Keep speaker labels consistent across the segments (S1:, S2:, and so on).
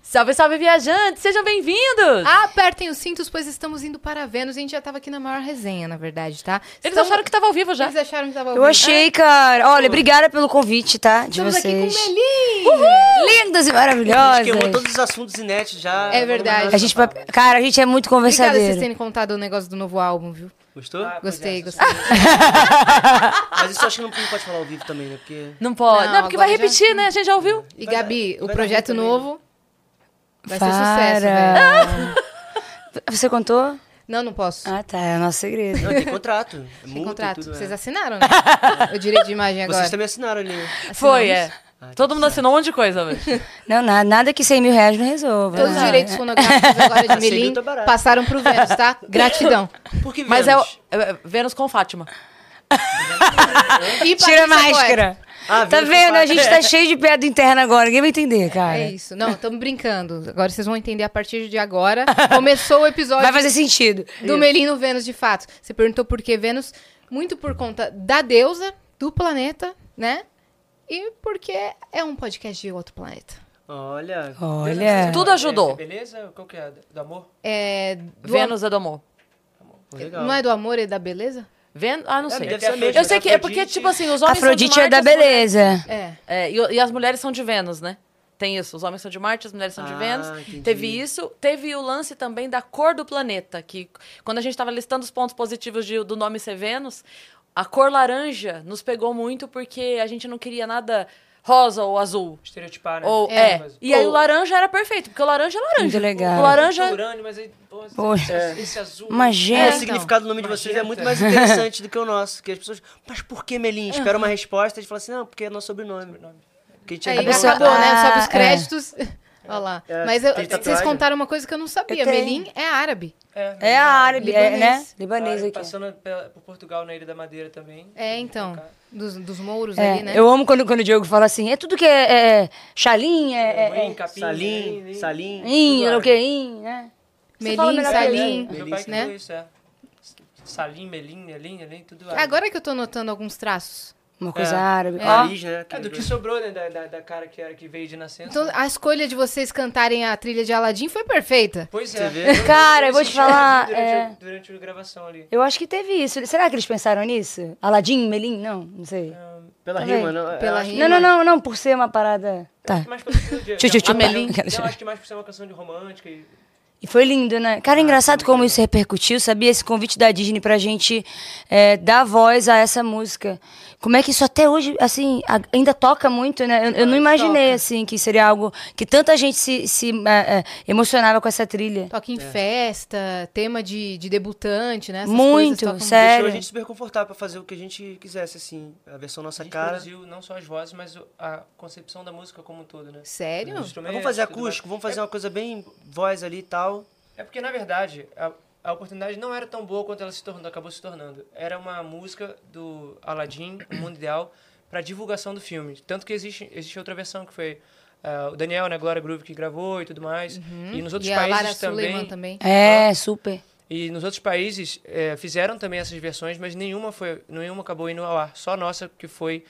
S1: Salve, salve, viajantes! Sejam bem-vindos!
S2: Ah, Apertem os cintos, pois estamos indo para Vênus. A gente já tava aqui na maior resenha, na verdade, tá?
S1: Eles
S2: Estamos-
S1: acharam que tava ao vivo já.
S2: Eles acharam que tava ao
S3: Eu
S2: vivo.
S3: achei, cara. Olha, obrigada pelo convite, tá? De
S2: Estamos aqui
S3: vocês. Uh,
S2: com o Melim!
S3: Lindas e
S4: A gente queimou
S3: maravilhosas.
S4: todos os assuntos inéditos já.
S2: É verdade.
S3: A gente, vai- cara, a gente é muito
S2: Obrigada por vocês
S3: conversadeiro.
S2: terem contado o negócio do novo álbum, viu?
S4: Gostou? é,
S2: Gostei, gostei.
S4: Mas isso eu acho que não não pode falar ao vivo também, né? Porque.
S1: Não pode. Não,
S2: Não,
S1: porque
S2: agora
S1: vai
S2: já-
S1: repetir, né? A gente já ouviu.
S2: E
S4: Vai dar-
S2: Gabi,
S4: vai
S2: o
S4: dar
S2: projeto
S4: ruim também.
S2: novo vai ser
S3: Para.
S2: sucesso, velho.
S3: Você contou?
S2: Não, não posso.
S3: Ah, tá. É o nosso segredo.
S4: Não, tem contrato. É
S2: Tem
S4: multa e
S2: contrato.
S4: tudo,
S2: Vocês
S4: é.
S2: assinaram, né? o direito de imagem agora.
S4: Vocês também assinaram ali. né?
S1: Foi, é.
S4: Ah,
S1: Todo
S4: que
S1: mundo assinou um monte de coisa hoje.
S3: Não, nada, nada que 100 mil reais não resolva.
S2: Todos os
S3: né?
S2: direitos fonográficos agora de
S4: Aceita,
S2: Melim
S4: tá barato.
S2: passaram pro Vênus, tá? Gratidão.
S4: Por que
S1: Mas é, o,
S4: Vênus?
S1: é- é Vênus com Fátima.
S2: E
S3: Tira
S2: Patrícia
S3: a máscara.
S4: Ah,
S3: Tá
S4: Vênus
S3: vendo?
S4: com
S3: A gente tá cheio de piada interna agora. Ninguém vai entender,
S2: Coelho.
S3: cara.
S2: É isso. Não, estamos brincando. Agora vocês vão entender a partir de agora. Começou o episódio
S3: Vai fazer sentido.
S2: do Melim no Vênus, de fato. Você perguntou por que Vênus. Muito por conta da deusa, do planeta, né? E porque é um podcast de outro planeta.
S4: Olha. né?
S3: Olha.
S1: Tudo ajudou.
S4: Beleza? Qual que é? Do amor?
S2: É, do
S1: Vênus é do amor.
S4: Legal.
S2: Não é do amor e da beleza?
S1: Vênus, ah, não
S4: É,
S1: sei.
S4: deve ser a mesma,
S1: Eu sei que é porque,
S4: Afrodite.
S1: tipo assim, os homens
S3: Afrodite
S1: são
S3: é
S1: de Marte,
S3: da
S1: as mulheres-
S3: beleza.
S2: É.
S1: É, e, o- e as mulheres são de Vênus, né? Tem isso. Os homens são de Marte, as mulheres são de
S4: Ah,
S1: Vênus.
S4: entendi.
S1: Teve isso. Teve o lance também da cor do planeta, que quando a gente estava listando os pontos positivos de- do nome ser Vênus, a cor laranja nos pegou muito porque a gente não queria nada rosa ou azul.
S5: Estereotipar, né?
S1: Ou, é. E aí o laranja era perfeito, porque o laranja é laranja.
S3: Muito legal.
S1: O
S4: um
S1: laranja.
S5: Urânio, mas aí, pô, esse-
S3: Pô.
S5: esse- esse azul.
S3: Uma
S4: assim, É,
S3: gente.
S4: o significado do nome de vocês é muito mais interessante do que o nosso. Que as pessoas. Mas por que Melim? Espera uma resposta e fala assim: não, porque é nosso sobrenome. Que a gente é
S2: Aí
S4: bom.
S3: pessoa-
S2: acabou, né? Sobe os
S3: Ah, é.
S2: créditos. Olha lá.
S4: É,
S2: Mas eu-
S4: tem
S2: vocês
S4: tatuagem.
S2: contaram uma coisa que eu não sabia.
S3: Eu tenho.
S2: Melim é árabe.
S3: É árabe, é, né?
S2: Libanês.
S3: Libanês
S5: Ah,
S3: aqui.
S5: Passando pela- por Portugal na Ilha da Madeira também.
S2: É, então. Dos, dos mouros
S3: É,
S2: ali, né?
S3: Eu amo quando, quando o Diogo fala assim, é tudo que é, é chalim, é, é, é
S5: Ruim, capim,
S4: Salim,
S5: nem-
S4: Salim.
S3: in,
S4: tudo
S3: não
S4: árabe.
S3: que in, né? Você fala
S2: Melim,
S3: melhor que
S2: Salim,
S5: Meu pai que falou
S2: né?
S5: isso, é. Salim, Melim, Melim, Melim, tudo árabe.
S2: Agora que eu tô notando alguns traços.
S3: Uma coisa
S5: É.
S3: árabe. Ó,
S4: Nariz, né?
S5: É, do que sobrou, né? Da, da, da cara que, era, que veio de nascença.
S2: Então, a escolha de vocês cantarem a trilha de Aladdin foi perfeita.
S5: Pois
S4: Você
S5: é.
S4: vê?
S3: Cara, eu vou te
S5: assisti
S3: falar,
S5: Durante,
S3: é.
S5: o- durante a gravação ali.
S3: eu acho que teve isso. Será que eles pensaram nisso? Aladim, Melim? Não, não sei.
S4: Pela
S3: Também.
S4: rima, né? não?
S2: Pela
S4: rima.
S2: rima.
S3: Não, não, não, não, por ser uma parada... Tá.
S5: Mas quando eu vi o
S3: Tchu, tchu, tchu.
S5: Não,
S3: Melim.
S5: eu- não, acho que mais por ser uma canção de romântica e
S3: E foi lindo, né? Cara, é engraçado como isso repercutiu, sabia? Esse convite da Disney pra gente é, dar voz a essa música. Como é que isso até hoje, assim, a- ainda toca muito, né? Eu, eu não imaginei, assim, que seria algo que tanta gente se, se é, é, emocionava com essa trilha.
S2: Toca
S5: É.
S2: em festa, tema de, de debutante, né? Essas
S3: Muito,
S2: coisas tocam-
S3: sério.
S4: Deixou a gente super confortável pra fazer o que a gente quisesse, assim. A versão
S5: a
S4: nossa
S5: gente
S4: cara.
S5: produziu não só as vozes, mas o- a concepção da música como um todo, né?
S2: Sério?
S5: Os
S4: Ah,
S5: instrumentos,
S4: vamos fazer
S5: tudo mais.
S4: acústico, vamos fazer uma coisa bem voz ali e tal.
S5: É porque, na verdade, a, a oportunidade não era tão boa quanto ela se tornou, acabou se tornando. Era uma música do Aladdin, O Mundo Ideal, para divulgação do filme. Tanto que existe, existe outra versão que foi ah, o Daniel, né, Glória Groove, que gravou e tudo mais. E nos outros
S2: Uhum. e a
S5: países
S2: Lara Suleiman
S5: também.
S2: também.
S3: É, super.
S5: E nos outros países eh, fizeram também essas versões, mas nenhuma foi, nenhuma acabou indo ao ar. Só a nossa que foi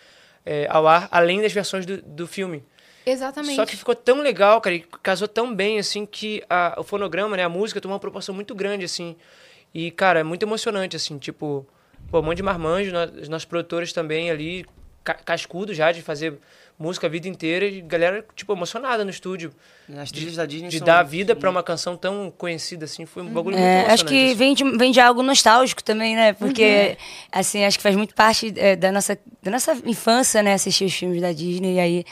S5: eh, ao ar, além das versões do, do filme.
S2: Exatamente.
S5: Só que ficou tão legal, cara, e casou tão bem, assim, que a- o fonograma, né, a música tomou uma proporção muito grande, assim. E, cara, é muito emocionante, assim, tipo, pô, um monte de marmanjo, no- os nossos produtores também ali, ca, cascudo já de fazer música a vida inteira, e galera, tipo, emocionada no estúdio.
S4: As trilhas da Disney
S5: De
S4: são-
S5: dar vida pra uma canção tão conhecida, assim, foi um bagulho muito
S3: É,
S5: emocionante.
S3: acho que
S5: assim.
S3: vem de, vem de algo nostálgico também, né? Porque,
S1: Uhum.
S3: assim, acho que faz muito parte é, da, nossa, da nossa infância, né? Assistir os filmes da Disney e aí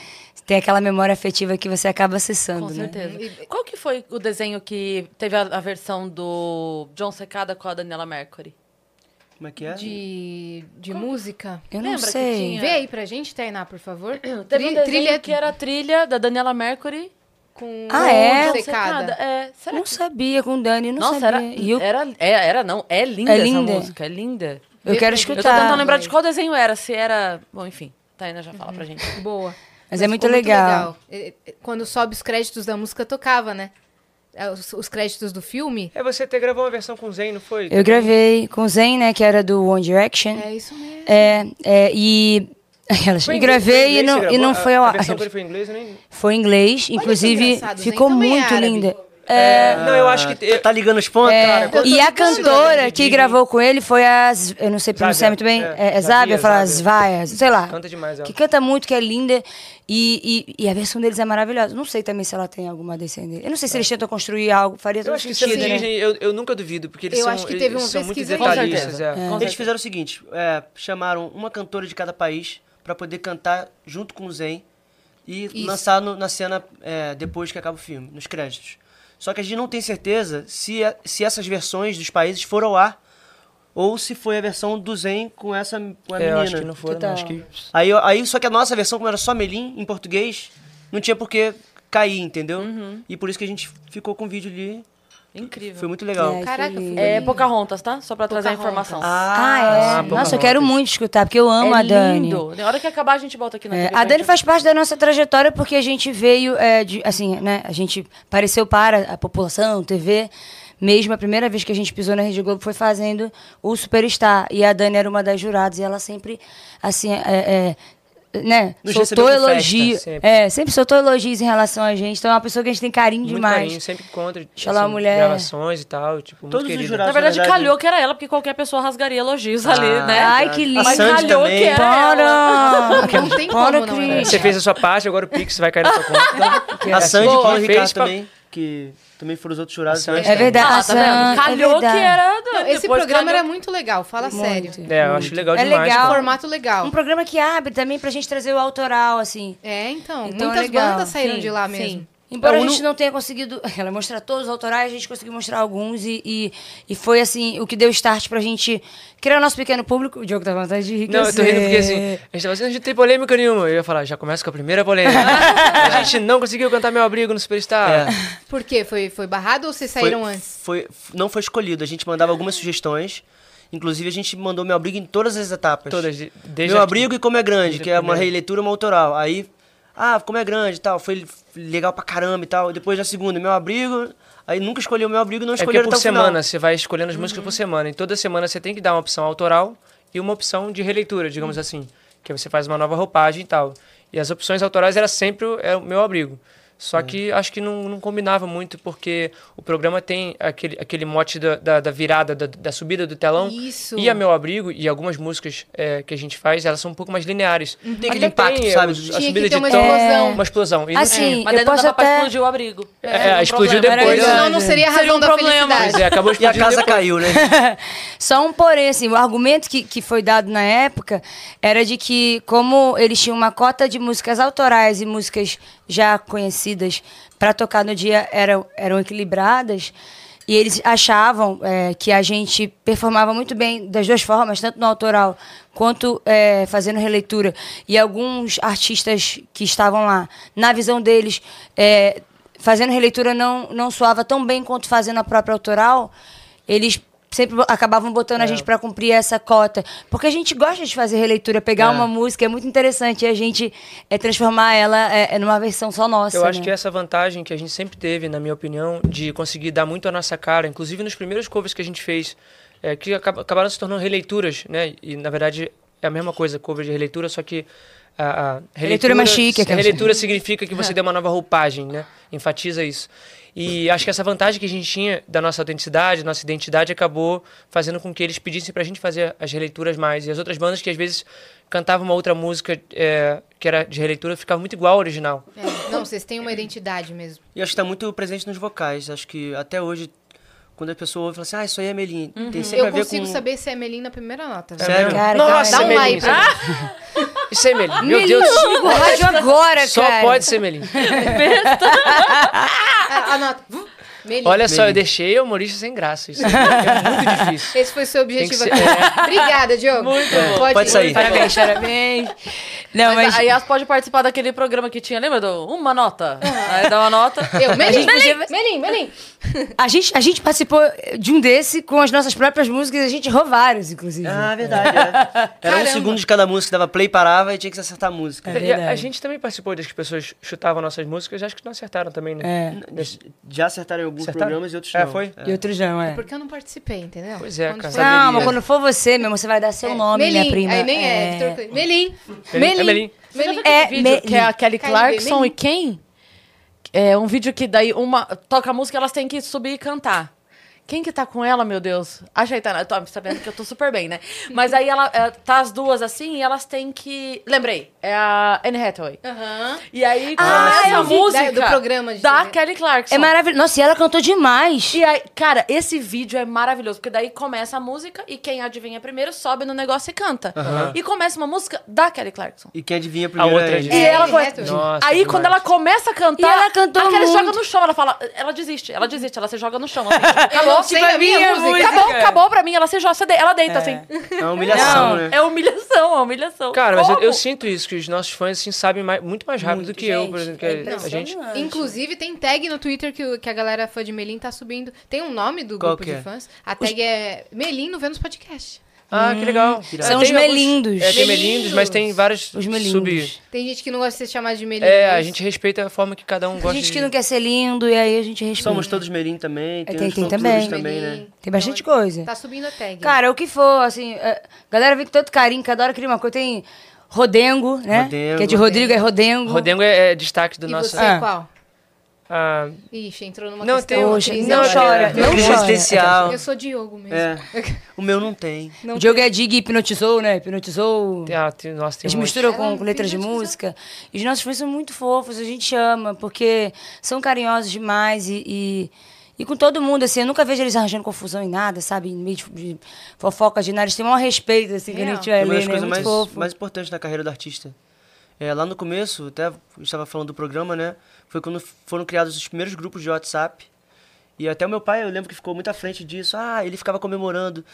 S3: tem aquela memória afetiva que você acaba acessando,
S1: Com
S3: né?
S1: certeza. Qual que foi o desenho que teve a, a versão do John Secada com a Daniela Mercury?
S4: Como é que é?
S2: De, de música.
S3: Eu não
S1: Lembra que
S3: sei.
S1: tinha?
S2: Vê aí pra gente, Tainá, por favor.
S1: Teve um
S2: Tri-
S1: desenho que era a trilha da Daniela Mercury
S2: com
S3: Ah, é?
S2: com
S1: John
S2: secada.
S1: É, será
S3: Não
S1: que...
S3: sabia com o Dani, não
S1: Nossa, era,
S3: sabia. E eu,
S1: era, é, era não, é linda,
S3: É linda. Tá.
S1: essa música, é linda.
S3: eu quero
S1: Eu tô
S3: escutar.
S1: tentando lembrar de qual desenho era, se era... Bom, enfim, Taina já fala pra
S3: Uhum.
S1: gente.
S2: Boa.
S3: Mas é muito
S2: ficou
S3: legal.
S2: E- e- é, Quando sobe os créditos da música, tocava, né? É, Os, os créditos do filme.
S5: É você até gravou uma versão com o Zen, não foi?
S3: É. Eu gravei com o Zen, né, que era do One Direction.
S2: É isso mesmo.
S3: É, é, e Elas- e gravei e não, e não foi ao
S5: a
S3: ar.
S5: versão dele foi em inglês, eu nem...
S3: Foi em inglês, inclusive
S2: engraçado, né?
S3: ficou
S2: Também é
S3: muito
S2: árabe.
S3: linda. É,
S5: Não, eu acho que...
S4: Tá ligando os pontos?
S3: é,
S5: quando
S3: e
S5: eu
S3: a
S5: vi Cidadania
S3: cantora que
S5: Disney-
S3: gravou com ele foi a. Z- Eu não sei pronunciar
S5: Závia,
S3: muito bem.
S5: é,
S3: É, é
S5: Závia,
S3: Závia, fala
S5: Závia.
S3: Zvaya, sei lá.
S5: Canta demais ela.
S3: Que canta muito, que é linda. E, e, e a versão deles é maravilhosa. Não sei também se ela tem alguma descendência. Eu não sei se eles tentam construir algo. Faria todo
S5: É. Eu acho que
S3: sentido,
S5: se é
S3: né?
S5: Disney, eu, eu nunca duvido, porque eles
S2: Eu
S5: são,
S2: acho que
S5: eles
S2: teve uma
S5: são muito
S2: pesquisa-
S1: Com
S5: detalhistas.
S1: certeza. Com
S5: é.
S4: Então, Eles
S1: certeza.
S4: fizeram o seguinte: é, chamaram uma cantora de cada país pra poder cantar junto com o Zen e lançar no- na cena é, depois que acaba o filme, nos créditos. Só que a gente não tem certeza se, a- se essas versões dos países foram ao ar ou se foi a versão do Zen com essa com a
S5: É, eu
S4: menina.
S5: acho que não foram,
S3: Total.
S5: não, acho que...
S4: Aí, aí, só que a nossa versão, como era só Melim, em português, não tinha por que cair, entendeu?
S5: Uhum.
S4: E por isso que a gente ficou com o vídeo ali.
S1: Incrível.
S4: Foi muito legal.
S3: É,
S2: Caraca, eu fui-
S1: É Pocahontas, tá? Só pra trazer a
S2: Pocahontas.
S1: informação.
S3: Ah, é. Nossa, eu quero muito escutar, porque eu amo a
S1: é
S3: Dani.
S1: lindo. Na hora que acabar, a gente volta aqui na
S3: É,
S1: TV pra
S3: a Dani
S1: gente-
S3: faz parte da nossa trajetória porque a gente veio, é, de- assim, né? A gente pareceu para a população, TV. Mesmo a primeira vez que a gente pisou na Rede Globo foi fazendo o Superstar. E a Dani era uma das juradas e ela sempre, assim, é, é, né?
S4: Nos
S3: soltou
S4: recebeu com
S3: elogio.
S5: festa, sempre.
S3: É, sempre soltou elogios em relação a gente. Então é uma pessoa que a gente tem carinho
S5: Muito
S3: demais.
S5: carinho, sempre contra tipo, assim,
S3: Deixa lá a mulher.
S5: gravações e tal, tipo, muito
S4: Todos os
S5: querida.
S4: jurados-
S1: Na verdade,
S4: Na verdade,
S1: calhou que era ela, porque qualquer pessoa rasgaria elogios ali, né?
S3: Ah. Ai, que lindo.
S1: Mas
S4: Sandy
S1: calhou
S4: também.
S1: que era ela.
S3: Para!
S2: Não tem como
S3: Para,
S2: não, né?
S3: Cris.
S5: É. Você fez a sua parte, agora o Pix vai cair na sua conta.
S4: Então, A Sandy e
S5: É, Boa.
S4: Paulo Ricardo
S5: Fez pra-
S4: também, que também foram os outros jurados.
S5: A Sandy
S4: né?
S3: É verdade.
S1: Ah,
S3: a
S1: tá
S3: Sam- é
S1: vendo? Calhou
S3: verdade.
S1: que era a Dani.
S2: Não, esse
S1: Depois
S2: programa
S1: calhou-
S2: era muito legal, fala sério.
S5: É, eu acho legal
S3: É
S5: demais. tipo,
S3: legal.
S5: cara.
S2: Formato legal.
S3: Um programa que abre também pra gente trazer o autoral, assim.
S2: É, então.
S3: Então é
S2: muitas
S3: legal.
S2: bandas saíram
S3: Sim,
S2: de lá
S3: sim.
S2: mesmo.
S3: Embora
S4: É, o
S3: a gente
S4: nu-
S3: não tenha conseguido ela mostrar todos os autorais, a gente conseguiu mostrar alguns e, e, e foi assim, o que deu start pra gente criar o nosso pequeno público. O Diogo tá com vontade de rir. que
S5: Não, eu tô rindo porque assim,
S3: sei.
S5: a gente tava dizendo, não tem polêmica nenhuma. Eu ia falar, já começa com a primeira polêmica. a gente não conseguiu cantar meu abrigo no
S4: É,
S5: Superstar.
S2: Por quê? Foi, foi barrado ou vocês
S4: Foi-
S2: saíram antes?
S4: Foi, não foi escolhido. A gente mandava algumas sugestões. Inclusive, a gente mandou meu abrigo em todas as etapas.
S5: Todas, de- desde
S4: Meu
S5: a-
S4: abrigo e como é grande,
S5: desde
S4: que é
S5: a
S4: uma
S5: primeira.
S4: releitura e uma autoral. Aí, ah, como é grande e tal. Foi legal pra caramba e tal. Depois na segunda, meu abrigo. Aí nunca escolheu meu abrigo e não
S5: É porque
S4: escolheram
S5: por
S4: até o
S5: semana,
S4: final. Uhum.
S5: você vai escolhendo as músicas por semana. E toda semana você tem que dar uma opção autoral e uma opção de releitura,
S4: Uhum.
S5: digamos assim. Que você faz uma nova roupagem e tal. E as opções autorais era sempre o, é o meu abrigo.
S4: É.
S5: Só que acho que não, não combinava muito, porque o programa tem aquele, aquele mote da, da, da virada, da, da subida do telão.
S2: Isso.
S5: E a meu abrigo, e algumas músicas é, que a gente faz, elas são um pouco mais lineares.
S4: Tem aquele impacto, sabe?
S5: a
S2: que
S5: subida
S2: ter
S5: de
S2: uma
S5: tom,
S2: explosão.
S5: uma explosão. E não
S3: Assim,
S5: tinha.
S1: Mas daí
S3: Eu
S1: não
S3: posso
S1: dava pra
S3: até-
S1: explodir o abrigo.
S5: É,
S1: um
S5: explodiu
S1: problema.
S5: depois.
S3: Era
S2: Senão não seria a razão
S1: Seria um
S2: da
S1: problema.
S5: Pois
S2: felicidade.
S5: é,
S4: E
S5: acabou
S4: a
S5: explodindo
S4: casa
S5: depois.
S4: caiu, né?
S3: Só um porém, assim, o argumento que, que foi dado na época era de que, como eles tinham uma cota de músicas autorais e músicas já conhecidas para tocar no dia eram, eram equilibradas, e eles achavam é, que a gente performava muito bem das duas formas, tanto no autoral quanto é, fazendo releitura. E alguns artistas que estavam lá, na visão deles, é, fazendo releitura não, não soava tão bem quanto fazendo a própria autoral eles sempre bo- acabavam botando a gente pra cumprir essa cota. Porque a gente gosta de fazer releitura, pegar uma música, é muito interessante e a gente é, transformar ela é, é, numa versão só nossa.
S5: Eu acho
S3: né?
S5: que é essa vantagem que a gente sempre teve, na minha opinião, de conseguir dar muito a nossa cara, inclusive nos primeiros covers que a gente fez, é, que acab- acabaram se tornando releituras, né? E na verdade é a mesma coisa, cover de releitura, só que a, a
S3: Releitura é mais chique, aquela-
S5: Releitura significa que você deu uma nova roupagem, né? Enfatiza isso. E acho que essa vantagem que a gente tinha da nossa autenticidade, nossa identidade, acabou fazendo com que eles pedissem pra gente fazer as releituras mais. E as outras bandas que às vezes cantavam uma outra música é, que era de releitura ficava muito igual ao original.
S2: É, Não, vocês têm uma identidade mesmo.
S4: E acho que tá muito presente nos vocais. Acho que até hoje, quando a pessoa ouve, fala assim, ah, isso aí é Melim. Tem sempre a
S2: Uhum. Eu
S4: ver
S2: consigo
S4: com...
S2: saber se é Melim na primeira nota.
S5: É
S4: Sério?
S3: Cara,
S5: Nossa,
S2: Dá um
S3: cara.
S5: Melim.
S2: like pra mim.
S5: Isso é Melim. Ah! Meu
S3: Melim,
S5: Deus do céu.
S3: liga o rádio agora,
S5: Só
S3: cara.
S5: pode ser Melim.
S2: Ah, Anota. Melim.
S5: Olha só, eu deixei o humorista sem graça. Isso é muito difícil.
S2: Esse foi seu objetivo
S5: Tem
S2: aqui.
S5: que ser-
S2: Obrigada, Diogo. Muito Pode,
S4: Pode sair.
S3: Parabéns, parabéns. Não,
S1: Mas,
S3: mas,
S1: a Yas pode participar daquele programa que tinha, lembra? Do Uma Nota. Aí dá uma nota.
S2: Eu, Melim,
S3: gente podia-
S2: Melim, Melim, Melim.
S3: a, gente, a gente participou de um desse com as nossas próprias músicas, a gente errou vários, inclusive.
S2: é.
S4: Ah,
S5: é.
S4: verdade. Era, era um segundo de cada música, dava play, parava e tinha que se acertar a música.
S5: E a, a gente também participou das que pessoas chutavam nossas músicas, acho que não acertaram também, né?
S4: Já acertaram em alguns
S5: Acertaram?
S4: programas e outros
S5: É,
S4: não.
S5: foi?
S3: E outros não, é.
S2: Porque eu não participei, entendeu?
S5: Pois é, cara.
S2: foi-
S3: Não,
S5: Saberia.
S3: mas quando for você mesmo, você vai dar seu nome,
S2: É, Melim.
S3: minha prima.
S2: Aí nem é, Victor Clay. Melim.
S5: Melim.
S2: Melim.
S5: É Melim.
S2: Melim.
S1: É,
S3: É,
S1: vídeo
S3: me-
S1: que é a Kelly
S2: Kylie
S1: Clarkson
S2: Minogue.
S1: e quem? É um vídeo que daí uma toca a música, elas têm que subir e cantar. Quem que tá com ela, meu Deus? Acha aí, tá, eu tô sabendo que eu tô super bem, né? Mas aí ela é, tá as duas assim e elas têm que. Lembrei, é a Anne Hathaway.
S2: Ah. Aham.
S1: E aí
S3: Ah,
S1: começa a
S3: eu vi.
S1: música
S2: Da- do programa de
S1: da
S2: TV.
S1: Kelly Clarkson.
S3: É maravilhoso. Nossa, e ela cantou demais.
S1: E aí, cara, esse vídeo é maravilhoso, porque daí começa a música e quem adivinha primeiro sobe no negócio e canta. Uhum. E começa uma música da Kelly Clarkson.
S4: E quem adivinha primeiro
S5: outra
S4: é
S5: gente.
S4: ele.
S1: E
S2: É,
S1: ela
S2: é
S1: começa-
S2: reto.
S5: Nossa,
S1: Aí
S5: demais.
S1: quando ela começa a cantar,
S3: E ela cantou
S1: a Kelly
S3: muito.
S1: joga no chão, ela fala, ela desiste, ela desiste, ela se joga no chão. assim, tipo, acabou,
S2: sei a minha
S1: é
S2: música.
S1: acabou, acabou pra mim, ela se joga, se de- ela deita assim.
S4: É uma humilhação,
S3: Não,
S4: né?
S1: É humilhação, é humilhação.
S5: Cara, mas eu,
S1: Como?
S5: eu sinto isso, que os nossos fãs assim, sabem mais- muito mais rápido do que eu, por exemplo. que
S3: é
S5: a gente.
S3: impressionante.
S2: Inclusive, tem tag no Twitter que, o- que a galera fã de Melim tá subindo. Tem um nome do
S4: Qual
S2: grupo
S4: que
S2: de
S4: é?
S2: fãs. A tag é Melim no Vênus Podcast.
S5: Ah, que legal.
S3: São
S5: Tem
S3: os
S5: alguns-
S3: melindos.
S5: É, tem melindos, mas tem vários
S3: Os
S5: sub.
S3: melindos.
S2: Tem gente que não gosta de ser chamada de Melim.
S5: É, a
S2: mas-
S5: gente respeita a forma que cada um
S3: Tem
S5: gosta
S3: gente
S5: de...
S3: que não quer ser lindo e aí a gente respeita.
S4: Somos todos Melim também. Tem,
S3: tem-
S4: uns
S3: tem
S4: fã-clubes
S3: também.
S4: também, né?
S2: Melim.
S3: Tem bastante
S2: Então,
S3: coisa.
S2: Tá subindo a tag.
S3: Cara, o que for, assim, é, galera vem com tanto carinho, cada hora cria uma coisa. Tem Rodengo, né?
S4: Rodengo.
S3: Que é de Rodrigo, é Rodengo.
S5: Rodengo é, é destaque do
S2: e
S5: nosso...
S2: você,
S3: Ah.
S2: qual?
S5: Ah,
S2: Ixi, entrou numa
S5: Não,
S2: questão.
S5: tem um-
S2: crise
S3: Poxa, não
S2: agora.
S3: chora,
S4: Tem
S3: não
S4: crise
S3: chora.
S4: existencial.
S2: Eu sou Diogo mesmo.
S4: É. O meu não tem.
S3: O Diogo é Dig e hipnotizou, né? Hipnotizou.
S5: tem, ah, tem, nossa, tem
S3: Eles
S5: um monte.
S3: misturam com,
S2: Ela
S3: com letras de
S2: hipnotizou.
S3: música. E os nossos fãs são muito fofos, a gente ama, porque são carinhosos demais e, e, e com todo mundo, assim. Eu nunca vejo eles arranjando confusão em nada, sabe? Em meio de, de fofoca de nada. Eles têm o maior respeito, assim, que a
S2: Real.
S3: gente vai
S4: É uma
S3: ler,
S4: das
S3: né?
S4: coisas
S3: muito
S4: mais,
S3: fofo.
S4: mais importantes na carreira do artista. É, lá no começo, até eu estava falando do programa, né? Foi quando foram criados os primeiros grupos de WhatsApp. E até o meu pai, eu lembro que ficou muito à frente disso. Ah, ele ficava comemorando.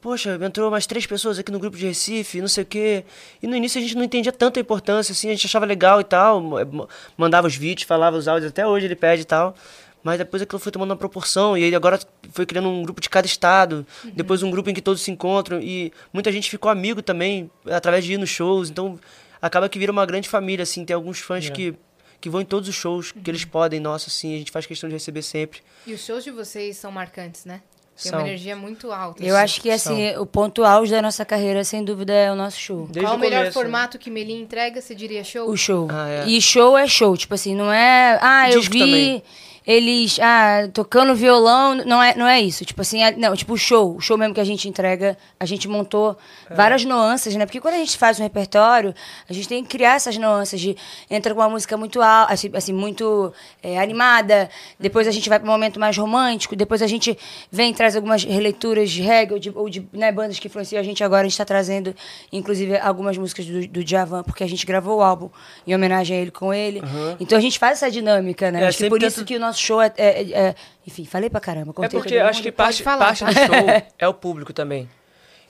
S4: Poxa, entrou mais três pessoas aqui no grupo de Recife, não sei o quê. E no início a gente não entendia tanta importância, assim, a gente achava legal e tal. mo- mo- Mandava os vídeos, falava os áudios, até hoje ele pede e tal. Mas depois aquilo foi tomando uma proporção, e aí agora foi criando um grupo de cada estado, depois um grupo em que todos se encontram, e muita gente ficou amigo também, através de ir nos shows, então acaba que vira uma grande família, assim, tem alguns fãs que, que vão em todos os shows que eles podem, nossa, assim, a gente faz questão de receber sempre.
S2: E os shows de vocês são marcantes, né? Tem
S5: São.
S2: uma energia muito alta.
S3: Eu
S2: assim.
S3: acho que, assim, o ponto auge da nossa carreira, sem dúvida, é o nosso show.
S5: Desde
S2: Qual o melhor
S5: começo, né?
S2: formato que Melim entrega? Você diria show?
S3: O show.
S4: Ah, é.
S3: E show é show, tipo assim, não é. Ah, eu
S4: Disco
S3: vi
S4: também.
S3: eles ah, tocando violão. Não é, não é isso. Tipo assim, é- não, tipo o show. O show mesmo que a gente entrega, a gente montou várias nuances, né? Porque quando a gente faz um repertório, a gente tem que criar essas nuances de entra com uma música muito al- assim, assim, muito é, animada, depois a gente vai para um momento mais romântico, depois a gente vem e traz algumas releituras de reggae ou de, ou de, né, bandas que influenciam a gente agora. A gente está trazendo, inclusive, algumas músicas do, do Djavan, porque a gente gravou o álbum em homenagem a ele com ele. Então a gente faz essa dinâmica, né?
S4: É,
S3: acho que
S4: sempre
S3: por
S4: tento-
S3: isso que o nosso show é. é- é- é- Enfim, falei pra caramba.
S5: É
S3: Contei
S5: porque acho que
S2: pode
S5: parte,
S2: falar,
S5: parte
S2: tá?
S5: do show é o público também.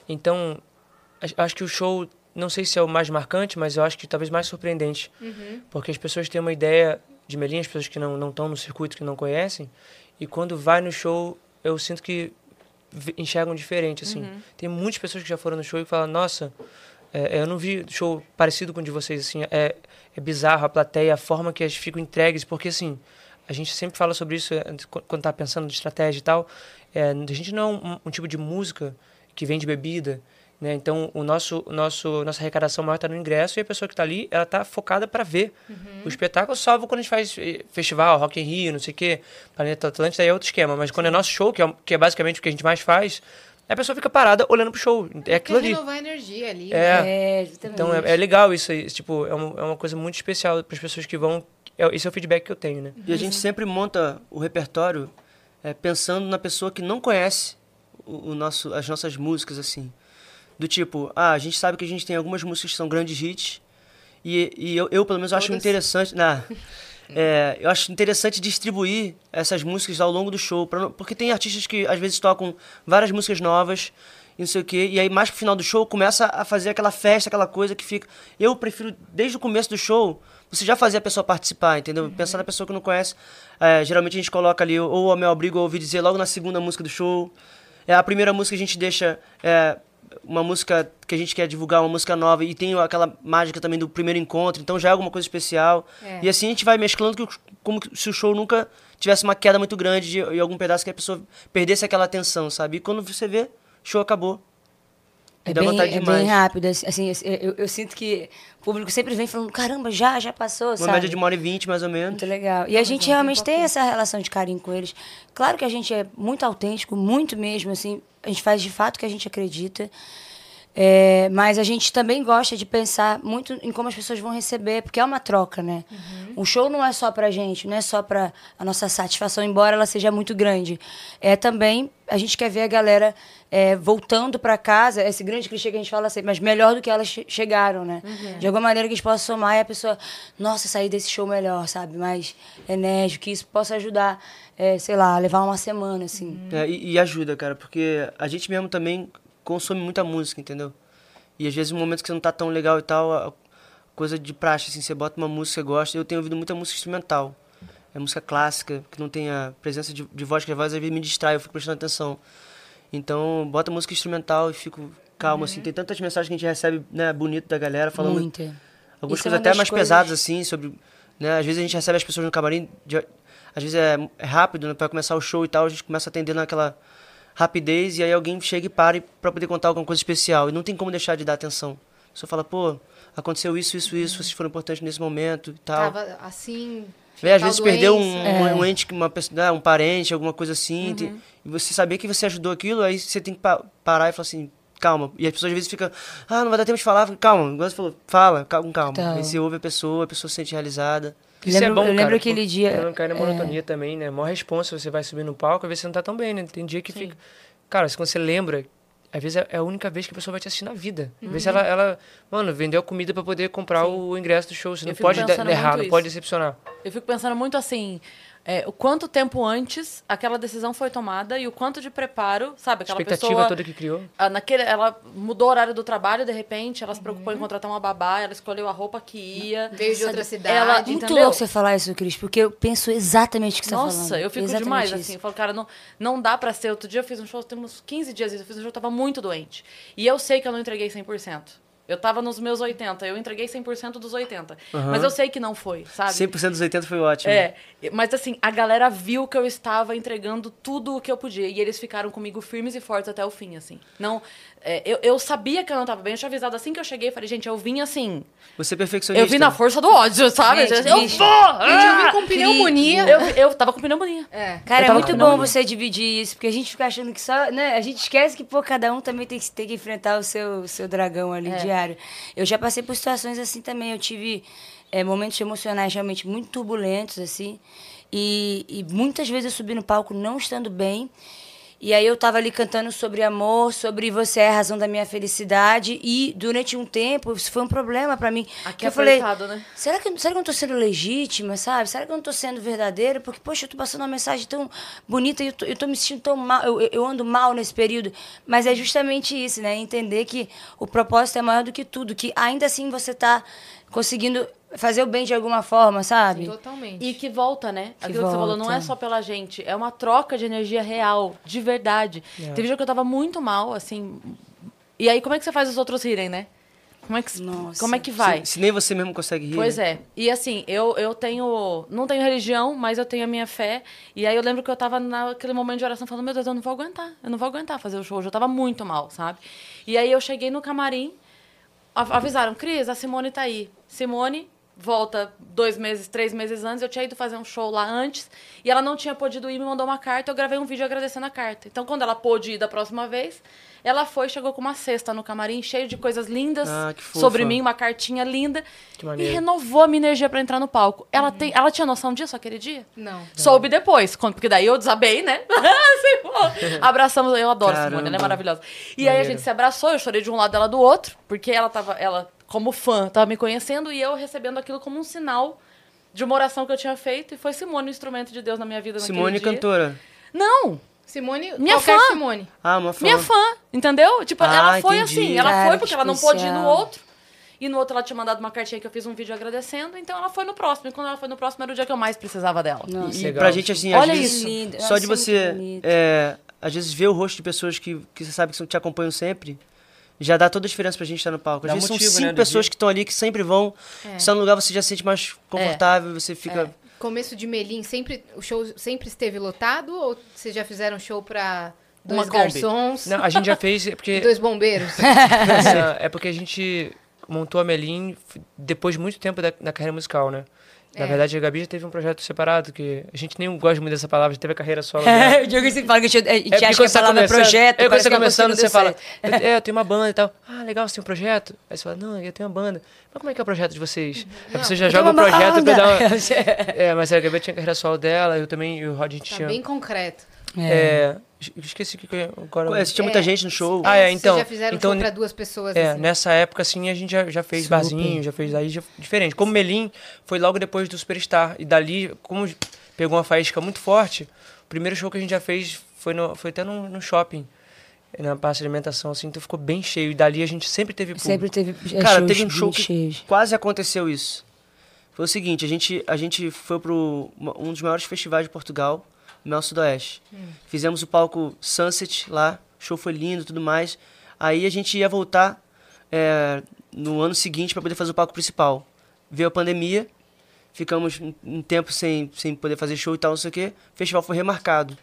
S5: Então, a- acho que o show, não sei se é o mais marcante, mas eu acho que talvez mais surpreendente. Porque as pessoas têm uma ideia de Melim, as pessoas que não estão no circuito, que não conhecem. E quando vai no show, eu sinto que vi- enxergam diferente, assim. Tem muitas pessoas que já foram no show e falam, nossa, é, eu não vi show parecido com o de vocês, assim. É, é bizarro a plateia, a forma que eles ficam entregues, porque, assim, a gente sempre fala sobre isso é, qu- quando tá pensando de estratégia e tal. É, a gente não é um, um tipo de música que vende bebida, né? Então, o nosso, o nosso, nossa arrecadação maior está no ingresso e a pessoa que está ali, ela tá focada para ver o espetáculo, salvo quando a gente faz eh, festival, Rock in Rio, não sei o quê, Planeta Atlântida, aí é outro esquema. Mas quando é nosso show, que é, que é basicamente o que a gente mais faz, a pessoa fica parada olhando pro show. É aquilo
S2: Quer
S5: ali.
S2: renovar a energia ali. né?
S5: É,
S3: É, exatamente.
S5: então é, é legal isso aí. Tipo, é uma, é uma coisa muito especial para as pessoas que vão... é- Esse é o feedback que eu tenho, né?
S4: E a gente sempre monta o repertório é, pensando na pessoa que não conhece o, o nosso, as nossas músicas, assim. Do tipo, ah, a gente sabe que a gente tem algumas músicas que são grandes hits. E, e eu, eu, pelo menos, acho interessante. Na, é, eu acho interessante distribuir essas músicas ao longo do show. pra não- porque tem artistas que às vezes tocam várias músicas novas. e Não sei o quê. E aí, mais pro final do show, começa a fazer aquela festa, aquela coisa que fica. Eu prefiro, desde o começo do show, você já fazer a pessoa participar, entendeu? Pensar na pessoa que não conhece. É, geralmente a gente coloca ali, ou o Mel Abrigo, ou ouvi dizer, logo na segunda música do show. É, a primeira música a gente deixa é, uma música que a gente quer divulgar, uma música nova, e tem aquela mágica também do primeiro encontro, então já é alguma coisa especial.
S2: É.
S4: E assim a gente vai mesclando que, o- como que se o show nunca tivesse uma queda muito grande e algum pedaço que a pessoa perdesse aquela atenção, sabe? E quando você vê, o show acabou. E
S3: É
S4: dá
S3: bem,
S4: vontade
S3: é
S4: demais.
S3: bem rápido, assim, assim, eu, eu sinto que o público sempre vem falando, caramba, já, já passou,
S4: Uma
S3: sabe?
S4: média de uma hora e vinte, mais ou menos.
S3: Muito legal. E a gente realmente tem essa relação de carinho com eles. Claro que a gente é muito autêntico, muito mesmo, assim. A gente faz de fato o que a gente acredita. É, mas a gente também gosta de pensar muito em como as pessoas vão receber, porque é uma troca, né? O show não é só pra gente, não é só pra a nossa satisfação, embora ela seja muito grande. É também, a gente quer ver a galera é, voltando pra casa, esse grande clichê que a gente fala sempre, mas melhor do que elas che- chegaram, né? De alguma maneira que a gente possa somar e a pessoa, nossa, sair desse show melhor, sabe? Mais enérgico, que isso possa ajudar, é, sei lá, a levar uma semana, assim.
S4: É, e, e ajuda, cara, porque a gente mesmo também consome muita música, entendeu? E às vezes no momento que você não tá tão legal e tal, a- a coisa de praxe, assim, você bota uma música que você gosta. Eu tenho ouvido muita música instrumental. É música clássica, que não tem a presença de, de voz, que a voz às vezes me distrai, eu fico prestando atenção. Então, bota música instrumental e fico calmo, assim. Tem tantas mensagens que a gente recebe, né, bonito da galera, falando
S3: Muita.
S4: Algumas
S3: Isso é
S4: coisas
S3: uma
S4: até
S3: das
S4: mais
S3: coisas-
S4: pesadas, assim, sobre. Né? Às vezes a gente recebe as pessoas no camarim, de- às vezes é, é rápido, né? Pra começar o show e tal, a gente começa atendendo aquela rapidez e aí alguém chega e para e- pra poder contar alguma coisa especial. E não tem como deixar de dar atenção. A pessoa fala, pô, aconteceu isso, isso, isso, vocês foram importantes nesse momento e tal.
S2: Tava assim.
S4: Né, às
S1: Tá
S2: tal
S4: vezes perdeu um,
S2: doença.
S4: um- um ente, que uma pessoa, né, um parente, alguma coisa assim,
S1: Uhum.
S4: tem- e você saber que você ajudou aquilo, aí você tem que pa- parar e falar assim, calma. E as pessoas às vezes ficam, ah, não vai dar tempo de falar, Fica, calma, igual você falou, fala, ca- com calma.
S3: Tá.
S4: Aí você ouve a pessoa, a pessoa se sente realizada.
S5: Isso
S3: Lembro-
S5: é bom,
S3: eu lembro
S5: cara,
S3: aquele
S5: pô,
S3: dia-
S5: Pra não cair na
S3: é.
S5: monotonia também, né? Mó responsa, você vai subir no palco, às vezes você não tá tão bem, né? Tem dia que fica. Cara, se quando você lembra, às vezes é- é a única vez que a pessoa vai te assistir na vida. Às vezes ela, ela, mano, vendeu a comida pra poder comprar o ingresso do show. Você
S1: Eu
S5: não
S1: fico
S5: pode dar,
S1: pensando
S5: dar errado,
S1: muito
S5: não pode
S1: isso.
S5: decepcionar.
S1: Eu fico pensando muito assim, é, o quanto tempo antes aquela decisão foi tomada e o quanto de preparo, sabe?
S5: A
S1: Aquela
S5: expectativa
S1: pessoa,
S5: toda que criou.
S1: Ah, Naquele, ela mudou o horário do trabalho, de repente, ela se preocupou em contratar uma babá, ela escolheu a roupa que ia.
S2: Uhum. Veio de outra cidade.
S1: Ela,
S2: Muito
S3: Muito
S1: entendeu?
S3: louco você falar isso, Cris, porque eu penso exatamente o que você está
S1: Nossa,
S3: falando.
S1: eu fico
S3: Exatamente
S1: demais,
S3: isso.
S1: assim. Eu falo, cara, não, não dá pra ser. Outro dia eu fiz um show, tem uns 15 dias isso, eu fiz um show, eu tava muito doente. E eu sei que eu não entreguei 100%. Eu tava nos meus 80, eu entreguei 100% dos 80. Mas eu sei que não foi, sabe?
S4: 100% dos 80 foi ótimo.
S1: É, mas assim, a galera viu que eu estava entregando tudo o que eu podia e eles ficaram comigo firmes e fortes até o fim, assim. Não, é, eu, eu sabia que eu não estava bem, eu tinha avisado assim que eu cheguei, falei, gente, eu vim assim.
S4: Você é perfeccionista.
S1: Eu vim na força do ódio, sabe?
S3: Gente,
S1: eu
S3: bicho.
S1: vou!
S2: Gente, eu
S1: ah!
S2: vim com pneumonia.
S1: Eu, eu tava com pneumonia.
S2: É.
S3: Cara,
S4: Eu
S3: é
S4: tava
S3: muito
S4: falando,
S3: bom
S4: né?
S3: você dividir isso, porque a gente fica achando que só. Né, a gente esquece que, pô, cada um também tem que, tem que enfrentar o seu, seu dragão ali
S1: É.
S3: diário. Eu já passei por situações assim também. Eu tive é, momentos emocionais realmente muito turbulentos, assim. E, e muitas vezes eu subi no palco não estando bem. E aí eu tava ali cantando sobre amor, sobre você é a razão da minha felicidade. E durante um tempo, isso foi um problema pra mim.
S1: Aqui
S3: eu
S1: apertado, né?
S3: Será que, será que eu não tô sendo legítima, sabe? Será que eu não tô sendo verdadeira? Porque, poxa, eu tô passando uma mensagem tão bonita e eu tô, eu tô me sentindo tão mal, eu, eu- eu ando mal nesse período. Mas é justamente isso, né? Entender que o propósito é maior do que tudo, que ainda assim você tá conseguindo fazer o bem de alguma forma, sabe?
S2: é, Totalmente.
S1: E que volta, né?
S3: Que
S1: Aquilo que você falou, não
S3: volta.
S1: é só pela gente, é uma troca de energia real, de verdade.
S2: É.
S1: Teve dia que eu tava muito mal, assim. E aí, como é que você faz os outros rirem, né? Como é que,
S3: Nossa.
S1: como é que vai?
S4: Se, se nem você mesmo consegue rir.
S1: Pois
S4: né?
S1: é. E assim, eu, eu tenho. Não tenho religião, mas eu tenho a minha fé. E aí eu lembro que eu tava naquele momento de oração falando: Meu Deus, eu não vou aguentar. Eu não vou aguentar fazer o show. hoje." Eu tava muito mal, sabe? E aí eu cheguei no camarim, a- avisaram: Cris, a Simone tá aí. Simone volta dois meses, três meses antes. Eu tinha ido fazer um show lá antes. E ela não tinha podido ir, me mandou uma carta. Eu gravei um vídeo agradecendo a carta. Então quando ela pôde ir da próxima vez. Ela foi, chegou com uma cesta no camarim, cheio de coisas lindas
S4: Ah, que fofa.
S1: sobre mim, uma cartinha linda.
S5: Que maneiro.
S1: E renovou a minha energia pra entrar no palco. Ela, tem, ela tinha noção disso aquele dia?
S2: Não.
S1: Soube depois, quando- porque daí eu desabei, né? Simone. Abraçamos, eu adoro a Simone,
S4: Caramba.
S1: ela é maravilhosa. E aí a
S5: Maneiro.
S1: gente se abraçou, eu chorei de um lado, ela do outro, porque ela tava, ela como fã, tava me conhecendo e eu recebendo aquilo como um sinal de uma oração que eu tinha feito e foi Simone o instrumento de Deus na minha vida
S4: Simone, é
S1: naquele dia.
S4: cantora.
S1: Não,
S2: Simone,
S1: Minha
S2: qualquer
S1: fã.
S2: Simone.
S4: Ah, uma fã.
S1: minha fã, entendeu? Tipo,
S4: Ah,
S1: ela foi
S4: entendi.
S1: assim, ela
S3: Cara,
S1: foi
S3: que
S1: porque ela não pôde ir no
S3: especial.
S1: outro. E no outro ela tinha mandado uma cartinha que eu fiz um vídeo agradecendo, então ela foi no próximo. E quando ela foi no próximo, era o dia que eu mais precisava dela.
S3: Nossa.
S4: E
S5: Legal.
S4: pra gente, assim,
S1: Olha
S4: às vezes,
S3: isso. Lindo.
S4: só
S3: Nossa,
S4: de
S3: é muito
S4: você,
S3: bonito.
S4: é, às vezes, ver o rosto de pessoas que, que você sabe que são- te acompanham sempre, já dá toda a diferença pra gente estar no palco. Às
S5: Dá
S4: vezes
S5: motivo,
S4: são
S5: né,
S4: cinco
S5: do
S4: pessoas
S5: dia.
S4: que estão ali que sempre vão.
S2: É.
S4: Se tá no lugar, você já se sente mais
S3: É.
S4: confortável, você fica.
S2: Começo de Melim, sempre, o show sempre esteve lotado? Ou vocês já fizeram show pra dois
S1: Uma Kombi.
S2: garçons
S5: Não, a gente já fez é
S2: e
S5: porque
S2: dois bombeiros?
S5: Essa- é porque a gente montou a Melim f- depois de muito tempo da, da carreira musical, né? Na
S2: É.
S5: verdade, a Gabi já teve um projeto separado, que a gente nem gosta muito dessa palavra, já teve a carreira solo. dela.
S3: É, o Diogo sempre fala que a gente, a gente
S5: porque
S3: acha que
S5: quando
S3: a
S5: você tá
S3: palavra é
S5: começando-
S3: projeto.
S5: É, quando
S3: parece que
S5: você tá
S3: é uma
S5: começando,
S3: sigla
S5: você
S3: do
S5: fala,
S3: certo.
S5: eu, é, eu tenho uma banda e tal. Ah, legal, você tem um projeto? Aí você fala, não, eu tenho uma banda. Mas como é que é o projeto de vocês? Aí você já
S3: Uhum. Eu
S5: joga o
S3: tenho uma
S5: projeto pra
S3: banda.
S5: dar uma... É, mas a Gabi tinha a carreira solo dela, eu também, e o Rod, a gente
S2: Tá
S5: tinha...
S2: bem concreto.
S5: É, es- esqueci o que que eu... Agora...
S4: É, você tinha muita gente no show.
S5: Ah, é, então-
S2: Vocês já fizeram
S5: então
S2: show pra
S5: ne-
S2: duas pessoas,
S5: É,
S2: assim.
S5: nessa época, assim, a gente já, já fez barzinho, já fez aí já- diferente. Como Melim foi logo depois do Superstar. E dali, como pegou uma faísca muito forte, o primeiro show que a gente já fez foi, no, foi até num, num shopping, na praça de alimentação, assim, então ficou bem cheio. E dali a gente sempre teve público.
S3: Sempre teve. é,
S4: Cara,
S3: shows
S4: teve um show
S3: muito
S4: que
S3: cheios.
S4: quase aconteceu isso. Foi o seguinte, a gente, a gente foi pro uma- um dos maiores festivais de Portugal, Mel Sudoeste. Fizemos o palco Sunset lá, o show foi lindo e tudo mais. Aí a gente ia voltar é, no ano seguinte para poder fazer o palco principal. Veio a pandemia, ficamos um- um tempo sem, sem poder fazer show e tal, não sei o quê. O festival foi remarcado.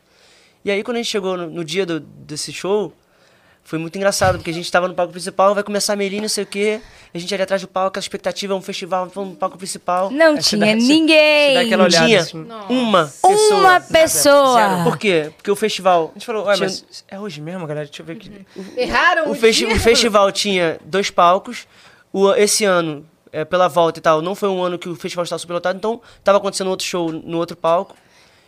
S4: E aí quando a gente chegou no, no dia do- desse show, foi muito engraçado, porque a gente tava no palco principal, vai começar a Melim, não sei o quê. A gente ali atrás do palco, a expectativa é um festival, vamos no palco principal.
S3: Não
S5: Aí você
S3: tinha
S5: dá- você-
S3: ninguém.
S5: Você dá aquela
S4: Não
S5: olhada, né?
S4: tinha
S5: assim.
S4: uma pessoa.
S3: Uma
S5: Zero.
S3: pessoa.
S4: Por quê? Porque o festival.
S5: A gente falou, ué,
S4: tinha-
S5: mas um é hoje mesmo, galera? Deixa eu ver aqui.
S2: Erraram o,
S4: o, festi-
S2: dia?
S4: o festival tinha dois palcos. O, esse ano, é, pela volta e tal, não foi um ano que o festival estava superlotado, então estava acontecendo outro show no outro palco.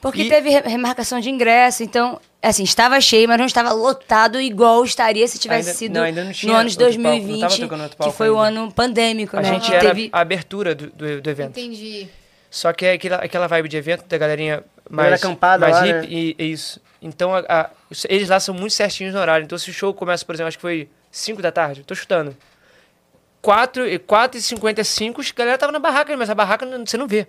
S3: Porque
S4: E-
S3: teve re- remarcação de ingresso, então, assim, estava cheio, mas não estava lotado igual estaria se tivesse
S5: Ainda-
S3: sido
S5: não, ainda não tinha
S3: no ano de
S5: outro palco, não
S3: 2020,
S5: tava tocando outro palco
S3: que foi o
S5: ainda.
S3: ano pandêmico,
S5: A
S3: né?
S5: gente
S3: que
S5: era
S3: teve
S5: a abertura do, do, do evento.
S2: Entendi.
S5: Só que é aquela, aquela vibe de evento da galerinha mais,
S4: Galera acampada
S5: mais
S4: lá, né?
S5: hippie e, e isso. Então, a- a- os- eles lá são muito certinhos no horário. Então, se o show começa, por exemplo, acho que foi 5 da tarde, tô chutando. 4 e 4 e 55, a galera tava na barraca, mas a barraca não- você não vê.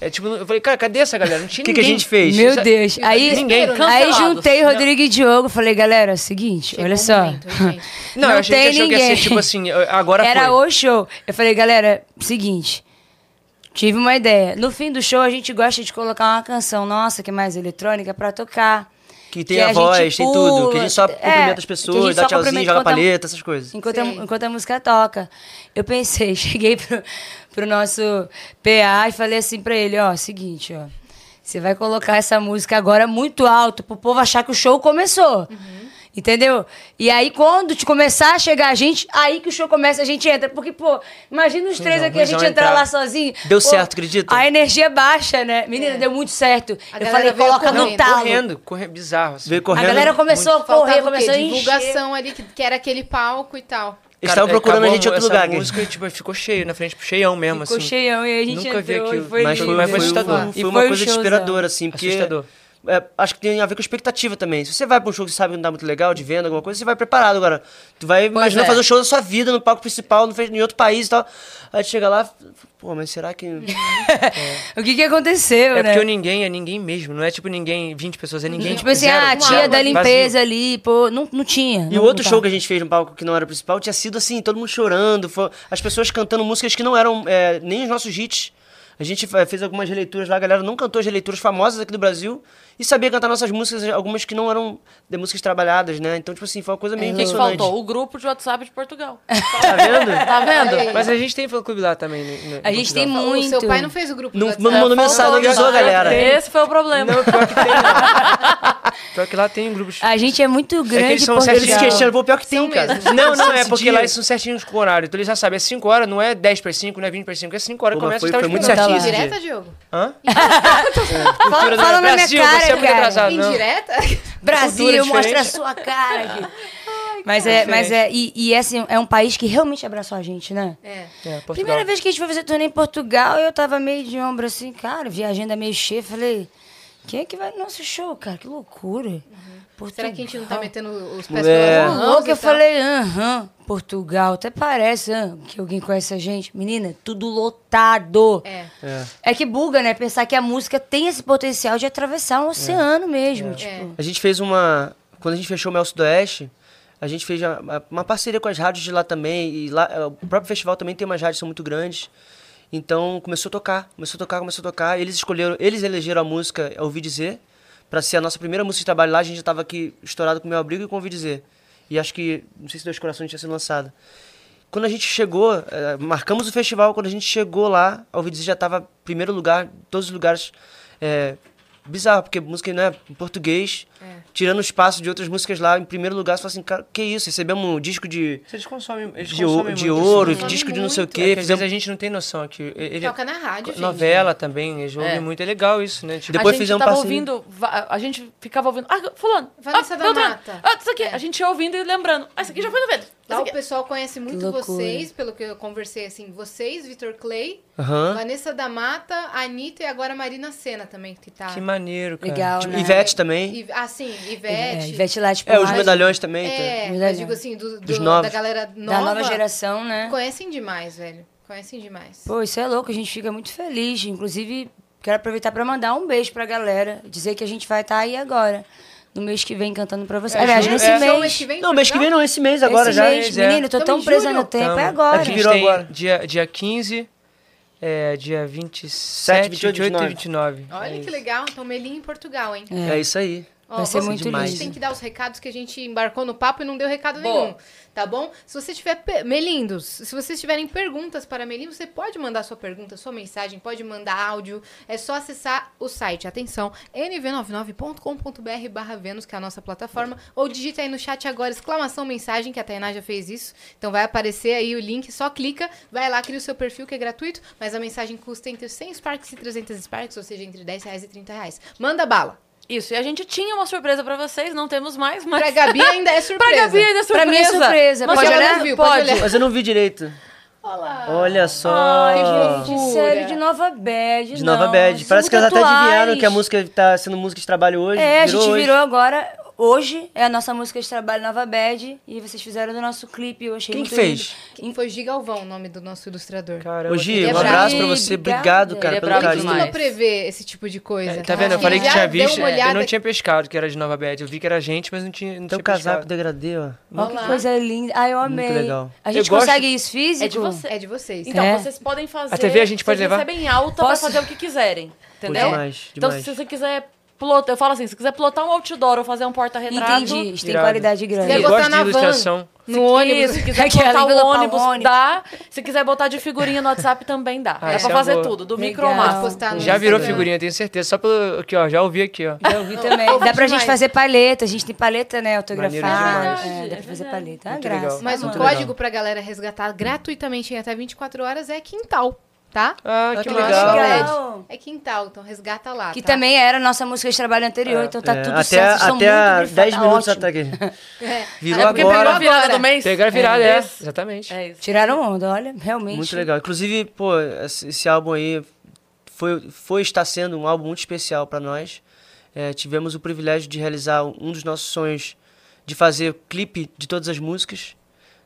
S5: É tipo, eu falei, cara, cadê essa galera? Não
S4: O
S5: tinha
S4: que, que a
S5: ninguém.
S4: gente fez?
S3: Uhum. Meu Deus. Aí,
S5: Ninguém.
S3: aí
S1: Cancelados.
S3: juntei Rodrigo e Diogo, falei, galera, é o seguinte,
S2: Chegou
S3: olha
S2: o
S3: só.
S2: momento, gente.
S3: Não
S5: Não, a gente
S3: tem
S5: achou que ia
S3: ninguém.
S5: ser tipo assim, agora
S3: Era
S5: foi.
S3: o show. Eu falei, galera, seguinte. Tive uma ideia. No fim do show, a gente gosta de colocar uma canção nossa, que é mais eletrônica, pra tocar.
S4: Que tem
S3: Que
S4: a,
S3: a gente
S4: voz, tem tudo.
S3: pula,
S4: Que a gente só
S3: é,
S4: cumprimenta
S3: que a
S4: as
S3: gente
S4: pessoas, dá
S3: só
S4: tchauzinho,
S3: cumprimenta
S4: joga
S3: enquanto é um-
S4: palheta, essas coisas.
S3: Enquanto, a,
S2: Sei.
S3: enquanto a música toca. Eu pensei, cheguei pro, pro nosso PA e falei assim pra ele, ó, seguinte, ó. Você vai colocar essa música agora muito alto pro povo achar que o show começou.
S2: Uhum.
S3: Entendeu? E aí, quando te começar a chegar a gente, aí que o show começa, a gente entra. Porque, pô, imagina os três
S5: não,
S3: aqui, a
S5: ruimzão
S3: gente entrar
S5: entrar.
S3: lá sozinho.
S4: Deu
S3: Pô,
S4: certo, acredita?
S3: A energia baixa, né? Menina, deu muito certo.
S2: É. A
S3: eu
S2: galera
S3: falei,
S2: veio
S3: coloca no
S2: correndo.
S3: talo.
S5: Correndo, correndo, bizarro. Assim.
S4: Veio
S3: A
S4: correndo.
S3: galera começou a correr,
S2: Faltava o quê?
S3: começou a encher.
S2: Divulgação ali, que, que era aquele palco e tal.
S4: Eles estavam procurando a gente em outro lugar,
S5: A
S4: Gui.
S5: é, música tipo, ficou cheio, na frente, cheião mesmo,
S3: Ficou
S5: assim.
S3: cheião e a gente
S5: Nunca vi
S3: entrou
S5: aquilo.
S3: e foi
S4: Mas foi,
S3: lindo.
S5: mas foi
S4: foi-
S5: assustador.
S4: foi
S3: E foi
S4: uma
S3: um
S4: coisa
S3: showzão.
S4: desesperadora, assim, porque.
S5: Assustador.
S4: é, acho que tem a ver com expectativa também. Se você vai pra um show que você sabe que não tá muito legal, de venda, alguma coisa, você vai preparado agora. Tu vai imaginando
S1: é.
S4: fazer o show da sua vida no palco principal, no, fe- em outro país e tal. Aí tu chega lá, pô, mas será que.
S3: O que que aconteceu, né?
S5: É porque o ninguém é ninguém mesmo, não é tipo ninguém, 20 pessoas, é ninguém.
S3: Tipo assim,
S5: zero,
S3: ah, a
S5: zero,
S3: tia da
S5: vazio.
S3: limpeza ali, pô, não, não tinha.
S4: E o outro show que a gente fez no palco que não era o principal tinha sido assim, todo mundo chorando, fo- as pessoas cantando músicas que não eram é, nem os nossos hits. A gente fa- fez algumas releituras lá, a galera não cantou as releituras famosas aqui do Brasil e sabia cantar nossas músicas, algumas que não eram de músicas trabalhadas, né? Então, tipo assim, foi uma coisa meio
S1: É, O que que
S4: impressionante.
S1: faltou? O grupo de WhatsApp de Portugal.
S4: Tá vendo?
S1: Tá vendo?
S2: Olha aí.
S5: Mas a gente tem fã-clube lá também. né, né,
S3: A
S5: no
S3: gente
S5: Portugal.
S3: tem muito.
S2: O seu pai não fez o grupo
S4: Não-
S2: do
S4: não
S2: WhatsApp.
S4: mandou
S1: Faltou
S4: mensagem,
S1: isso.
S4: avisou a galera.
S1: Esse foi o problema.
S5: Não, pior que tem. lá. pior que lá tem um grupos.
S3: A gente é muito
S5: que
S3: grande
S5: eles são
S3: por
S5: certinhos.
S4: Eles
S5: Legal.
S4: questionam, pô, pior que tem, cara.
S5: Não, não, é
S4: Esse
S5: porque
S4: dia-
S5: lá eles são certinhos com o horário. Então eles já sabem, é 5 horas, não é 10 para 5, não é 20 para 5, é 5 horas
S4: Pô, mas
S5: começa
S4: foi-
S5: e tava
S4: foi muito
S5: esperando.
S4: certinho. esse
S2: Tá Indireta, Diogo?
S5: Hã?
S3: Fala,
S5: Cultura do
S3: fala na minha
S5: Brasil,
S3: cara,
S5: você é muito
S3: cara.
S5: atrasado. não.
S2: Indireta?
S5: Cultura
S3: Brasil,
S5: diferente.
S3: mostra a sua cara aqui. Mas é, mas é, e, e assim, é um país que realmente abraçou a gente, né?
S2: É.
S5: É, Portugal.
S3: Primeira vez que a gente foi fazer turnê em Portugal, eu tava meio de ombro assim, cara, vi a agenda meio cheia, falei, quem é que vai no nosso show, cara? Que loucura.
S2: Será que a gente não tá
S3: Portugal.
S2: metendo os pés
S4: É.
S2: pelas mãos?
S3: Louco,
S2: e
S3: que eu
S2: tal?
S3: falei, aham, Portugal, até parece ahn, que alguém conhece a gente. Menina, tudo lotado. É.
S2: É.
S3: que buga, né? Pensar que a música tem esse potencial
S4: É.
S2: é.
S3: de atravessar um oceano mesmo. Tipo,
S4: A gente fez uma. Quando a gente fechou o Mel Sudoeste, A gente fez a- a- uma parceria com as rádios de lá também. E lá, eh, o próprio festival também tem umas rádios que são muito grandes. Então começou a tocar, começou a tocar, começou a tocar. Eles escolheram, eles elegeram a música Eu Ouvi Dizer pra ser a nossa primeira música de trabalho lá. A gente já tava aqui estourado com Meu Abrigo e com Ouvi Dizer. E acho que, não sei se Dois Corações tinha sido lançada. Quando a gente chegou, eh, marcamos o festival, quando a gente chegou lá, a Ouvi Dizer já tava em primeiro lugar, em todos os lugares. eh, bizarro, porque música né, em português,
S1: É.
S4: tirando o espaço de outras músicas lá, em primeiro lugar, você fala assim, cara, que isso? Recebemos um disco de,
S5: Vocês consomem. Eles
S4: de, ou-
S5: consomem
S4: de
S5: muito,
S4: ouro,
S5: assim.
S2: Consomem
S4: disco de não sei o
S2: muito.
S5: É que
S4: quê.
S5: às
S4: fizemos-
S5: vezes a gente não tem noção aqui. Ele,
S2: Toca na rádio, gente.
S5: novela também, eles ouvem
S1: É.
S5: muito. É legal isso, né? Tipo,
S4: Depois um
S1: a gente
S4: fizemos
S1: tava
S4: parceria.
S1: ouvindo, va- a gente ficava ouvindo, ah, fulano,
S2: Vanessa
S1: ah,
S2: da
S1: Beltrano,
S2: Mata.
S1: ah, isso aqui, a gente ia ouvindo e lembrando, ah, isso aqui já foi no vento.
S2: Lá o pessoal conhece muito
S3: é loucura.
S2: vocês, pelo que eu conversei, assim, vocês, Vitor Clay,
S4: Aham.
S2: Vanessa da Mata, a Anitta e agora a Marina Sena também, que tá.
S5: que maneiro, cara.
S3: Legal,
S4: Tipo,
S3: né?
S4: Ivete também.
S2: E- ah, sim,
S3: É,
S2: Ivete.
S3: Ivete lá, tipo,
S4: É, os
S3: lá-
S4: medalhões também.
S2: É,
S4: tá?
S2: mas digo assim, do- do-
S4: Dos novos.
S2: da galera nova.
S3: da nova geração, né?
S2: Conhecem demais, velho. Conhecem demais.
S3: Pô, isso é louco, a gente fica muito feliz. Inclusive, quero aproveitar pra mandar um beijo pra galera, dizer que a gente vai estar aí agora, no mês é, que vem, cantando pra
S2: É,
S3: vocês. Aliás, nesse
S2: Show
S3: mês.
S2: mês que vem,
S4: Não, mês que vem
S2: Portugal?
S4: não, esse mês agora
S3: esse
S4: já.
S3: mês,
S5: é.
S3: menino, eu tô
S2: Tamo
S3: tão
S2: em
S3: presa
S2: julho.
S3: no tempo, é
S5: Tamo.
S3: agora.
S5: A gente
S4: virou
S5: tem
S4: agora.
S5: Dia, dia 15, é, dia 27,
S4: 28,
S5: 28,
S4: 29.
S5: e É 29.
S2: Olha que legal, então Melim em Portugal, hein?
S4: É isso aí.
S2: Ó,
S3: Vai ser
S2: você-
S3: muito
S2: A gente
S4: lindo.
S2: tem que dar os recados que a gente embarcou no papo e não deu recado
S1: Boa.
S2: nenhum, tá bom? Se você tiver... pe- Melindos, se vocês tiverem perguntas para Melim, você pode mandar sua pergunta, sua mensagem, pode mandar áudio. É só acessar o site, atenção, nv99.com.br barra Vênus, que é a nossa plataforma, ou digita aí no chat agora, exclamação mensagem, que a Tainá já fez isso. Então vai aparecer aí o link, só clica, vai lá, cria o seu perfil, que é gratuito, mas a mensagem custa entre 100 Sparks e 300 Sparks, ou seja, entre R$ 10 reais e 30 reais. Manda bala!
S1: Isso, e a gente tinha uma surpresa pra vocês, não temos mais, mas...
S2: Pra Gabi ainda é surpresa.
S1: Pra Gabi ainda é surpresa.
S3: Pra mim é surpresa.
S1: Mas
S3: Pode
S1: ela
S3: olhar?
S1: não viu,
S2: Pode
S1: pode.
S2: olhar.
S4: Mas eu não vi direito.
S2: Olá.
S4: Olha só.
S2: Ai, que
S3: De
S2: fofura.
S3: sério, de Nova Bad.
S4: de Nova Bad. Parece que elas até adivinharam que a música tá sendo música de trabalho hoje.
S3: É, a gente
S4: hoje.
S3: virou agora. Hoje é a nossa música de trabalho Nova Bad. E vocês fizeram do nosso clipe. Eu achei
S4: Quem
S3: muito
S4: que fez?
S3: lindo.
S2: Quem foi Gigalvão, o nome do nosso ilustrador.
S5: Caramba,
S4: Ô,
S5: que
S4: Gi, um
S2: Ele é
S4: abraço pra
S3: brabo.
S4: você.
S3: Obrigada.
S4: Obrigado,
S1: Ele
S4: cara,
S1: é
S4: pelo
S1: brabo
S2: Ele
S4: carinho.
S1: demais.
S2: costuma prever esse tipo de coisa.
S5: Tá vendo? Eu
S2: Ele
S5: falei que
S2: já
S5: tinha
S2: deu
S5: visto.
S2: Uma
S5: Eu
S2: olhada
S5: não tinha pescado que era de Nova Bad. Eu vi que era gente, mas não tinha, não
S4: Teu Então,
S5: tinha
S4: casaco
S5: pescado.
S4: degradê, ó.
S3: Olha que coisa linda. Ai, eu amei.
S4: legal.
S3: A gente
S5: Eu gosto-
S3: consegue isso físico?
S1: É de você.
S2: É de vocês.
S1: Então,
S3: É.
S1: vocês podem fazer...
S5: A TV a gente pode
S1: vocês
S5: levar?
S1: recebem alta
S3: Posso?
S1: pra fazer o que quiserem, entendeu?
S4: demais,
S1: então,
S4: demais.
S1: se você quiser... Plot, eu falo assim, se quiser plotar um outdoor ou fazer um porta-retrato...
S3: Entendi. Isso tem
S5: Irado.
S3: qualidade
S2: Quer
S5: Eu
S3: grande.
S2: botar
S5: gosto de
S2: na van.
S5: ilustração.
S2: no ônibus.
S1: Se quiser
S3: Aquela
S1: botar o
S3: envelopa
S1: ônibus,
S3: ônibus.
S1: dá. Se quiser botar de figurinha no WhatsApp, também dá.
S5: Ah,
S1: dá
S5: isso
S1: pra
S5: é
S1: fazer
S5: boa.
S1: tudo, do micro
S3: Legal.
S1: ao
S2: Pode
S1: máximo.
S2: postar Tá no
S5: Já virou
S2: Instagram.
S5: figurinha, tenho certeza. Só pelo. Aqui, ó. Já ouvi aqui, ó.
S3: Eu vi também. Dá pra gente
S2: demais.
S3: fazer paleta. A gente tem paleta, né? Autografada.
S1: demais. É
S3: É, dá pra fazer
S1: verdade.
S3: paleta. Ah,
S5: Muito
S3: graça.
S5: legal.
S2: Mas o
S3: Amor.
S2: código pra galera resgatar gratuitamente em até 24 horas é quintal, tá?
S5: Ah,
S4: Ah,
S5: que
S4: que
S5: massa.
S4: legal.
S3: Legal.
S2: É quintal, então resgata lá.
S3: Que
S2: tá?
S3: também era a nossa música de trabalho anterior, então tá
S4: Ah, É,
S3: tudo
S4: até
S3: certo. Vocês
S4: até
S3: estão
S4: a
S3: muito tá
S4: 10 minutos
S3: até
S4: até aqui.
S2: É.
S4: Virou
S2: É porque
S4: agora.
S1: Pegou a virada
S2: agora.
S1: do mês?
S5: Pegar a virada, é.
S1: Isso.
S5: Exatamente.
S1: É isso.
S3: Tiraram onda, olha, realmente.
S4: Muito legal. Inclusive, pô, esse esse álbum aí foi, foi e está sendo um álbum muito especial para nós. É, tivemos o privilégio de realizar um dos nossos sonhos de fazer clipe de todas as músicas.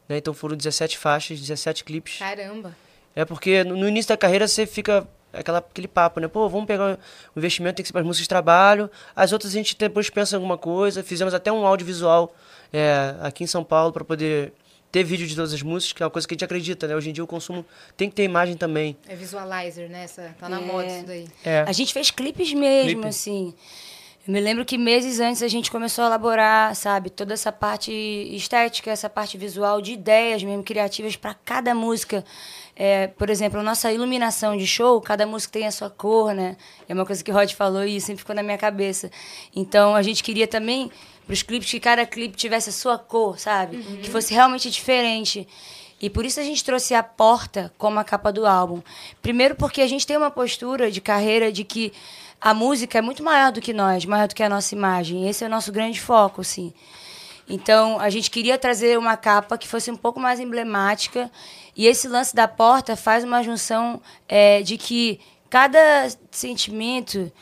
S4: né? Então foram 17 faixas, 17 clipes.
S2: Caramba.
S4: É porque no no início da carreira você fica aquela, aquele papo, né? Pô, vamos pegar o investimento, tem que ser para as músicas de trabalho. As outras a gente depois pensa em alguma coisa. Fizemos até um audiovisual é, aqui em São Paulo para poder ter vídeo de todas as músicas, que é uma coisa que a gente acredita, né? Hoje em dia o consumo tem que ter imagem também.
S2: É visualizer, né? Essa, tá na
S3: É.
S2: moda isso daí.
S5: É.
S3: A gente fez clipes mesmo,
S5: Clipe.
S3: assim. Eu me lembro que meses antes a gente começou a elaborar, sabe, toda essa parte estética, essa parte visual de ideias mesmo, criativas para cada música. É, por exemplo, a nossa iluminação de show, cada música tem a sua cor, né? É uma coisa que o Rod falou e sempre ficou na minha cabeça. Então a gente queria também, para os clipes, que cada clipe tivesse a sua cor, sabe? Que fosse realmente diferente. E por isso a gente trouxe a porta como a capa do álbum. Primeiro porque a gente tem uma postura de carreira de que a música é muito maior do que nós, maior do que a nossa imagem. Esse é o nosso grande foco, assim. Então, a gente queria trazer uma capa que fosse um pouco mais emblemática. E esse lance da porta faz uma junção eh, de que cada sentimento,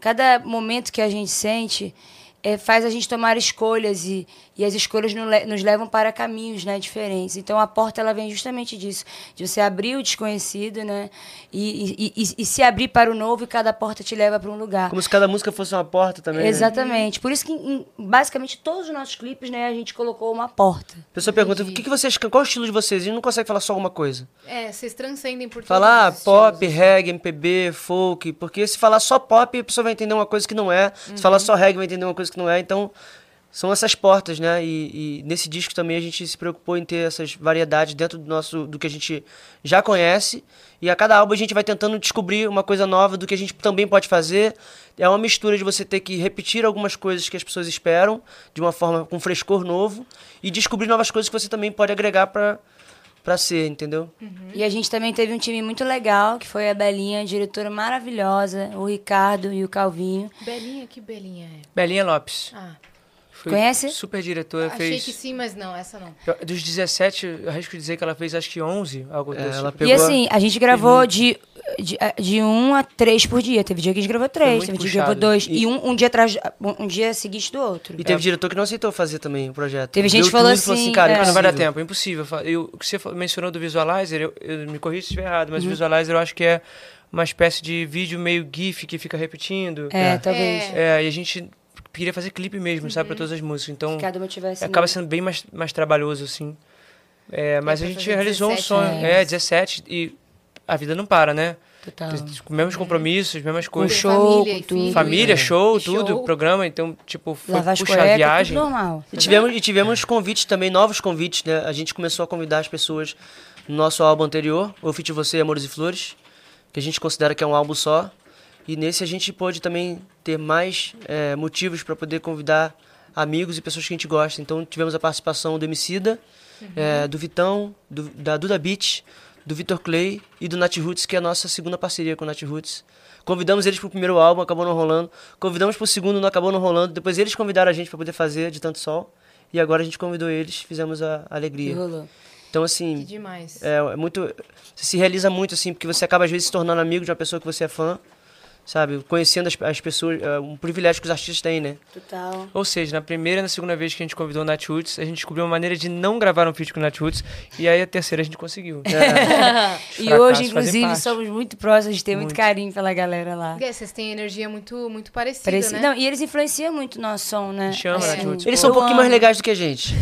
S3: cada momento que a gente sente, é, faz a gente tomar escolhas e, e as escolhas no le- nos levam para caminhos né, diferentes. Então a porta ela vem justamente disso, de você abrir o desconhecido né, e, e, e- e se abrir para o novo e cada porta te leva para um lugar.
S4: Como se cada música fosse uma porta também. né?
S3: Exatamente. Por isso que em- em- basicamente todos os nossos clipes né, a gente colocou uma porta.
S4: A pessoa pergunta, o que, que vocês can- Qual o estilo de vocês? E não consegue falar só alguma coisa.
S2: É, vocês transcendem por
S4: Falar ah,
S2: todos os
S4: pop,
S2: estilos. assim.
S4: reggae, MPB, folk, porque se falar só pop, a pessoa vai entender uma coisa que não é. Se falar
S2: Uhum.
S4: só reggae, vai entender uma coisa que não é. Então, são essas portas, né? E, e nesse disco também a gente se preocupou em ter essas variedades dentro do nosso do que a gente já conhece. E a cada álbum a gente vai tentando descobrir uma coisa nova do que a gente também pode fazer. É uma mistura de você ter que repetir algumas coisas que as pessoas esperam, de uma forma com frescor novo, e descobrir novas coisas que você também pode agregar para para ser, entendeu?
S3: E a gente também teve um time muito legal, que foi a Belinha, a diretora maravilhosa, o Ricardo e o Calvinho.
S2: Belinha, que belinha é?
S5: Belinha Lopes.
S2: Ah,
S5: Foi
S3: Conhece?
S5: Super diretora,
S2: achei
S5: fez...
S2: que sim, mas não, essa não.
S5: Dos 17, eu arrisco dizer que ela fez acho que 11, algo
S4: É,
S5: desse
S4: ela
S5: tipo.
S4: pegou-
S3: E assim, a gente gravou de, de, de um a três por dia. Teve dia que a gente gravou três,
S5: muito
S3: teve dia que
S5: puxado.
S3: gravou dois. E,
S4: E-
S3: um, um dia atrás, um dia seguinte do outro.
S4: E teve diretor que não aceitou fazer também o projeto.
S3: É. Teve gente
S4: Viu
S3: que falou
S4: tudo e
S3: assim,
S4: cara,
S3: é.
S5: Cara, não vai dar
S4: impossível.
S5: tempo, é impossível. Fa- Eu, o que você fa- mencionou do Visualizer, eu, eu- me corrija se estiver errado,
S3: Uhum.
S5: mas o Visualizer eu acho que é uma espécie de vídeo meio GIF que fica repetindo.
S3: É, talvez.
S2: É.
S5: É, e a gente queria fazer clipe mesmo, sabe, pra todas as músicas. Então,
S3: Uhum. Cada uma tivesse.
S5: acaba
S3: né?
S5: sendo bem mais, mais trabalhoso, assim. É, mas
S2: pra
S5: a gente
S2: fazer
S5: realizou
S2: 17
S5: um sonho.
S3: né?
S5: É, 17 e a vida não para, né?
S3: Total.
S5: Tem- tem os mesmos compromissos, mesmas
S3: Com
S5: coisas.
S3: show,
S2: família
S3: com
S2: e
S3: tudo. né?
S2: filho. né?
S5: Família, show, tudo,
S2: Show.
S5: programa. Então, tipo, foi
S3: Lavar as
S5: puxar
S3: cuecas,
S5: viagem.
S3: tudo normal.
S4: E tivemos, e tivemos convites também, novos convites, né? A gente começou a convidar as pessoas no nosso álbum anterior, O Fit Você, Amores e Flores, que a gente considera que é um álbum só. E nesse a gente pôde também ter mais é, motivos para poder convidar amigos e pessoas que a gente gosta. Então tivemos a participação do Emicida,
S3: Uhum.
S4: é, do Vitão, do- da Duda Beach, do Vitor Clay e do Nat Roots, que é a nossa segunda parceria com o Nat Roots. Convidamos eles pro primeiro álbum, acabou não rolando. Convidamos pro segundo, não acabou não rolando. Depois eles convidaram a gente para poder fazer De Tanto Sol. E agora a gente convidou eles, fizemos a
S3: E
S4: alegria.
S3: rolou.
S4: Então,
S2: Uhum. Que
S4: assim,
S2: demais.
S4: é, é muito. Você se realiza muito, assim, porque você acaba às vezes se tornando amigo de uma pessoa que você é fã, sabe? Conhecendo as, as pessoas, é um privilégio que os artistas têm, né?
S3: Total.
S5: Ou seja, na primeira e na segunda vez que a gente convidou o Nat Roots, a gente descobriu uma maneira de não gravar um feat com o Nat Roots, e aí a terceira a gente conseguiu.
S3: É. E hoje,
S5: Fracassos fazem
S3: inclusive,
S5: parte.
S3: somos muito próximos, a gente tem muito, carinho pela galera lá.
S2: É, vocês têm energia muito, muito parecida,
S3: Parece-
S2: né?
S3: Não, e eles influenciam muito o nosso som, né?
S5: Chama,
S2: É.
S5: né, Júlio?
S4: Eles são um
S3: eu
S4: pouquinho mais
S3: amo.
S4: legais do que a gente.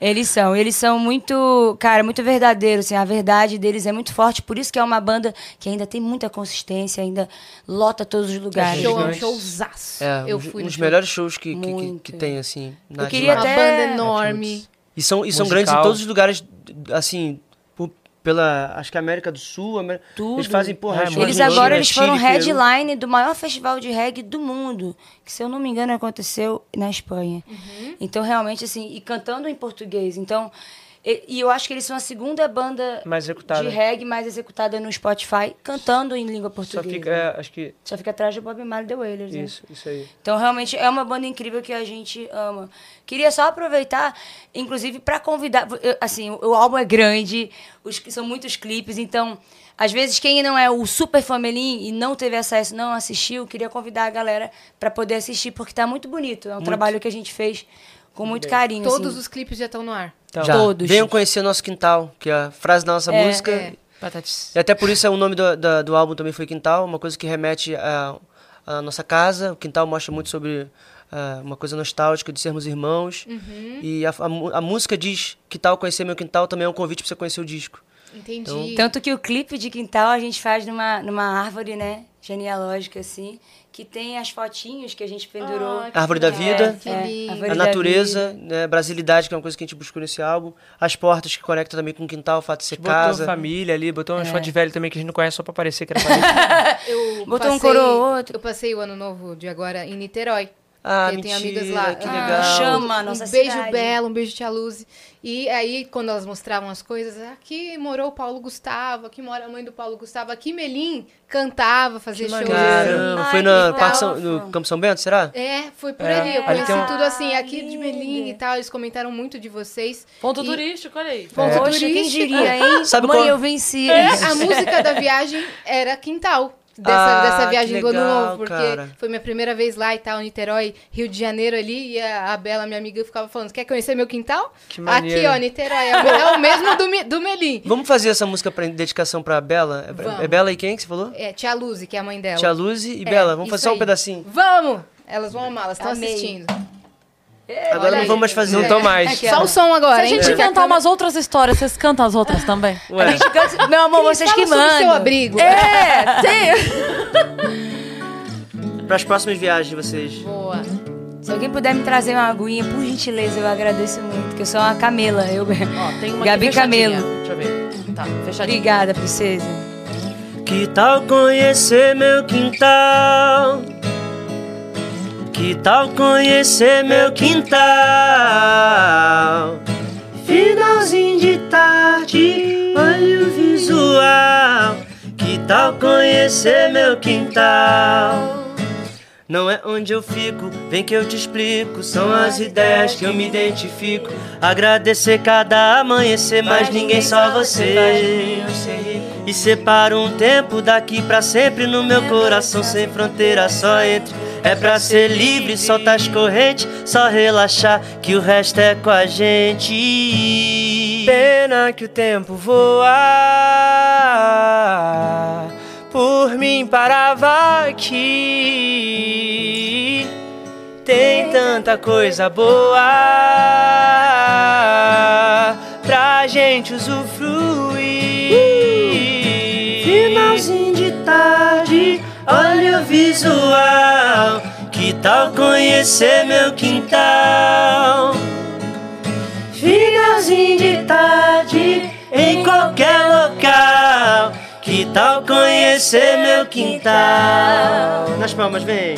S3: Eles são, eles são muito, cara, muito verdadeiros, assim, a verdade deles é muito forte, por isso que é uma banda que ainda tem muita consistência, ainda lota todos os lugares.
S2: Show, é um
S5: Gigantes.
S2: showzaço.
S4: É,
S2: Eu
S4: um,
S2: fui
S4: um
S2: no
S4: dos
S2: show.
S4: melhores shows que, que, que,
S3: Muito.
S4: que tem, assim, na
S3: Eu queria
S2: Uma
S4: Dilma.
S3: até-
S2: banda é enorme.
S4: E são, e são
S5: Musical.
S4: grandes em todos os lugares, assim, por- pela. Acho que é América do Sul, Amé-
S3: Tudo.
S4: Eles fazem, porra,
S5: É,
S4: shows
S3: Eles
S4: na Argentina,
S3: agora eles foram
S4: Chile,
S5: Então.
S4: Peru.
S3: headline do maior festival de reggae do mundo, que se eu não me engano aconteceu na Espanha.
S5: Uhum.
S3: Então realmente assim, e cantando em português. Então, e, e eu acho que eles são a segunda banda
S5: Mais executada.
S3: de reggae mais executada no Spotify, cantando em língua
S5: Só
S3: portuguesa.
S5: fica, é, acho que.
S3: Só fica atrás do Bob Marley e The Wailers, né?
S5: Isso, isso aí.
S3: Então, realmente, é uma banda incrível que a gente ama. Queria só aproveitar, inclusive, para convidar... eu- Assim, o- o álbum é grande, os, são muitos clipes, então... Às vezes, quem não é o super famelim e não teve acesso, não assistiu, queria convidar a galera para poder assistir, porque tá muito bonito. É um trabalho que a gente fez com muito carinho.
S2: Todos
S3: assim.
S2: os clipes já estão no ar.
S5: Então,
S4: Já.
S3: Todos.
S4: Tá. Venham conhecer o nosso quintal, que é a frase da nossa
S3: É,
S4: música.
S2: é.
S5: Patates.
S4: E até por isso é o nome do, da- do álbum também foi Quintal, uma coisa que remete à, à nossa casa. O quintal mostra muito sobre ah, uma coisa nostálgica de sermos irmãos.
S3: Uhum.
S4: E a, a mu- a música diz que tal conhecer meu quintal também é um convite pra você conhecer o disco.
S2: Entendi.
S4: Então,
S3: Tanto que o clipe de quintal a gente faz numa, numa árvore, né? Genealógica, assim, que tem as fotinhos que a gente pendurou.
S2: Ah, que
S4: Árvore da
S2: legal.
S4: Vida.
S2: Que
S3: É,
S2: lindo.
S3: árvore-
S4: a
S3: da
S4: natureza, né, brasilidade, que é uma coisa que a gente buscou nesse álbum. As portas que conectam também com o quintal, o fato de ser
S5: Botou
S4: casa.
S5: família ali, botou
S3: É.
S5: um shot velho também que a gente não conhece só pra parecer que era família.
S2: Eu
S3: Botou
S2: passei-
S3: um coroa, outro.
S2: Eu passei o ano novo de agora em Niterói.
S4: Ah,
S2: porque tem
S4: mentira,
S2: amigas lá.
S4: que
S2: Ah,
S4: legal.
S3: Chama a nossa
S2: um beijo
S3: cidade.
S2: Bela, um beijo Tia Luz. E aí, quando elas mostravam as coisas, "Ah, aqui morou o Paulo Gustavo, aqui mora a mãe do Paulo Gustavo, aqui Melim cantava, fazia shows.
S4: Caramba,
S3: Ai,
S4: foi
S3: que
S4: na
S3: legal.
S4: Parque São- no Campo São Bento, será?
S2: É, foi por
S5: É,
S2: ali, eu
S5: ali
S2: conheci
S5: tem um-
S2: tudo assim, aqui de
S3: lindo.
S2: Melim e tal, eles comentaram muito de vocês.
S1: Ponto
S2: E-
S1: turístico, olha aí.
S2: Ponto
S3: Poxa, quem
S2: turístico.
S3: diria, hein?
S4: Sabe
S3: Mãe,
S2: É,
S4: qual-
S3: eu venci.
S2: A música da viagem era quintal. dessa,
S4: Ah,
S2: dessa
S4: que
S2: viagem do ano
S4: legal,
S2: novo, porque
S4: cara.
S2: foi minha primeira vez lá e tal, Niterói, Rio de Janeiro ali, e a, a Bela, minha amiga, ficava falando, quer conhecer meu quintal?
S5: Que maneiro.
S2: Aqui, ó, Niterói, é o, é o mesmo do, Mi- do Melim.
S4: Vamos fazer essa música pra dedicação pra Bela? É-
S2: Vamos.
S4: É, Bela e quem que você falou?
S2: É, tia Luzi, que é a mãe dela.
S4: Tia Luzi e Bela. Vamos
S2: isso
S4: fazer só um
S2: aí.
S4: pedacinho.
S2: Vamos! Elas vão amar, elas estão
S3: Amei.
S2: assistindo.
S4: Agora
S2: É, olha
S4: não
S2: aí.
S4: vamos mais fazer. um. É.
S5: Não tô mais.
S2: Só o som
S1: Se
S2: agora,
S1: a gente
S2: hein?
S1: inventar umas outras histórias, vocês cantam as outras também?
S4: Ué,
S3: Meu amor, vocês que
S2: Fala sobre o seu
S3: mandam.
S2: abrigo.
S1: É, tem.
S4: pras próximas viagens vocês.
S2: Boa.
S3: Se alguém puder me trazer uma aguinha, por gentileza, eu agradeço muito, que eu sou uma camela. Eu...
S1: Ó, tem uma aqui
S3: Gabi
S1: fechadinha.
S3: Camelo.
S5: Deixa eu ver.
S1: Tá, fechadinho.
S3: Obrigada, princesa.
S4: Que tal conhecer meu quintal? Que tal conhecer meu quintal? Finalzinho de tarde, olha o visual. Que tal conhecer meu quintal? Não é onde eu fico, vem que eu te explico. São as ideias que eu me identifico. Agradecer cada amanhecer, mas ninguém assim, só é você. E separo um tempo daqui pra sempre no meu É coração, sem fronteira, só entre. É pra ser livre, soltar as correntes, só relaxar que o resto é com a gente. Pena que o tempo voa, por mim parava aqui. Tem tanta coisa boa pra gente usufruir. Finalzinho de tarde, olha o visual. Que tal conhecer meu quintal? Finalzinho de tarde, em qualquer local. Que tal conhecer meu quintal? Nas palmas, vem.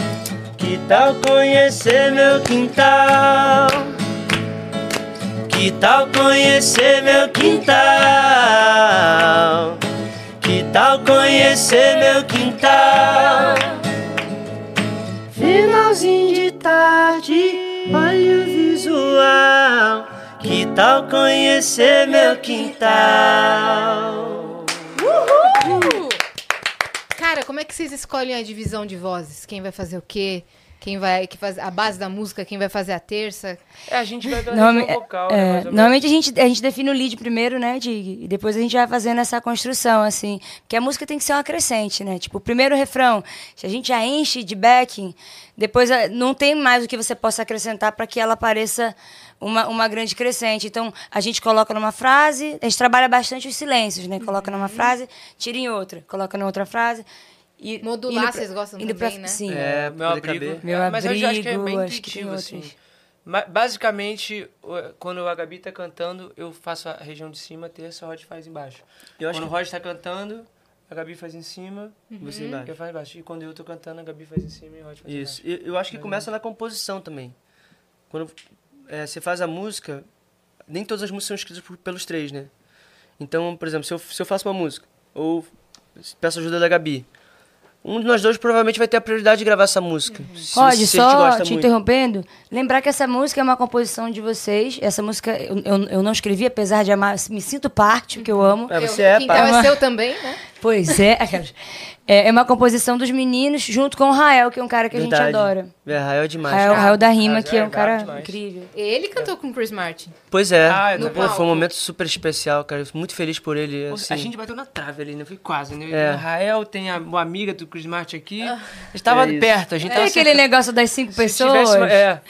S4: Que tal conhecer meu quintal? Que tal conhecer meu quintal? Que tal conhecer meu quintal? Finalzinho de tarde, olha o visual. Que tal conhecer meu quintal?
S2: Cara, como é que vocês escolhem a divisão de vozes? Quem vai fazer o quê? Quem vai que faz a base da música? Quem vai fazer a terça?
S5: É, a gente vai pela
S3: Normalme-
S5: região vocal,
S3: é,
S5: né, mais ou menos.
S3: normalmente a gente, a gente define o lead primeiro, né, Dig? E depois a gente vai fazendo essa construção, assim. Porque a música tem que ser uma crescente, né? Tipo, o primeiro refrão, se a gente já enche de backing, depois eh, não tem mais o que você possa acrescentar para que ela pareça uma, uma grande crescente. Então, a gente coloca numa frase, a gente trabalha bastante os silêncios, né? Coloca
S2: Uhum.
S3: numa frase, tira em outra, coloca na outra frase. E,
S2: Modular,
S3: indo
S2: vocês gostam
S3: indo
S2: também, né?
S3: Sim.
S4: É,
S5: meu abrigo.
S3: Meu
S5: É, mas eu acho que é bem
S3: abrigo, acho que
S5: intuitivo,
S3: tem
S5: assim.
S3: outras.
S5: Ma- Basicamente, o- quando a Gabi tá cantando, eu faço a região de cima, terça, o Rod faz embaixo.
S4: Eu acho Uhum.
S5: quando o Rod tá cantando, a Gabi faz em cima,
S4: Você
S5: eu faço embaixo. E quando eu tô cantando, a Gabi faz em cima e o Rod faz
S4: Isso. Eu, eu acho que começa na composição também. Quando eh, você faz a música, nem todas as músicas são escritas por- pelos três, né? Então, por exemplo, se eu, se eu faço uma música, ou peço ajuda da Gabi, um de nós dois provavelmente vai ter a prioridade de gravar essa música. se-
S3: Rod,
S4: se a gente
S3: só
S4: gosta
S3: te
S4: muito.
S3: interrompendo, lembrar que essa música é uma composição de vocês. Essa música eu, eu- eu não escrevi, apesar de amar, me sinto parte, porque eu amo.
S4: É, você é,
S2: quintal
S4: pá.
S2: é seu também, né?
S3: Pois é, aquelas. é, é uma composição dos meninos junto com o Rael, que é um cara que a gente
S4: Verdade.
S3: adora.
S4: É, Rael é demais.
S3: Rael,
S4: cara.
S3: Rael da Rima,
S5: Rael
S3: que é um
S5: é
S3: cara
S5: demais.
S3: incrível.
S2: Ele
S4: É.
S2: cantou com o Chris Martin.
S4: Pois é.
S5: Ah, é No
S4: Pô,
S2: palco.
S4: foi um momento super especial, cara. Eu fui muito feliz por ele.
S5: Ou
S4: Assim.
S5: seja, A gente bateu na trave ali, né? Foi quase, né?
S4: É.
S5: O Rael tem a, uma amiga do Chris Martin aqui. A gente tava
S4: É isso.
S5: perto, a gente
S3: Ah. É
S5: tava
S3: aquele negócio das cinco
S5: Se
S3: pessoas.
S5: tivesse uma-
S4: um
S5: é.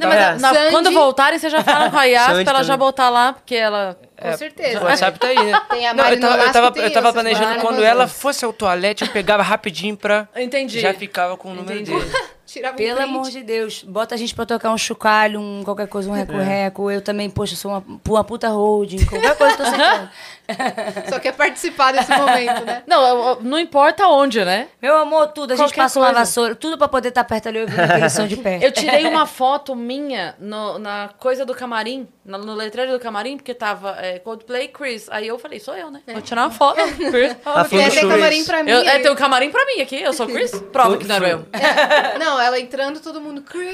S1: Não, mas a- na-
S2: Sandy.
S1: quando voltarem, vocês já falam com a Yas
S4: Sandy
S1: pra ela já
S4: também.
S1: botar lá, porque ela.
S2: Com
S4: É,
S2: certeza.
S5: O WhatsApp tá aí, né?
S2: Tem a
S5: Não,
S2: Mari
S5: eu tava, eu
S2: Nolasco,
S5: tava,
S2: tem
S5: eu tava
S2: eu,
S5: planejando
S2: Samara,
S5: quando
S2: nós
S5: ela
S2: dois.
S5: fosse ao toalete, eu pegava rapidinho pra.
S1: Entendi.
S5: Já ficava com o número
S1: Entendi.
S5: dele.
S2: Tirava um
S3: Pelo
S2: print.
S3: amor de Deus, bota a gente pra tocar um chocalho, um qualquer coisa,
S4: É.
S3: um reco-reco. Eu também, poxa, sou uma, uma puta holding, qualquer coisa eu tô sentindo.
S2: Só quer participar desse momento, né?
S1: Não, eu- eu- não importa onde, né?
S3: Meu amor, tudo. A gente
S1: Qualquer
S3: passa uma
S1: coisa.
S3: vassoura, tudo pra tá
S1: É.
S3: poder estar perto ali ouvindo que eles são de perto.
S1: Eu tirei uma foto minha no- na coisa do camarim. No, no letreiro do camarim, porque tava é, Coldplay Chris. Aí eu falei, sou eu, né? Vou tirar uma foto. Chris.
S5: Ela falou
S2: Tem
S5: do
S2: até
S5: Chris.
S2: camarim pra mim.
S1: Eu, é,
S2: aí- né?
S1: tem um camarim pra mim aqui, eu sou Chris. Prova que não era eu.
S2: Não, ela entrando, todo mundo. Chris!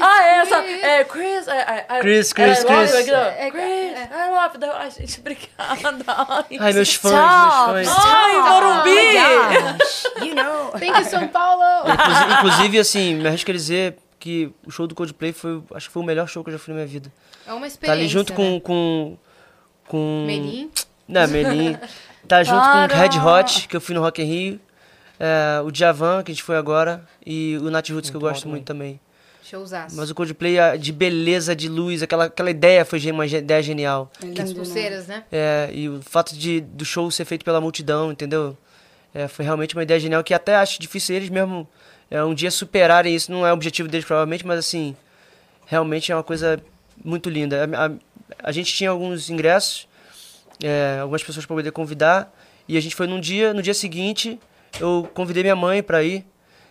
S1: Ah, é, essa.
S2: Chris."
S1: É, Chris. É, é, é, era
S4: Chris, Chris,
S1: I love
S4: Chris.
S1: you, aqui, ó.
S2: É, é,
S1: Chris, I love you. Ai, gente, obrigada.
S4: Ai, meus fãs, meus fãs.
S1: Ai, Morumbi!
S3: You know.
S2: Tem que São Paulo!
S4: Inclusi- Inclusive, assim, me arrisco a dizer que o show do Coldplay foi, acho que foi o melhor show que eu já fui na minha vida.
S2: É uma experiência.
S4: Tá ali junto com.
S2: né?
S4: com, com
S2: Menin.
S4: Não, é Melim. Tá junto com
S3: Para.
S4: o Red Hot, que eu fui no Rock in Rio. é, o Djavan, que a gente foi agora. E o Nat Roots, que eu gosto muito também.
S2: Showzaço.
S4: Mas o Coldplay, a- de beleza, de luz, aquela, aquela ideia foi gen- uma ge- ideia genial.
S2: Das pulseiras, né?
S4: É, e o fato de, do show ser feito pela multidão, entendeu? É, foi realmente uma ideia genial que até acho difícil eles mesmo é, um dia superarem isso. Não é o objetivo deles, provavelmente, mas assim, realmente é uma coisa muito linda. A, a- a gente tinha alguns ingressos, é, algumas pessoas para poder convidar, e a gente foi num dia, no dia seguinte, eu convidei minha mãe para ir.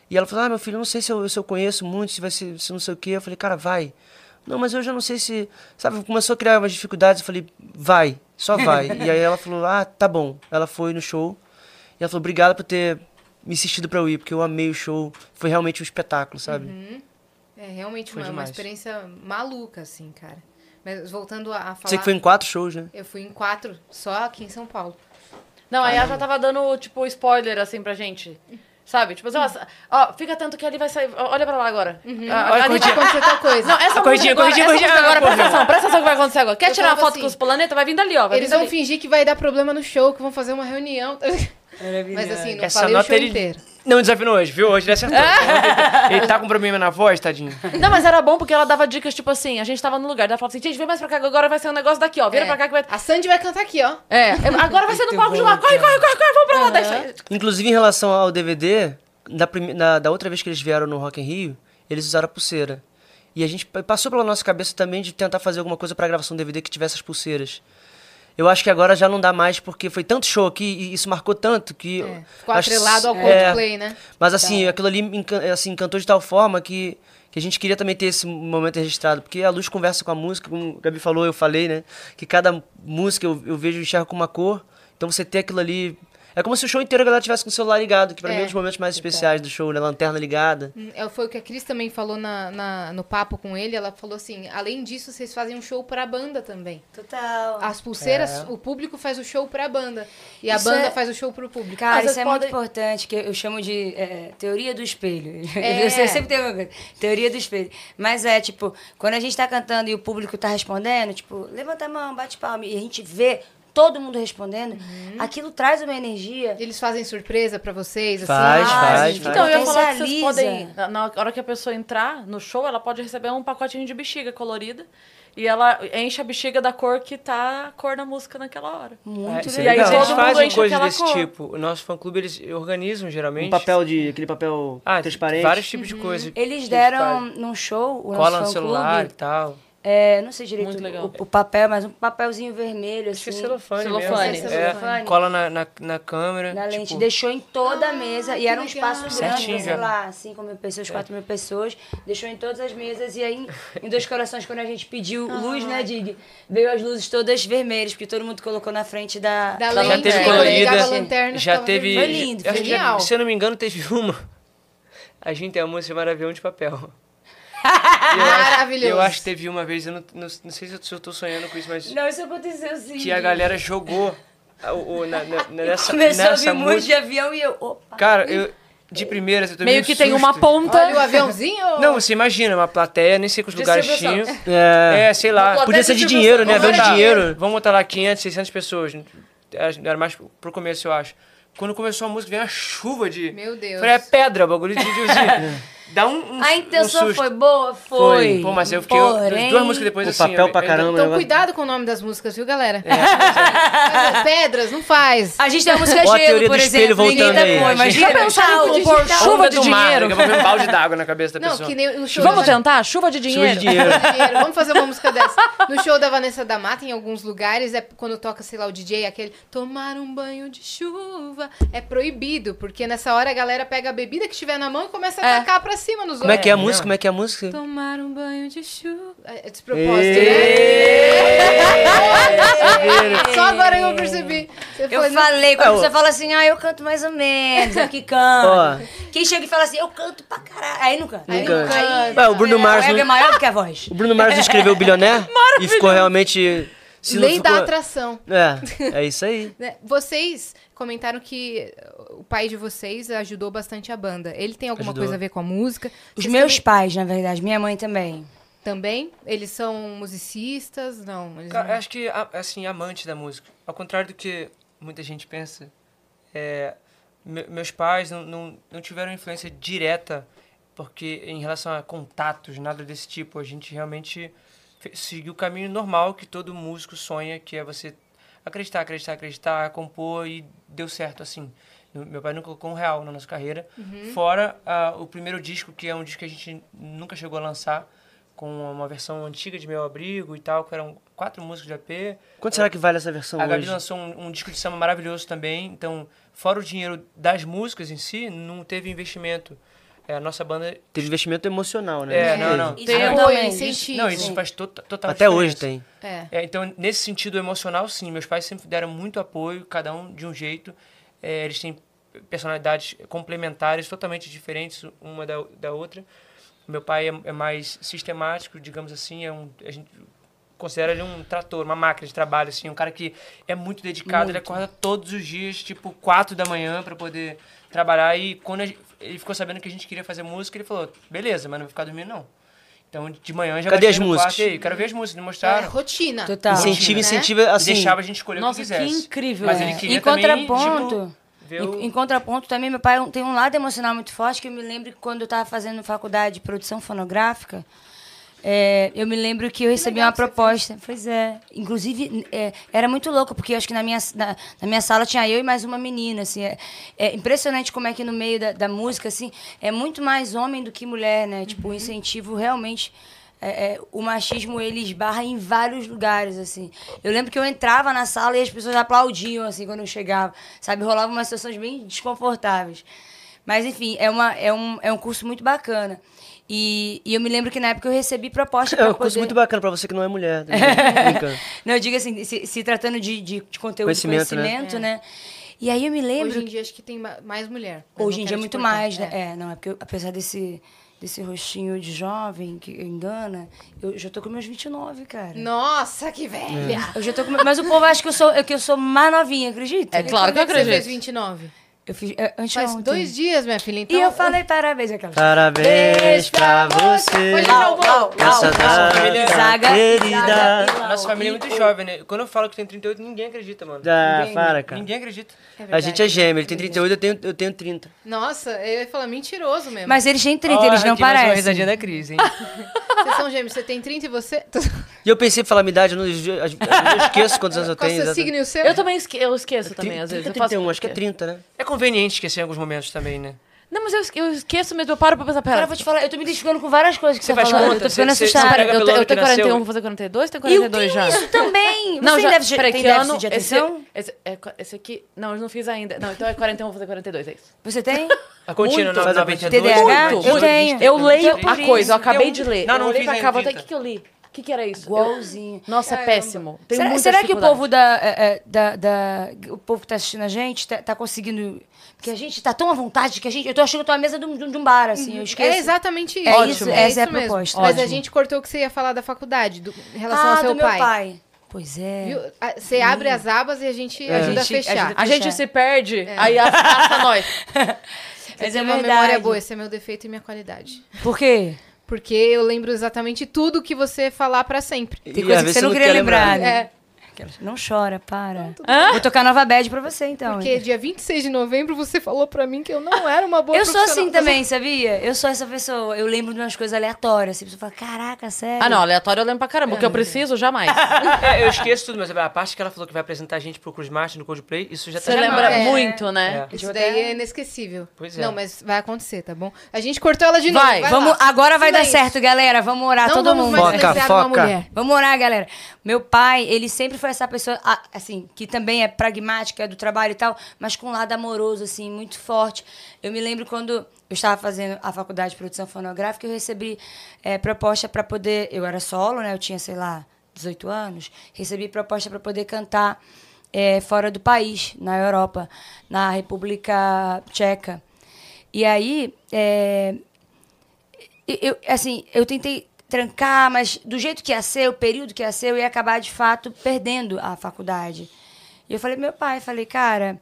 S4: E ela falou: Ah, meu filho, não sei se eu, se eu conheço muito, se vai ser se não sei o quê. Eu falei: Cara, vai. Não, mas eu já não sei se. Sabe, começou a criar umas dificuldades. Eu falei: Vai, só vai. e aí ela falou: Ah, tá bom. Ela foi no show. E ela falou: Obrigado por ter me insistido para eu ir, porque eu amei o show. Foi realmente um espetáculo, sabe?
S2: É realmente
S4: Foi
S2: uma, uma
S4: demais.
S2: experiência maluca, assim, cara. Mas voltando a, a falar.
S4: Sei que foi em quatro shows, né?
S2: Eu fui em quatro, só aqui em São Paulo.
S1: Não, aí ela já tava dando, tipo, spoiler, assim, pra gente. Sabe? Tipo, assim,
S2: Uhum.
S1: ó, ó, fica atento que ali vai sair. ó, Olha pra lá agora. Ah,
S5: Olha,
S1: ali
S5: corrigi-
S3: então-
S1: vai-
S2: Aconteceu tal coisa.
S1: Não, essa
S5: Corrigi,
S1: corrigir, agora,
S5: corrigi,
S1: essa
S5: corrigi.
S1: música
S5: Ah,
S1: agora,
S5: porra.
S1: presta atenção, presta atenção o que vai acontecer agora. Quer
S2: Eu
S1: tirar uma
S2: falava
S1: foto
S2: assim,
S1: com os planetas? Vai vindo ali, ó. Vai
S2: Eles
S1: vindo
S2: vão
S1: ali.
S2: fingir que vai dar problema no show, que vão fazer uma reunião. Mas assim, não
S5: Essa
S2: falei o
S5: nota
S2: show
S5: ele-
S2: inteiro.
S5: Não desafinou hoje, viu? Hoje ele acertou. ele tá com problema na voz, tadinho.
S1: Não, mas era bom porque ela dava dicas, tipo assim, a gente tava no lugar, ela falava assim, gente, vem mais pra cá, que agora vai ser um negócio daqui, ó. Vira
S2: É.
S1: pra cá que vai...
S2: A Sandy vai cantar aqui, ó.
S1: É, agora vai ser no palco de lá, corre, corre, corre, corre, vamos pra lá. Daí sai-
S4: Inclusive, em relação ao DVD, da, prime- na- da outra vez que eles vieram no Rock in Rio, eles usaram a pulseira. E a gente pa- passou pela nossa cabeça também de tentar fazer alguma coisa pra gravação do DVD que tivesse as pulseiras. Eu acho que agora já não dá mais, porque foi tanto show aqui e isso marcou tanto que...
S2: É. Ficou
S4: acho-
S2: atrelado ao
S4: é,
S2: Coldplay, né?
S4: Mas assim, aquilo ali me encan- assim, encantou de tal forma que, que a gente queria também ter esse momento registrado. Porque a luz conversa com a música, como o Gabi falou, eu falei, né? Que cada música eu, eu vejo e enxergo com uma cor. Então você ter aquilo ali. É como se o show inteiro a galera tivesse com o celular ligado, que pra
S2: É.
S4: mim é um dos momentos mais especiais do show, né? Lanterna ligada.
S2: Hum, é, Foi o que a Cris também falou na, na- no papo com ele. Ela falou assim: além disso, vocês fazem um show pra banda também.
S3: Total.
S2: As pulseiras, o público faz o show pra banda. E a
S3: Isso
S2: banda
S3: é-
S2: faz o show pro público.
S3: Cara,
S1: Às vezes
S3: isso é
S1: podem-
S3: muito importante, que eu chamo de é, teoria do espelho.
S2: É.
S3: Eu sei- sempre tenho uma coisa, teoria do espelho. Mas é, tipo, quando a gente tá cantando e o público tá respondendo, tipo, levanta a mão, bate palma, e a gente vê todo mundo respondendo, aquilo traz uma energia.
S2: Eles fazem surpresa pra vocês, assim.
S4: Faz,
S2: Ah,
S4: faz, faz.
S1: Então, eu ia falar que vocês
S3: Potencializa.
S1: podem, na- na hora que a pessoa entrar no show, ela pode receber um pacotinho de bexiga colorida. E ela enche a bexiga da cor que tá a cor da música naquela hora.
S3: Muito
S1: E aí
S5: Não,
S1: todo
S5: é eles
S1: mundo
S5: fazem
S1: enche
S5: coisas
S1: aquela
S5: desse
S1: cor.
S5: tipo. O nosso fã-clube, eles organizam geralmente.
S4: de. aquele Um papel
S5: Ah, vários tipos de coisa. que
S3: Uhum. Eles
S5: fazem.
S3: deram num show, o
S5: Cola no
S3: nosso
S5: celular e
S3: fã-clube,
S5: tal.
S3: é, não sei direito
S1: Muito
S3: o-
S1: legal.
S3: O, o papel, mas um papelzinho vermelho,
S5: Acho que
S3: assim,
S5: é celofane,
S1: Celofane.
S5: mesmo.
S2: É,
S5: É,
S3: celofane.
S5: cola na, na, na câmera.
S3: na
S5: tipo,
S3: lente, deixou em toda a mesa, e era um
S2: que
S3: espaço
S2: legal.
S3: grande,
S5: Certinho,
S3: sei
S5: já.
S3: lá, 5 mil pessoas, 4 mil pessoas, deixou em todas as mesas, e aí, em- em Dois Corações, quando a gente pediu luz, né, Dig, veio as luzes todas vermelhas, porque todo mundo colocou na frente da...
S2: Da
S3: da
S2: lente,
S5: já
S2: né?
S5: teve
S3: lanterna.
S2: Quando ligava a
S5: colorida.
S2: lanterna,
S5: Já
S2: ficava
S5: teve.
S3: vermelho. Foi lindo,
S5: acho que já-
S2: genial.
S5: se eu não me engano, teve uma. A gente tem a música chamada Avião de Papel.
S2: Maravilhoso.
S5: Eu acho que teve uma vez, eu não, não, não sei se eu, se eu tô sonhando com isso, mas.
S3: Não, isso aconteceu sim.
S5: Que a galera jogou a- o, o- na, na- na- nessa,
S3: Começou a ouvir
S5: nessa
S3: muito de
S5: música.
S3: avião e eu, opa.
S5: Cara, eu. De primeira, eu tomei
S1: Meio
S5: um
S1: que tem
S5: susto.
S1: uma ponta.
S2: Olha o aviãozinho.
S5: Não, você imagina, uma plateia, nem sei quantos lugares
S1: Distribuição.
S5: tinham.
S4: É.
S5: É, sei lá.
S1: Uma
S4: Podia ser de dinheiro, né?
S5: Vamos
S4: Avião de
S5: botar-
S4: dinheiro.
S5: Vamos botar lá 500, 600 pessoas. Era mais pro começo, eu acho. Quando começou a música, veio uma chuva de...
S2: Meu Deus.
S5: Falei, é pedra, bagulho de... de, de- Dá um, um
S3: A
S5: um
S3: intenção
S5: susto.
S3: foi boa? Foi.
S5: Pô, mas eu fiquei... eu-
S3: Porém,
S5: Duas músicas depois,
S4: O
S5: assim...
S4: papel
S5: eu-
S4: pra
S5: eu-
S4: caramba.
S2: Então
S4: negócio.
S2: cuidado com o nome das músicas, viu, galera?
S4: É,
S2: Olha, Pedras, não
S4: Ah,
S2: faz.
S3: A gente tem a música
S4: Ó a
S3: Gelo,
S4: teoria
S3: por
S4: do espelho
S3: exemplo,
S4: voltando
S3: ninguém
S4: aí.
S3: tá com, imagina.
S1: Já pensaram
S3: Paulo,
S1: em pôr
S2: digital.
S1: chuva de
S5: do mar,
S1: dinheiro?
S5: daqui a pouco vem um balde d'água na cabeça da
S2: Não,
S5: pessoa.
S2: que nem o show
S1: Vamos
S2: da...
S1: tentar? Chuva de
S4: Chuva de
S1: dinheiro?
S4: dinheiro.
S2: Dinheiro. Vamos fazer uma música dessa. No show da Vanessa da Mata, em alguns lugares, é quando toca, sei lá, o DJ, aquele tomar um banho de chuva. É proibido, porque nessa hora a galera pega a bebida que tiver na mão e começa a
S1: É.
S2: tacar pra cima nos
S4: Como é
S2: outros.
S4: que é a música? Como é que é a música?
S2: Tomar um banho de chuva. É despropósito, né?
S4: Ê!
S2: Só agora eu percebi. Você
S3: Eu
S2: foi no-
S3: falei, quando
S4: Ah, o-
S3: você fala assim, ah, eu canto mais ou menos, eu que canto. Quem chega e fala assim, eu canto pra caralho. Aí não canta.
S4: Não
S2: não
S4: canta.
S2: canta.
S4: Ué, o Bruno
S3: O
S4: Mars.
S3: ego é
S4: não-
S3: maior do que a voz.
S4: O Bruno Mars escreveu o Bilioné e ficou realmente. Se não
S2: Lei
S4: ficou...
S2: da atração.
S4: É, é isso aí.
S2: né? Vocês comentaram que o pai de vocês ajudou bastante a banda. Ele tem alguma
S4: Ajudou.
S2: coisa a ver com a música?
S3: Os
S2: Vocês
S3: meus pais, na verdade, minha mãe também.
S2: Também? Eles são musicistas? Não. Eles
S5: Cara,
S2: não...
S4: é,
S5: eu acho que, a- assim, amante da música. Ao contrário do que muita gente pensa, é, me- meus pais não, não, não tiveram influência direta porque em relação a contatos, nada desse tipo. A gente realmente fe- seguiu o caminho normal que todo músico sonha, que é você acreditar, acreditar, acreditar, compor e deu certo assim. No- Meu pai não colocou um real na nossa carreira. Fora ah, o primeiro disco, que é um disco que a gente nunca chegou a lançar, com uma versão antiga de Meu Abrigo e tal, que eram quatro músicas de AP.
S4: Quanto será que vale essa versão
S5: A Gabi
S4: hoje?
S5: lançou um, um disco de samba maravilhoso também. Então, fora o dinheiro das músicas em si, não teve investimento. É, a nossa banda.
S4: Teve investimento emocional, né?
S5: É,
S4: Isso
S5: não, Então,
S4: teve.
S5: não.
S2: Tem
S3: Ah,
S2: apoio,
S3: também.
S2: incentivo.
S5: Não, isso faz to total
S4: Até hoje
S5: diferença.
S4: tem.
S2: É.
S5: É, então, nesse sentido emocional, sim. Meus pais sempre deram muito apoio, cada um de um jeito. É, eles têm personalidades complementares, totalmente diferentes uma da, da outra. Meu pai é, é mais sistemático, digamos assim. É um, a gente considera ele um trator, uma máquina de trabalho, assim. Um cara que é muito dedicado, ele acorda todos os dias, tipo, quatro da manhã para poder trabalhar. E quando a gente- ele ficou sabendo que a gente queria fazer música, ele falou, beleza, mas não vou ficar dormindo, não. Então, de manhã já
S4: Cadê
S5: vai
S4: as
S5: chegar no quarto,
S4: músicas?
S5: "E aí, Quero ver as músicas, não
S2: É,
S5: mostraram.
S2: rotina.
S3: Total.
S4: Incentiva,
S2: Né?
S4: incentiva, assim...
S5: E deixava a gente escolher
S1: Nossa,
S5: o que quisesse.
S1: que incrível,
S5: Mas
S1: é.
S5: ele queria
S3: Em contraponto...
S5: também, tipo, ver o-
S3: Em, em contraponto, também meu pai tem um lado emocional muito forte, que eu me lembro que quando eu estava fazendo faculdade de produção fonográfica, é, eu me lembro que eu recebi uma proposta. Pois é. Inclusive, é, era muito louco, porque eu acho que na minha, na, na minha sala tinha eu e mais uma menina. Assim, é, é impressionante como é que no meio da, da música, assim, é muito mais homem do que mulher, né? Tipo, o incentivo realmente. é, é, o machismo ele esbarra em vários lugares assim. Eu lembro que eu entrava na sala e as pessoas aplaudiam assim quando eu chegava, sabe? Rolavam umas situações bem desconfortáveis. Mas, enfim, é, uma, é, um, é um curso muito bacana. E, e eu me lembro que na época eu recebi proposta
S4: É
S3: pra
S4: um curso
S3: poder-
S4: muito bacana pra você que não é mulher. tá ligado? Brincando.
S3: Não, eu digo assim, se, se tratando de, de, de conteúdo de
S4: Conhecimento, né?
S3: conhecimento, né? E aí eu me lembro
S2: Hoje em dia acho que tem ma- mais mulher. mas
S3: Hoje
S2: não
S3: em
S2: quero
S3: dia é
S2: te
S3: muito
S2: cortar.
S3: mais, né?
S2: É.
S3: É, não, é porque eu- apesar desse, desse rostinho de jovem que engana, eu já tô com meus 29, cara.
S2: É. Nossa, que velha!
S4: É.
S3: Eu já tô com... Mas o povo acha que eu sou, que eu sou mais novinha, acredita?
S1: É claro que eu
S2: Quando é Você fez
S1: acredito.
S2: 29?
S3: Eu fiz é, antes
S2: Faz dois dias, minha filha. Então,
S3: E eu falei parabéns aquela.
S4: Tá. Parabéns pra você.
S2: Hoje não vou.
S4: Nessa data
S5: família-
S3: Zaga,
S4: querida.
S3: Zaga,
S5: Nossa família é muito jovem, né? Quando eu falo que tem 38, ninguém acredita, mano.
S4: Ah, para, cara.
S5: Ninguém acredita.
S4: A gente é gêmeo, ele tem 38, eu tenho, eu tenho 30.
S2: Nossa, eu ia falar mentiroso mesmo.
S3: Mas eles têm 30, eles
S5: Olha,
S3: não
S5: aqui mais uma
S3: parecem.
S5: risadinha da crise, hein?
S2: Vocês são gêmeos, você tem 30 e você.
S4: E eu pensei em falar minha idade, eu, não, eu- eu esqueço quantos anos eu
S2: Qual
S4: tenho.
S2: o seu signo e o seu? É
S1: Eu também esque- eu esqueço também, às vezes. Eu faço
S4: 31, acho que é
S1: porque-
S4: 30, né?
S5: É conveniente esquecer em alguns momentos também, né?
S1: Não, mas eu, esque- eu esqueço mesmo, eu paro pra pensar,
S3: Cara, eu
S1: pera,
S3: vou te falar, eu tô me identificando com várias coisas que você, tá
S5: Você faz
S3: falando.
S5: conta?
S3: eu tô ficando
S5: Você- você-
S3: assustada.
S5: você
S1: pera,
S5: pega
S1: eu, te-
S5: pelo
S1: eu
S5: ano que
S1: tenho 41,
S5: nasceu.
S1: vou fazer 42, tenho
S3: eu
S1: 42
S3: tenho
S1: já.
S3: isso também.
S1: Não,
S3: Você
S1: já,
S3: deve,
S1: peraí,
S3: tem
S1: que
S3: déficit
S1: ano?
S3: de
S1: esse,
S3: atenção?
S1: esse, é qua- esse aqui, não, eu não fiz ainda. Não, então é 41, vou fazer 42, é isso.
S3: Você tem?
S5: A contínua
S4: Muito. Faz a
S5: 92,
S3: TDAH?
S1: Muito,
S3: eu
S1: muito.
S3: tenho.
S1: Eu leio
S3: Então,
S1: a
S3: por
S1: coisa, eu
S3: isso.
S1: acabei de ler.
S5: Não,
S1: eu
S5: não
S1: olhei
S5: fiz
S1: pra
S5: ainda,
S1: cá, botei, o
S5: 30.
S1: que, que eu li? O que, que era isso?
S3: Igualzinho.
S1: Eu- nossa, péssimo. Tenho
S3: Será,
S1: muita
S3: será que o
S1: dificuldade.
S3: povo da, é, é, da, da- o povo que tá assistindo a gente tá, tá conseguindo. Porque a gente tá tão à vontade que a gente. Eu tô achando que eu tô à mesa de um, de um bar, assim. Eu
S2: É
S3: esqueço.
S2: exatamente isso.
S3: É isso, essa é a
S2: mesmo.
S3: proposta.
S2: Mas a
S3: Ótimo.
S2: gente cortou o que você ia falar da faculdade, do- em relação
S3: ah,
S2: ao seu
S3: do meu pai.
S2: pai.
S3: Pois é.
S2: Viu? A- Você abre as abas e a gente ajuda a
S3: gente
S2: fechar.
S3: ajuda
S1: A gente
S3: Puxa.
S1: se perde, aí afasta nós.
S2: Mas
S3: Mas
S2: é
S3: é
S2: uma
S3: verdade.
S2: memória boa, esse é meu defeito e minha qualidade.
S3: Por quê?
S2: Porque eu lembro exatamente tudo que você falar pra sempre.
S4: E
S3: Tem
S4: às
S3: coisa que
S4: vezes
S3: você não queria
S4: quer
S3: lembrar, né?
S2: É,
S3: Aquelas, Não chora, para. Vou tocar nova bad pra você, então.
S2: porque dia 26 de novembro você falou pra mim que eu não era uma boa
S3: Eu sou assim
S2: profissional.
S3: também, sabia? Eu sou essa pessoa. Eu lembro de umas coisas aleatórias. Assim, a pessoa fala, caraca, sério.
S1: Ah, não, aleatório eu lembro pra caramba. O que eu preciso, jamais.
S5: É, eu esqueço tudo, mas a parte que ela falou que vai apresentar a gente pro Cruz Martin no Coldplay, isso já tá
S1: Você
S5: demais.
S1: lembra
S2: É.
S1: muito, né?
S2: Isso daí é inesquecível.
S5: Pois é.
S2: Não, mas vai acontecer, tá bom? A gente cortou ela de novo.
S1: Vai,
S2: vai
S3: Vamos,
S2: lá.
S3: agora vai dar
S2: Silêncio.
S3: certo, galera. Vamos orar,
S2: Não
S3: Ah, todo
S2: vamos
S3: mundo.
S2: mais
S4: Foca,
S2: silenciar uma
S4: foca.
S2: mulher.
S3: É, Vamos orar, galera. Meu pai, ele sempre foi essa pessoa, a- assim, que também é pragmática, é do trabalho e tal, mas com um lado amoroso, assim, muito forte. Eu me lembro quando eu estava fazendo a é, faculdade de produção fonográfica, eu recebi eh, proposta para poder. Eu era solo, né? Eu tinha, sei lá. 18 anos, recebi proposta para poder cantar é, fora do país, na Europa, na República Tcheca. E aí, é, eu, assim, eu tentei trancar, mas do jeito que ia ser, o período que ia ser, eu ia acabar, de fato, perdendo a faculdade. E eu falei, meu pai, falei, cara,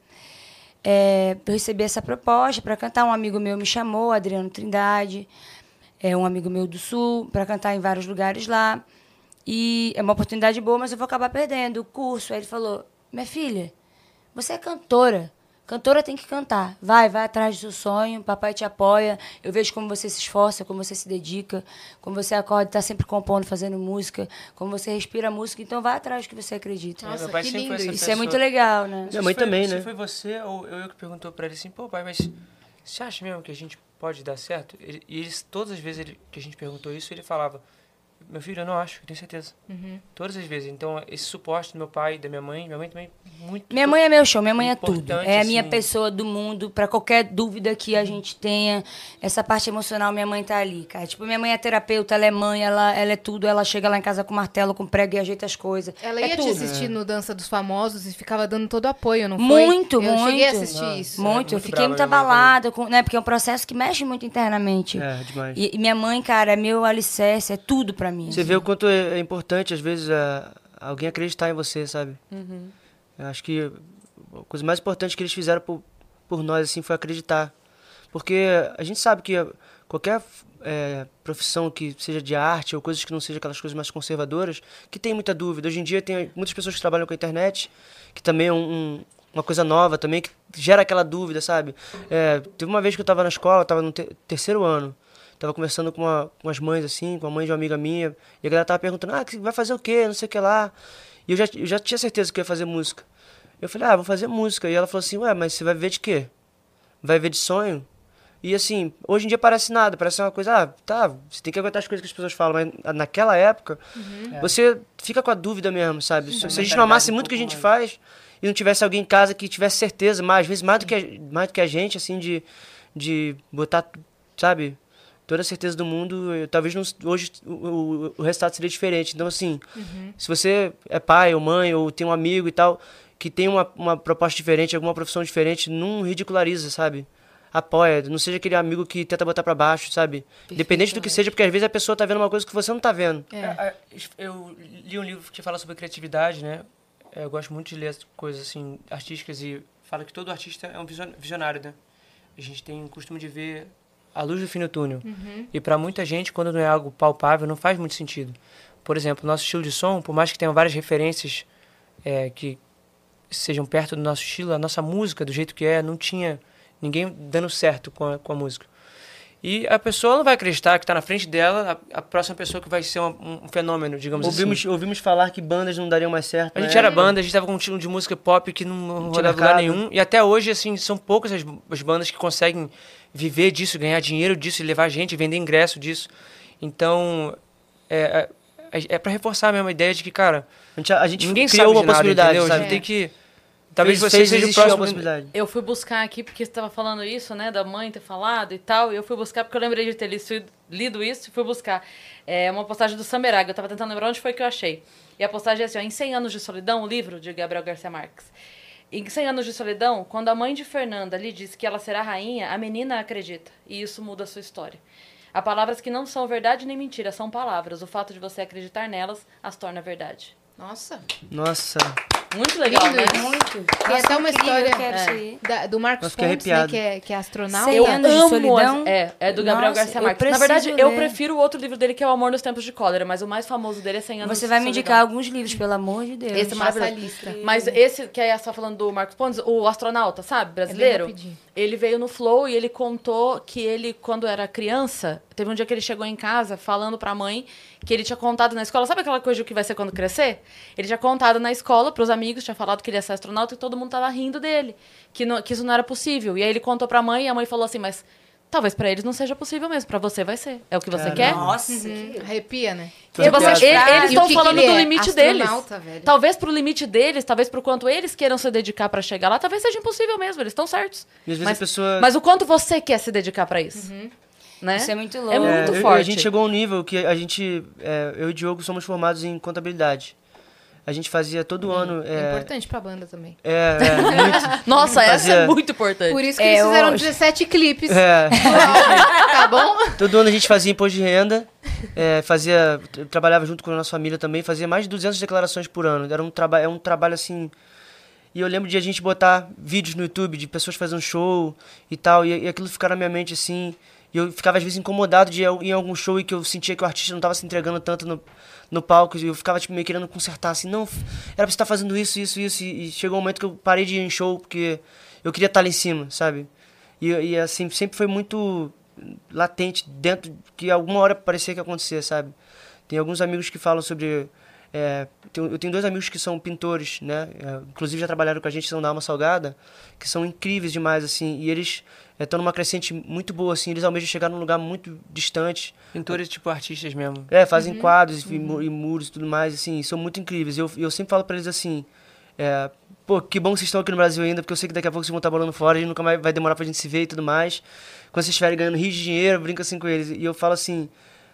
S3: é, eu recebi essa proposta para cantar. Um amigo meu me chamou, Adriano Trindade, é um amigo meu do Sul, para cantar em vários lugares lá. E é uma oportunidade boa, mas eu vou acabar perdendo o curso. Aí ele falou: Minha filha, você é cantora. Cantora tem que cantar. Vai, vai atrás do seu sonho. Papai te apoia. Eu vejo como você se esforça, como você se dedica, como você acorda e está sempre compondo, fazendo música, como você respira música. Então, vai atrás do que você acredita.
S2: Nossa,
S4: meu pai
S2: que
S4: sempre foi
S2: lindo
S4: essa
S3: Isso é
S4: pessoa.
S3: muito legal, né?
S4: Minha mãe
S5: Se foi-
S4: também,
S5: se
S4: né?
S5: foi você ou eu que perguntou pra ele assim, pô, pai, mas você acha mesmo que a gente pode dar certo? Ele- E eles, todas as vezes ele- que a gente perguntou isso, ele falava, meu filho, eu não acho, eu tenho certeza.
S3: Uhum.
S5: Todas as vezes. Então, esse suporte do meu pai, da minha mãe, minha mãe também, muito...
S3: Minha mãe é meu show, minha mãe é tudo.
S5: Importante,
S3: É a minha
S5: assim.
S3: pessoa do mundo, para qualquer dúvida que a gente tenha, essa parte emocional, minha mãe tá ali, cara. Tipo, minha mãe é terapeuta, ela é mãe, ela, ela é tudo, ela chega lá em casa com martelo, com prego e ajeita as coisas.
S2: Ela
S3: é
S2: ia te
S3: tudo.
S2: assistir no Dança dos Famosos e ficava dando todo o apoio, não foi?
S3: Muito,
S2: Eu
S3: muito.
S2: cheguei a assistir isso.
S4: é
S3: Muito,
S5: muito
S3: eu fiquei
S5: brava
S3: muito
S5: minha mãe também.
S3: abalada, com, né? Porque é um processo que mexe muito internamente.
S4: É, demais.
S3: E, e minha mãe, cara, é meu alicerce, é tudo pra mim.
S4: Você vê o quanto é é importante, às vezes, a- alguém acreditar em você, sabe? Eu acho que a coisa mais importante que eles fizeram por, por nós, assim, foi acreditar. Porque a gente sabe que qualquer é, profissão que seja de arte ou coisas que não sejam aquelas coisas mais conservadoras, que tem muita dúvida. Hoje em dia tem muitas pessoas que trabalham com a internet, que também é um- um- uma coisa nova também, que gera aquela dúvida, sabe? É, teve uma vez que eu estava na escola, estava no te- terceiro ano, Tava conversando com, uma, com as mães, assim, com a mãe de uma amiga minha, e a galera tava perguntando, ah, que- vai fazer o quê? Não sei o que lá. E eu já, eu já tinha certeza que eu ia fazer música. Eu falei, ah, vou fazer música. E ela falou assim, ué, mas você vai viver de quê? Vai viver de sonho? E assim, hoje em dia parece nada, parece uma coisa, ah, tá, você tem que aguentar as coisas que as pessoas falam, mas ah, naquela época, você fica com a dúvida mesmo, sabe? Se, se a gente não amasse muito o que a gente faz e não tivesse alguém em casa que tivesse certeza, mais, às vezes mais do que a, mais do que a gente, assim, de, de botar, sabe? toda a certeza do mundo, eu- talvez não, hoje o, o, o resultado seria diferente. Então, assim,
S1: Uhum.
S4: se você é pai ou mãe ou tem um amigo e tal, que tem uma, uma proposta diferente, alguma profissão diferente, não ridiculariza, sabe? Apoia, não seja aquele amigo que tenta botar pra baixo, sabe? Independente do que seja, porque às vezes a pessoa tá vendo uma coisa que você não tá vendo.
S1: É.
S5: A- a- É, Eu li um livro que fala sobre criatividade, né? Eu gosto muito de ler as coisas assim, artísticas e fala que todo artista é um vision- visionário, né? A gente tem o costume de ver a luz do fim do túnel. E para muita gente, quando não é algo palpável, não faz muito sentido. Por exemplo, nosso estilo de som, por mais que tenha várias referências é, que sejam perto do nosso estilo, a nossa música, do jeito que é, não tinha ninguém dando certo com a, com a música. E a pessoa não vai acreditar que está na frente dela a, a próxima pessoa que vai ser uma- um, fenômeno, digamos
S4: Ouvimos,
S5: assim.
S4: ouvimos falar que bandas não dariam mais certo.
S5: A
S4: né?
S5: gente era banda, a gente tava com um estilo de música pop que não, não
S4: tinha
S5: rodava lugar
S4: mercado.
S5: nenhum. E até hoje, assim, são poucas as, as bandas que conseguem viver disso, ganhar dinheiro disso, e levar gente, vender ingresso disso. Então, é, é, é para reforçar mesmo a ideia de que, cara,
S4: A gente, a gente
S5: ninguém
S4: criou
S5: sabe
S4: uma
S5: de nada,
S4: possibilidade,
S5: entendeu? É. A
S4: sabe?
S5: gente tem que... Talvez
S4: Fez-
S5: você
S4: fez
S5: seja o
S4: existir uma
S5: próximo...
S4: possibilidade.
S1: Eu fui buscar aqui, porque você tava falando isso, né? Da mãe ter falado e tal. E eu fui buscar porque eu lembrei de ter lido, lido isso e fui buscar. É uma postagem do Samberag. Eu tava tentando lembrar onde foi que eu achei. E a postagem é assim, ó, em 100 anos de solidão, o livro de Gabriel Garcia Marques. Em 100 anos de solidão, quando a mãe de Fernanda lhe diz que ela será rainha, a menina acredita. E isso muda a sua história. Há palavras que não são verdade nem mentira, são palavras. O fato de você acreditar nelas as torna verdade.
S2: Nossa.
S4: Nossa,
S1: Muito legal,
S2: Lindo
S1: né?
S2: isso.
S3: Muito.
S2: Tem até uma
S3: incrível,
S2: história- é,
S3: eu quero isso aí.
S2: Da- do Marcos
S4: Nossa, fiquei
S2: Pontes, né,
S4: arrepiado.
S2: que é, que é astronauta.
S3: Sei, 100 anos de
S1: amo
S3: solidão?
S1: as- É, é do Gabriel
S3: Nossa,
S1: Garcia
S3: eu
S1: Marques. Na
S3: preciso
S1: verdade, eu
S3: ler.
S1: prefiro o outro livro dele, que é O Amor nos Tempos de Cólera, mas o mais famoso dele é 100 anos
S3: Você
S1: de
S3: vai me
S1: solidão.
S3: indicar alguns livros, pelo amor de Deus.
S2: Esse é
S1: maravilhoso.
S2: lista.
S1: Mas esse que é só falando do Marcos Pontes, o astronauta, sabe, brasileiro?
S2: É rapidinho.
S1: ele veio no Flow e ele contou que ele, quando era criança, teve um dia que ele chegou em casa falando pra mãe que ele tinha contado na escola, sabe aquela coisa do que vai ser quando crescer? Ele tinha contado na escola pros amigos, tinha falado que ele ia ser astronauta e todo mundo tava rindo dele, que, não- que isso não era possível. E aí ele contou pra mãe e a mãe falou assim, mas talvez pra eles não seja possível mesmo, pra você vai ser. É o que você
S4: Caramba.
S1: quer?
S2: Uhum.
S3: Nossa, é, que-
S2: Arrepia, né?
S1: Tipo
S4: Tô
S1: assim,
S4: arrepiado.
S1: ele- eles
S2: E o
S1: estão
S2: que
S1: falando
S2: que ele
S1: do
S2: é?
S1: limite deles.
S2: Astronauta, velho.
S1: Talvez pro limite deles, talvez pro quanto eles queiram se dedicar pra chegar lá, talvez seja impossível mesmo, eles estão certos.
S4: E às vezes
S1: mas,
S4: a pessoa-
S1: mas o quanto você quer se dedicar pra isso? né?
S3: Isso é muito louco.
S1: É muito
S4: eu- eu-
S1: forte.
S4: A gente chegou a um nível que a gente, é, eu e o Diogo somos formados em contabilidade. A gente fazia todo ano.
S2: É
S4: É,
S2: importante pra banda também.
S4: é, é, muito.
S1: Nossa, essa é
S4: Fazia-
S1: muito importante.
S2: Por isso que
S3: É,
S2: eles fizeram
S3: eu-
S2: 17 clipes.
S4: É,
S2: tá bom?
S4: todo ano a gente fazia imposto de renda, é, fazia, tra- trabalhava junto com a nossa família também, fazia mais de 200 declarações por ano. Era um, traba é um trabalho assim. E eu lembro de a gente botar vídeos no YouTube de pessoas fazendo show e tal, e, e aquilo ficar na minha mente assim. E eu ficava às vezes incomodado de ir ao- ir em algum show e que eu sentia que o artista não estava se entregando tanto no, no palco, e eu ficava tipo, meio querendo consertar assim, não, f- era pra você estar fazendo isso, isso, isso. E, e chegou um momento que eu parei de ir em show porque eu queria estar lá em cima, sabe? E, e assim, sempre foi muito latente dentro que alguma hora parecia que ia acontecer, sabe? Tem alguns amigos que falam sobre. é, tem- eu tenho dois amigos que são pintores, né? É, inclusive já trabalharam com a gente, são da Alma Salgada, que são incríveis demais, assim. E eles estão numa crescente muito boa, assim. Eles almejam chegar num lugar muito distante.
S5: Pintores, tipo, artistas mesmo.
S4: É, fazem quadros e, mu- e muros e tudo mais, assim, são muito incríveis. Eu, eu sempre falo pra eles assim, é, pô, que bom que vocês estão aqui no Brasil ainda, porque eu sei que daqui a pouco vocês vão estar morando fora e nunca mais vai demorar pra gente se ver e tudo mais. Quando vocês estiverem ganhando rios de dinheiro, brinca assim com eles. E eu falo assim,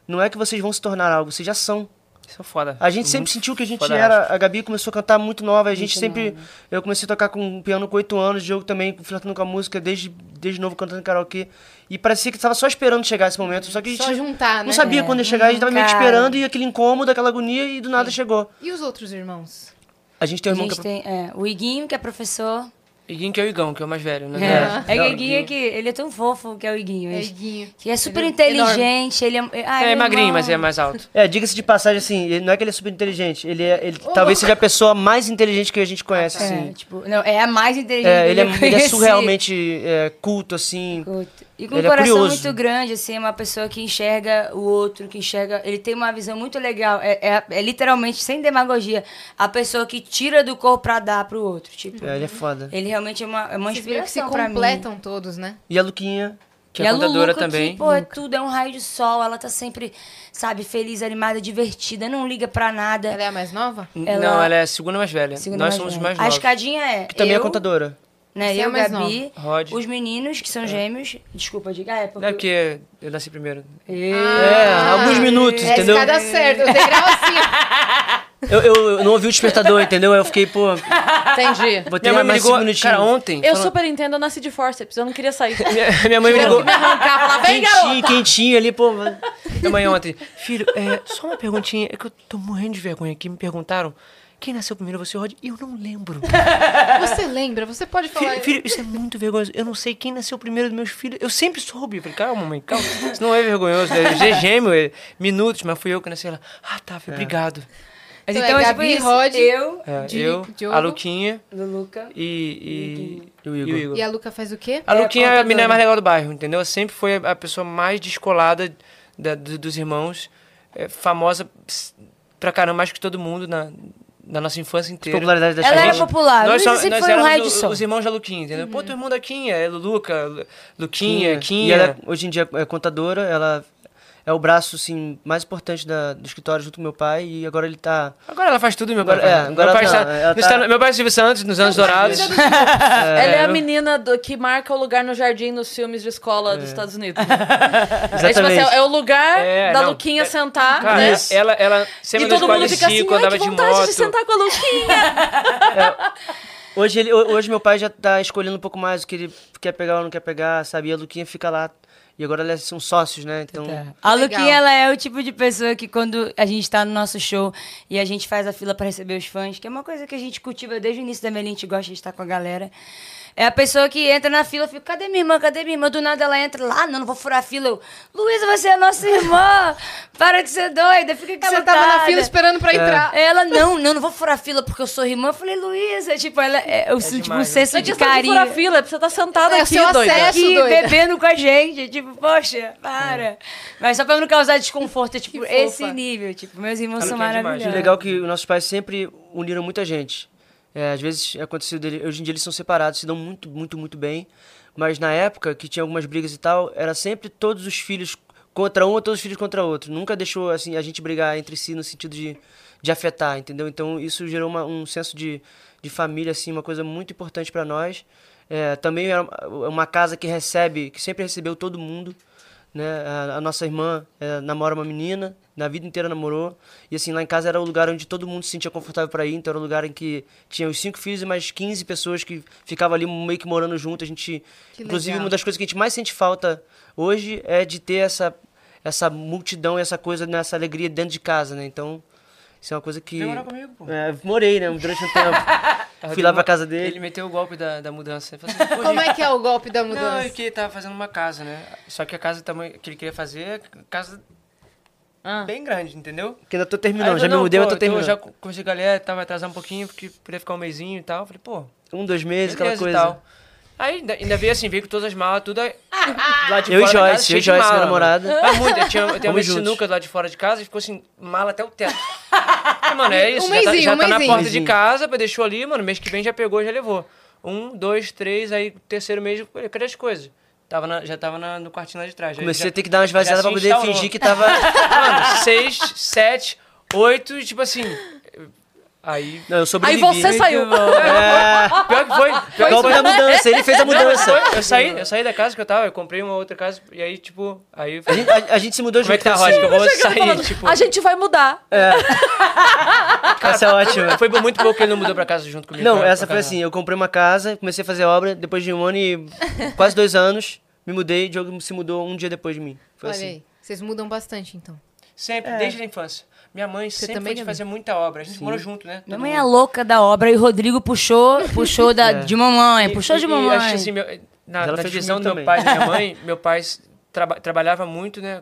S4: não é que vocês vão se tornar algo, vocês já são.
S5: Isso é foda.
S4: A gente sempre
S5: Muito
S4: sentiu que a gente
S5: foda,
S4: era. A Gabi começou a cantar muito nova, a gente sempre. Eu comecei a tocar com um piano com 8 anos, Diogo também, flertando com a música, desde, desde novo cantando karaokê. E parecia que tava só esperando chegar esse momento, só que a gente
S2: Só juntar, né?
S4: não sabia quando ia chegar, a gente tava meio que
S3: É. Cara.
S4: esperando e aquele incômodo, aquela agonia e do nada chegou.
S2: E os outros irmãos?
S4: A gente tem
S3: A
S4: um irmão que
S3: gente tem é, o Iguinho, que é professor.
S5: Iguinho que é o Igão, que é o mais velho, né?
S3: É,
S4: Não,
S3: que o Iguinho é que ele é tão fofo que é o Iguinho.
S2: É,
S3: ele-
S2: Guinho.
S3: Que é super
S2: Ele é
S3: inteligente, ele é. ah,
S5: É,
S3: ele
S5: magrinho,
S3: irmão.
S5: mas é mais alto.
S4: é, diga-se de passagem assim, ele- não é que ele é super inteligente, ele é, ele talvez seja a pessoa mais inteligente que a gente conhece,
S3: É,
S4: assim.
S3: tipo, não, é a mais inteligente.
S4: É, ele, é,
S3: que eu
S4: ele é
S3: conheci.
S4: surrealmente é, culto, assim.
S3: Culto. E com
S4: Ele é
S3: um coração
S4: curioso.
S3: muito grande, assim, é uma pessoa que enxerga o outro, que enxerga. Ele tem uma visão muito legal. É, é- é literalmente, sem demagogia, a pessoa que tira do corpo pra dar pro outro. Tipo,
S4: É, ele é foda.
S3: ele realmente é uma, é uma
S2: Vocês viram que se
S3: inspiração pra mim.
S2: completam todos, né?
S4: E a Luquinha,
S5: Que
S3: E
S5: é
S3: a Lulu,
S5: contadora
S3: que,
S5: também.
S3: pô, é tudo, é um raio de sol. Ela tá sempre, sabe, feliz, animada, divertida, não liga pra nada.
S2: Ela é a mais nova?
S3: Ela-
S5: Não, ela é a segunda mais velha.
S3: Segunda
S5: Nós
S3: mais
S5: somos os
S3: velha.
S5: mais
S3: A
S5: novos.
S3: escadinha é.
S4: que também
S3: eu,
S4: é contadora.
S3: Né,
S2: Você é
S3: eu,
S2: a mais
S3: Gabi,
S5: Rod. É.
S3: os meninos, que são gêmeos. Desculpa, diga. Ah, é porque.
S5: Não é porque eu nasci primeiro.
S4: É, alguns
S1: Ah.
S4: minutos,
S2: É a
S4: entendeu?
S2: escada certa, o degrau assim.
S4: Eu, eu, eu não ouvi o despertador, entendeu? Eu fiquei, pô,
S2: assim.
S1: Entendi.
S4: vou ter
S5: Minha mãe me
S4: mais
S5: ligou,
S4: cinco minutinhos.
S5: cara, ontem.
S1: Eu
S5: falando-
S1: super entendo, eu nasci de forceps, eu não queria sair.
S5: Minha, minha mãe me ligou.
S1: Arrancar, falar, vem,
S4: Quentinho,
S1: garota!
S4: quentinho ali, pô.
S5: Minha mãe ontem. Filho, é, só uma perguntinha. É que eu tô morrendo de vergonha aqui. Me perguntaram quem nasceu primeiro, você ou Rod? Eu não lembro.
S2: Você lembra? Você pode falar.
S5: Filho, filho, isso é muito vergonhoso. Eu não sei quem nasceu primeiro dos meus filhos. Eu sempre soube. Eu Falei, calma, mãe, calma. Isso não é vergonhoso. né? G gêmeo, é minutos, mas fui eu que nasci ela. Ah, tá,
S4: É.
S5: filho, obrigado.
S3: Mas
S2: Então é
S3: então é,
S2: Gabi,
S3: tipo isso,
S2: Rod-
S3: eu,
S5: É,
S2: De-
S5: eu,
S2: Diogo?
S5: a Luquinha
S3: do Luca.
S5: e, e,
S4: E o Igor.
S5: e o Igor.
S2: E a Luca faz o quê?
S5: A
S3: É,
S5: Luquinha é a
S3: contadora.
S5: menina mais legal do bairro, entendeu? Ela Sempre foi a a pessoa mais descolada da- do- dos irmãos. é, famosa ps- pra caramba, mais que todo mundo na, na nossa infância inteira.
S4: Popularidade da
S3: Ela era
S1: é um
S4: Chanel.
S1: Ah,
S3: popular, o
S5: Nós,
S3: Luísa
S5: só-
S3: sempre
S5: nós
S3: foi um raio
S5: éramos
S3: de
S5: o-
S3: sol.
S5: os irmãos da Luquinha, entendeu? Pô, teu irmão da Quinha, é Luca, Lu- Luquinha, Quinha.
S4: E ela, hoje em dia, é contadora, ela é o braço, assim, mais importante da- do escritório junto com meu pai e agora ele tá...
S5: Agora ela faz tudo, meu pai.
S4: Agora- é,
S5: meu,
S4: agora
S5: pai
S4: ela
S5: está,
S4: tá- ela
S5: está
S4: tá-
S5: no- meu pai é Silvio Santos, nos anos dourados.
S1: Ela é a menina do- que marca o lugar no jardim nos filmes de escola dos Estados Unidos. É, tipo assim,
S4: Exatamente.
S1: é o lugar
S5: É,
S1: da
S5: não,
S1: Luquinha
S5: é-
S1: sentar,
S5: Cara,
S1: né?
S5: ela, ela
S1: E
S5: sempre andou
S1: todo mundo
S5: de
S1: fica assim,
S5: 45,
S1: ai,
S5: andava
S1: que
S5: de
S1: vontade de,
S5: moto.
S1: sentar com a Luquinha.
S4: Hoje, ele, ho- hoje meu pai já tá escolhendo um pouco mais o que ele quer pegar ou não quer pegar, sabe? E a Luquinha fica lá. E agora elas são sócios, né? Então...
S1: Tá.
S3: A
S2: Legal.
S3: Luquinha, ela é o tipo de pessoa que quando a gente tá no nosso show e a gente faz a fila pra receber os fãs, que é uma coisa que a gente cultiva desde o início da Melinha, a gente gosta de estar com a galera. É a pessoa que entra na fila e fica, cadê minha irmã, cadê minha irmã? Do nada ela entra lá, não, não vou furar a fila. Eu, Luísa, você é a nossa irmã, para de ser doida, fica que
S2: Ela tava na fila esperando
S5: É.
S2: pra entrar.
S3: Ela, não, não, não vou furar a fila porque eu sou irmã. Eu falei, Luísa, tipo, ela é, eu sinto tipo, um
S5: demais, né?
S3: senso
S1: Não é
S3: de
S1: questão de furar a
S3: carinho.
S1: fila, é pra você estar sentada
S2: É o
S1: aqui,
S2: seu
S1: doida.
S2: acesso.
S3: Aqui,
S2: doida.
S3: bebendo com a gente, tipo, poxa, para. Mas só pra não causar desconforto, é, tipo,
S2: Que
S3: esse
S2: fofa.
S3: nível, tipo, meus irmãos
S5: Ela
S3: são
S5: quer demais,
S3: maravilhosos.
S4: E o legal é que os nossos pais sempre uniram muita gente. É, às vezes aconteceu dele, hoje em dia eles são separados, se dão muito, muito, muito bem. Mas na época que tinha algumas brigas e tal, era sempre todos os filhos contra um ou todos os filhos contra outro. Nunca deixou assim a gente brigar entre si no sentido de, de afetar, entendeu? Então isso gerou uma- um senso de, de família assim, uma coisa muito importante é para nós. É, também é uma casa que recebe, que sempre recebeu todo mundo né? A, a nossa irmã é, namora uma menina, na vida inteira namorou. E assim, lá em casa era o lugar onde todo mundo se sentia confortável para ir, então era o lugar em que tinha os cinco filhos e mais 15 pessoas que ficavam ali meio que morando junto. A gente,
S2: Que
S4: inclusive,
S2: legal.
S4: uma das coisas que a gente mais sente falta hoje é de ter essa essa multidão e essa coisa, né, essa alegria dentro de casa, né? Então, isso é uma coisa que
S5: Vem morar comigo, pô.
S4: É, morei, né, durante um tempo. Fui lá pra casa dele.
S5: Ele meteu o golpe da, da mudança. Ele falou assim, "Pô,
S2: Como
S5: gente,
S2: é que é o golpe da
S5: Não, é
S2: mudança?
S5: que ele tava fazendo uma casa, né? Só que a casa do tamanho que ele queria fazer é casa
S1: Ah.
S5: bem grande, entendeu?
S4: Que ainda tô
S5: Aí eu
S4: terminando, já
S5: falei,
S4: me mudei,
S5: pô,
S4: mas tô terminando.
S5: já co- conversei com a galera, tava atrasando um pouquinho, porque podia ficar um mêsinho e tal. Eu Falei, pô,
S4: Um, dois meses, aquela
S5: beleza
S4: coisa.
S5: e tal. Aí ainda, ainda veio assim, veio com todas as malas, tudo aí, lá de
S4: Eu e
S5: fora da casa,
S4: Joyce,
S5: cheio
S4: eu e
S5: de
S4: Joyce, minha
S5: mala, mano.
S4: namorada.
S5: Mas muito, eu tinha, eu tinha uma
S4: Fomos juntos.
S5: sinuca lá de fora de casa e ficou assim, mala até o teto. Aí, mano, é isso,
S2: Um
S5: já tá,
S2: mêsinho,
S5: já
S2: um
S5: tá na
S2: mêsinho.
S5: porta de
S4: Mêsinho.
S5: casa, pô, deixou ali, mano, mês que vem já pegou, já levou. Um, dois, três, aí terceiro mês, eu- cadê as coisas? Tava na- já tava na- no quartinho lá de trás. aí
S4: Comecei
S5: já-
S4: a ter que dar umas vazadas
S5: já
S4: pra
S5: se
S4: poder
S5: instaurou.
S4: fingir que tá- tava.
S5: Mano, seis, sete, oito, e tipo assim... Aí...
S4: Não, eu
S1: Aí
S4: sobrevivi.
S1: você saiu.
S4: É,
S5: Pior que foi, pior que
S4: golpe
S5: foi.
S4: da mudança, ele fez a mudança.
S5: Foi, Eu saí, eu saí da casa que eu tava, eu comprei uma outra casa, e aí, tipo, aí eu
S4: A
S5: falei,
S4: gente, a- a gente se mudou
S5: como é que
S4: junto.
S5: tá,
S4: assim.
S5: Rocha? Que eu vou
S1: Chegando falando,
S5: sair, tipo.
S1: A gente vai mudar.
S4: Essa é ótima.
S5: Foi por muito pouco que ele não mudou pra casa junto comigo.
S4: Não,
S5: pra-
S4: essa
S5: pra
S4: foi
S5: casa.
S4: assim, eu comprei uma casa, comecei a fazer obra, depois de um ano e quase dois anos, me mudei, o Diogo se mudou um dia depois de mim. Foi
S2: Olha
S4: assim.
S2: aí, vocês mudam bastante então.
S5: Sempre, desde a infância. Minha mãe sempre
S2: também,
S5: foi de
S2: Gabi?
S5: fazer muita obra. A gente morou junto, né?
S3: Minha
S5: Todo
S3: mãe é
S5: mundo.
S3: a louca da obra e o Rodrigo puxou, puxou da, de mamãe, puxou
S5: E-
S3: de
S5: e- e acho
S3: mamãe.
S5: que, assim, meu- na,
S4: Mas ela
S5: na
S4: fez
S5: divisão do
S4: comigo
S5: meu pai
S4: também.
S5: e da minha mãe, meu pai s- traba- trabalhava muito, né,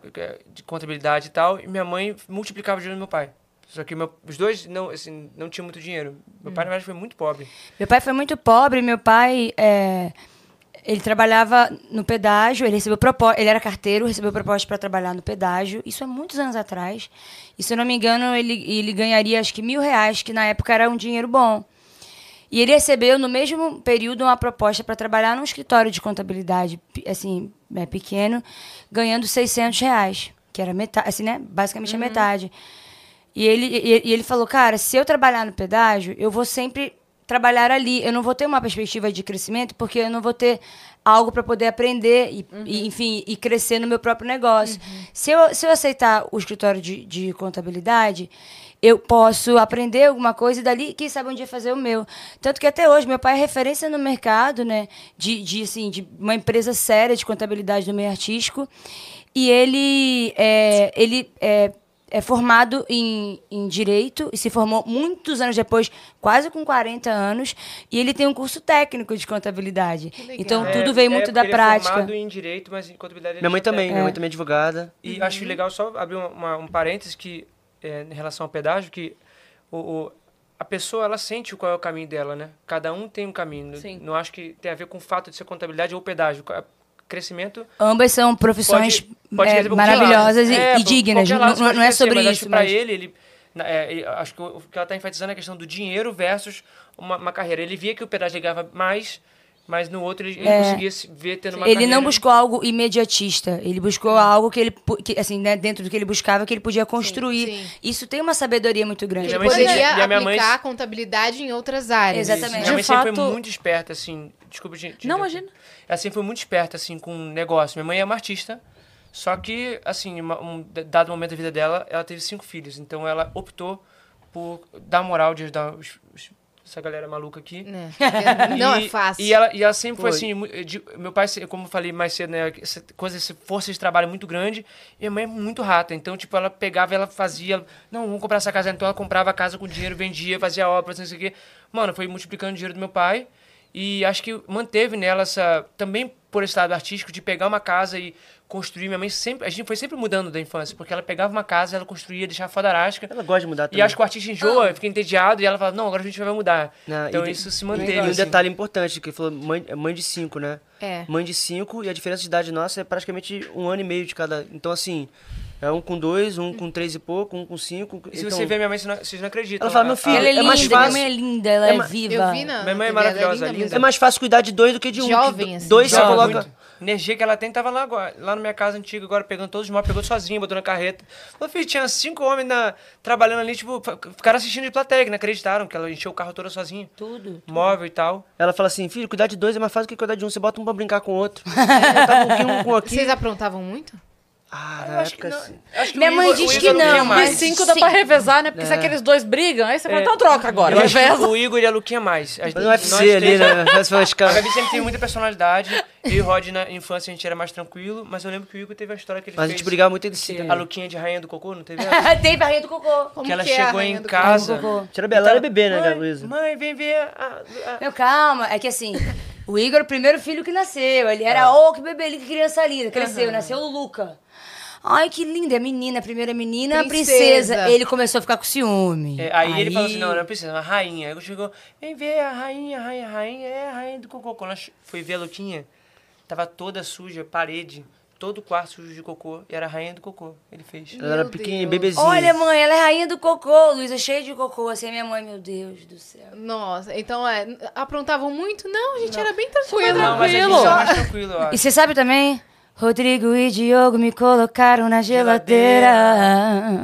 S5: de contabilidade e tal, e minha mãe multiplicava o dinheiro do meu pai. Só que meu- os dois não, assim, não tinham muito dinheiro. Meu pai, na verdade, foi muito pobre.
S3: Meu pai foi muito pobre, meu pai. é, ele trabalhava no pedágio, ele recebeu proposta, ele era carteiro, recebeu proposta para trabalhar no pedágio, isso há muitos anos atrás. E se eu não me engano, ele, ele ganharia acho que mil reais, que na época era um dinheiro bom. E ele recebeu, no mesmo período, uma proposta para trabalhar num escritório de contabilidade, pe- assim, né, pequeno, ganhando 600 reais, que era metade, assim, né? Basicamente a metade. E ele, e, e ele falou, cara, se eu trabalhar no pedágio, eu vou sempre trabalhar ali. Eu não vou ter uma perspectiva de crescimento, porque eu não vou ter algo para poder aprender e, e, enfim, e crescer no meu próprio negócio. Se, eu, se eu aceitar o escritório de, de contabilidade, eu posso aprender alguma coisa e dali, quem sabe um dia fazer o meu. Tanto que até hoje, meu pai é referência no mercado, né? De, de, assim, de uma empresa séria de contabilidade no meio artístico. E ele, é, ele é, é formado em, em direito e se formou muitos anos depois, quase com 40 anos, e ele tem um curso técnico de contabilidade.
S2: legal.
S3: Então
S5: É,
S3: tudo veio
S5: é,
S3: muito
S5: porque
S3: da
S5: ele é formado
S3: prática.
S5: em direito, mas em contabilidade ele
S4: Minha mãe
S5: tinha
S4: também,
S5: técnico.
S4: minha mãe também é advogada.
S5: E acho
S3: Uhum.
S5: legal só abrir uma- uma- um parênteses que, é, em relação ao pedágio, que o, o- a pessoa ela sente qual é o caminho dela, né? Cada um tem um caminho.
S1: Sim.
S5: Não, não acho que tem a ver com o fato de ser contabilidade ou pedágio. Ca- Crescimento
S3: Ambas são profissões
S5: pode
S3: é,
S5: querer dizer pra qualquer
S3: maravilhosas
S5: lado.
S3: e, e
S5: É, pra
S3: dignas.
S5: qualquer
S3: Não,
S5: lado você
S3: não-
S5: pode
S3: não é
S5: crescer,
S3: sobre
S5: mas acho
S3: isso.
S5: que pra
S3: mas-
S5: ele, ele na- é, e acho que o o que ela está enfatizando é a questão do dinheiro versus uma, uma carreira. Ele via que o pedágio ele ganhava mais, mas no outro ele, ele conseguia se ver tendo uma
S3: É. ele
S5: carreira. Hum.
S3: não buscou algo imediatista. Ele buscou algo que ele, pu- que, assim, né, dentro do que ele buscava, que ele podia construir.
S2: sim.
S3: Isso tem uma sabedoria muito grande.
S2: Ele
S5: minha mãe sempre-
S2: poderia
S5: e a minha
S2: aplicar
S5: mãe-
S2: a contabilidade em outras áreas.
S3: Exatamente.
S5: Minha mãe
S1: De
S5: sempre foi
S1: fato-
S5: muito esperta, assim. Desculpa, gente.
S1: Não, imagina.
S5: Ela sempre foi muito esperta, assim, com negócio. Minha mãe é uma artista, só que, assim, uma- um d- dado momento da vida dela, ela teve cinco filhos. Então ela optou por dar moral de ajudar os- os- essa galera maluca aqui.
S2: né? Porque Não é
S5: E-
S2: fácil.
S5: E ela, e ela sempre foi,
S4: Foi.
S5: assim, mu- de- meu pai, se- como eu falei mais cedo, né, essa coisa, essa força de trabalho é muito grande, e minha mãe é muito rata, então, tipo, ela pegava, ela fazia, não, vamos comprar essa casa, então ela comprava a casa com dinheiro, vendia, fazia obras, não sei o quê. Mano, foi multiplicando o dinheiro do meu pai, e acho que manteve nela essa, também por esse lado artístico, de pegar uma casa e construir. Minha mãe sempre, a gente foi sempre mudando da infância, porque ela pegava uma casa, ela construía, deixava fodarasca,
S4: Ela gosta de mudar também.
S5: e acho que o artista enjoa, fica entediado, e ela fala, não, agora a gente vai mudar.
S4: Né,
S5: então
S4: e-
S5: isso se
S4: e-
S5: manteve,
S4: E um
S5: assim.
S4: detalhe importante, que ele falou mãe, mãe de cinco, né?
S2: É.
S4: Mãe de cinco e a diferença de idade nossa é praticamente um ano e meio de cada. Então, assim, é um com dois, um com três e pouco, um com cinco.
S5: E se
S4: então,
S5: você vê minha mãe, você não, vocês não acreditam. né?
S4: Ela fala, meu
S5: A-
S4: filho,
S5: a-
S3: Ela é,
S4: É mais
S3: linda, minha
S4: fácil.
S3: mãe é linda, ela
S4: É
S3: é,
S4: ma-
S3: viva.
S2: Eu vi na.
S5: Minha mãe é
S2: na TV, ela
S5: maravilhosa,
S2: linda
S5: linda.
S4: É
S2: mesmo.
S4: mais fácil cuidar de dois do que de um.
S2: Jovem,
S4: que do-
S2: assim.
S4: Dois você
S5: Joga
S4: coloca.
S5: muito. Energia que ela tem, tava lá, agora, lá na minha casa antiga, agora pegando todos os móveis, pegou sozinha, botou na carreta. Meu filho, tinha cinco homens na- trabalhando ali, tipo, fa- ficaram assistindo de plateia, que não acreditaram, que ela encheu o carro todo sozinha.
S3: Tudo.
S5: Móvel e tal.
S4: Ela fala assim, filho, cuidar de dois é mais fácil do que cuidar de um. Você bota um pra brincar tá com o outro. Você bota um aqui, um com aqui.
S2: Vocês aprontavam muito?
S4: Ah,
S5: Eu
S4: na
S5: acho que
S4: época
S5: não.
S4: sim.
S5: Acho o
S3: Minha mãe
S5: Igor-
S3: diz
S5: o
S3: que
S5: Igor não
S3: não,
S5: tinha
S1: Mas
S5: mais.
S3: mas
S1: cinco dá
S3: sim.
S1: pra revezar, né? Porque se aqueles dois brigam, aí você fala, então troca agora.
S5: Eu acho que
S1: Reveza.
S5: o Igor e a Luquinha mais.
S4: Mas
S5: As-
S4: no
S5: nós
S4: UFC ali,
S5: três-
S4: né? Mas foi, acho que-
S5: A Gabi sempre teve muita personalidade. Eu e o Rod, na infância, a gente era mais tranquilo. Mas eu lembro que o Igor teve a história que ele
S4: Mas a
S5: fez.
S4: gente brigava muito ele sim.
S5: A
S4: A
S5: Luquinha de Rainha do Cocô, não teve? essa?
S3: Tem barrinha do cocô.
S2: Como
S5: que ela
S2: que é a
S5: chegou
S2: rainha
S5: em
S2: do
S5: casa.
S3: cocô?
S4: Tira Bela
S5: Então,
S4: era bebê, né, Luísa?
S5: Mãe, vem ver a- a-
S3: Não, calma, é que assim, o Igor é o primeiro filho que nasceu. Ele era, ô, que bebê, que criança linda. Cresceu, nasceu o Luca. Ai, que linda, é menina, a primeira menina, a princesa.
S2: Princesa.
S3: Ele começou a ficar com ciúme.
S5: É, aí, ele falou assim, não, não precisa, uma rainha. Aí ele chegou, vem ver a rainha, a rainha, a rainha, é a rainha do cocô. Quando ela che- foi ver a Luquinha, tava toda suja, parede, todo o quarto sujo de cocô, e era a rainha do cocô. Ele fez.
S4: Ela era
S2: Meu
S4: pequenininha,
S2: Deus.
S4: bebezinha.
S3: Olha, mãe, ela é rainha do cocô. Luísa, cheia de cocô. Assim, minha mãe, meu Deus do céu.
S2: Nossa, então é, aprontavam muito? Não, a gente era bem tranquilo.
S5: Não, mas a gente
S1: tranquilo.
S5: tá mais tranquilo, eu
S3: E
S5: acho.
S3: você sabe também? Rodrigo e Diogo me colocaram na geladeira.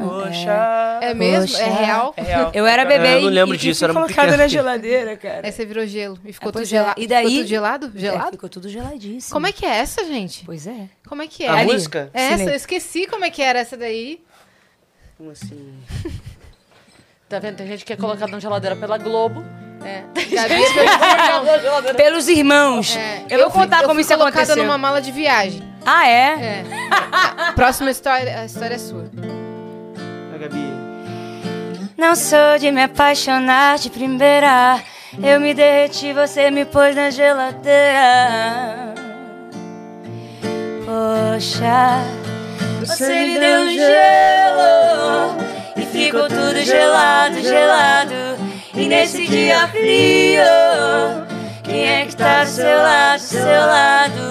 S5: Poxa.
S2: É mesmo? É
S3: Poxa.
S2: real?
S5: É real.
S3: Eu era bebê.
S4: Eu não
S3: e-
S4: lembro
S3: e
S4: disso,
S3: fui
S4: era muito
S3: colocada
S4: pequeno.
S3: na geladeira, cara.
S2: Aí você virou gelo e É, ficou
S3: É, pois
S2: tudo gelado.
S3: é. E daí-
S2: Ficou tudo gelado?
S3: É,
S2: Gelado?
S3: ficou tudo geladíssimo.
S2: Como é que é essa, gente?
S3: Pois é.
S2: Como é que é?
S4: A
S3: Ali.
S4: música?
S2: É Essa, eu
S3: Silêncio.
S2: esqueci como é que era essa daí.
S4: Como assim?
S1: Tá vendo? Tem gente que é colocada na geladeira pela Globo.
S2: É. Gabi, eu, É.
S3: Pelos irmãos. É. eu vou contar como isso aconteceu.
S2: colocada numa mala de viagem.
S3: Ah, é?
S2: É. Próxima história, a história é sua.
S4: A Gabi.
S3: Não sou de me apaixonar de primeira. Eu me derreti, você me pôs na geladeira. Poxa, você me deu um gelo e ficou tudo gelado, gelado. E nesse dia frio, quem é que tá do seu lado, do seu lado?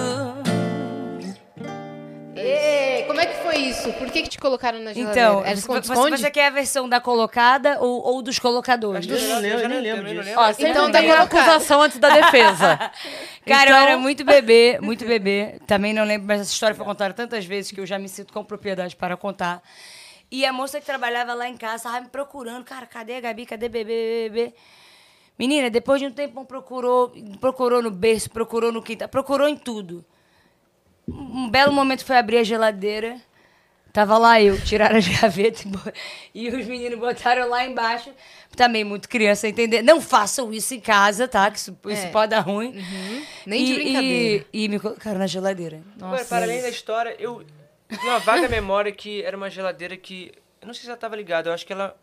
S2: Ê, como é que foi isso? Por que, que te colocaram na geladeira?
S3: Então,
S2: era
S3: você,
S2: É, esconde,
S3: você- você quer a versão da colocada ou, ou dos colocadores?
S4: Eu não lembro, eu nem lembro
S5: também não
S4: disso.
S5: lembro.
S1: Ó, sempre
S2: Então
S1: então,
S2: tá
S1: tem a
S2: colocado.
S1: acusação antes da defesa. Então-
S3: Cara, eu era muito bebê, muito bebê. Também não lembro, mas essa história foi contada tantas vezes que eu já me sinto com propriedade para contar. E a moça que trabalhava lá em casa tava me procurando. Cara, cadê a Gabi? Cadê bebê, bebê? Menina, depois de um tempo procurou, procurou no berço, procurou no quintal, procurou em tudo. Um belo momento foi abrir a geladeira. Tava lá eu, tiraram as gavetas e bo- e os meninos botaram lá embaixo. Também muito criança entender. Não façam isso em casa, tá? Que isso, isso
S2: É.
S3: pode dar ruim. Uhum.
S2: Nem de
S3: E-
S2: brincadeira.
S3: E, e me colocaram na geladeira.
S5: Agora, para além da história, eu tenho uma vaga memória que era uma geladeira que... Eu não sei se ela tava ligada, eu acho que ela...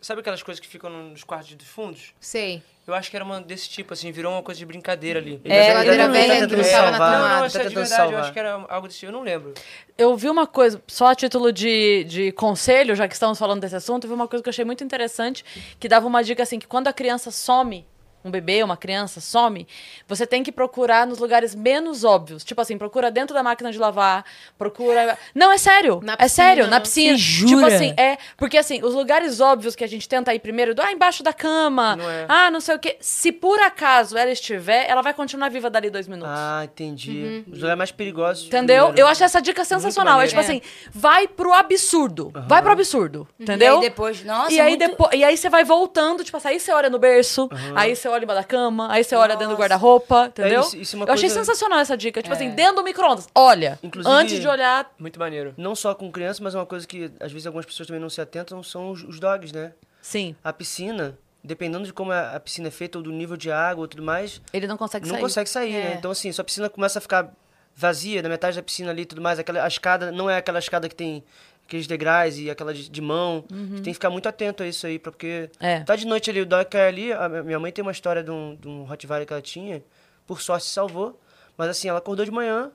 S5: Sabe aquelas coisas que ficam nos quartos dos fundos?
S2: Sei.
S5: Eu acho que era uma desse tipo, assim, virou uma coisa de brincadeira ali.
S3: É,
S2: geladeira
S3: eu-
S2: velha
S4: tá
S2: que
S4: tentando
S2: estava na
S4: salvar.
S5: Não, não,
S2: tomada.
S5: isso
S4: tá
S5: é de
S4: tentando
S5: verdade, eu
S4: salvar.
S5: acho que era algo desse, tipo, eu não lembro.
S1: Eu vi uma coisa, só a título de, de conselho, já que estamos falando desse assunto, eu vi uma coisa que eu achei muito interessante, que dava uma dica assim, que quando a criança some, um bebê, uma criança some, você tem que procurar nos lugares menos óbvios. Tipo assim, procura dentro da máquina de lavar, procura... Não, é sério,
S2: Na
S1: é sério,
S2: piscina,
S1: na
S2: não.
S1: piscina.
S3: Você
S1: Tipo
S3: jura?
S1: assim, é, porque assim, os lugares óbvios que a gente tenta ir primeiro, do, ah, embaixo da cama,
S5: Não é.
S1: ah, não sei o quê. Se por acaso ela estiver, ela vai continuar viva dali dois minutos.
S4: Ah, entendi.
S3: Uhum.
S4: Os lugares mais perigosos.
S1: Entendeu?
S4: primeiro.
S1: Eu acho essa dica sensacional. É
S5: maneiro.
S1: tipo assim, vai pro absurdo. Vai pro absurdo. Entendeu?
S3: E aí depois, nossa,
S1: Uhum. E aí,
S3: muito-
S1: depo- e aí você vai voltando, tipo assim, aí você olha no berço, aí você olha embaixo da cama, aí você olha dentro do guarda-roupa, entendeu?
S4: isso- isso é uma
S1: Eu achei
S4: coisa- É.
S1: sensacional essa dica. Tipo assim, dentro do micro-ondas, olha.
S4: Inclusive-
S1: Antes de olhar.
S5: Muito maneiro.
S4: Não só com criança, mas é uma coisa que às vezes algumas pessoas também não se atentam são os, os dogs, né?
S1: Sim,
S4: A piscina, dependendo de como a, a piscina é feita, ou do nível de água ou tudo mais,
S1: ele não consegue
S4: não
S1: sair.
S4: consegue sair, né? Então, assim, sua piscina começa a ficar vazia, na metade da piscina ali e tudo mais. Aquela, a escada não é aquela escada que tem aqueles degraus e aquela de, de mão. Você tem que ficar muito atento a isso aí, porque
S1: É.
S4: tá de noite ali, o dog cai ali. A minha- minha mãe tem uma história de um, de um Rottweiler que ela tinha, por sorte se salvou. Mas, assim, ela acordou de manhã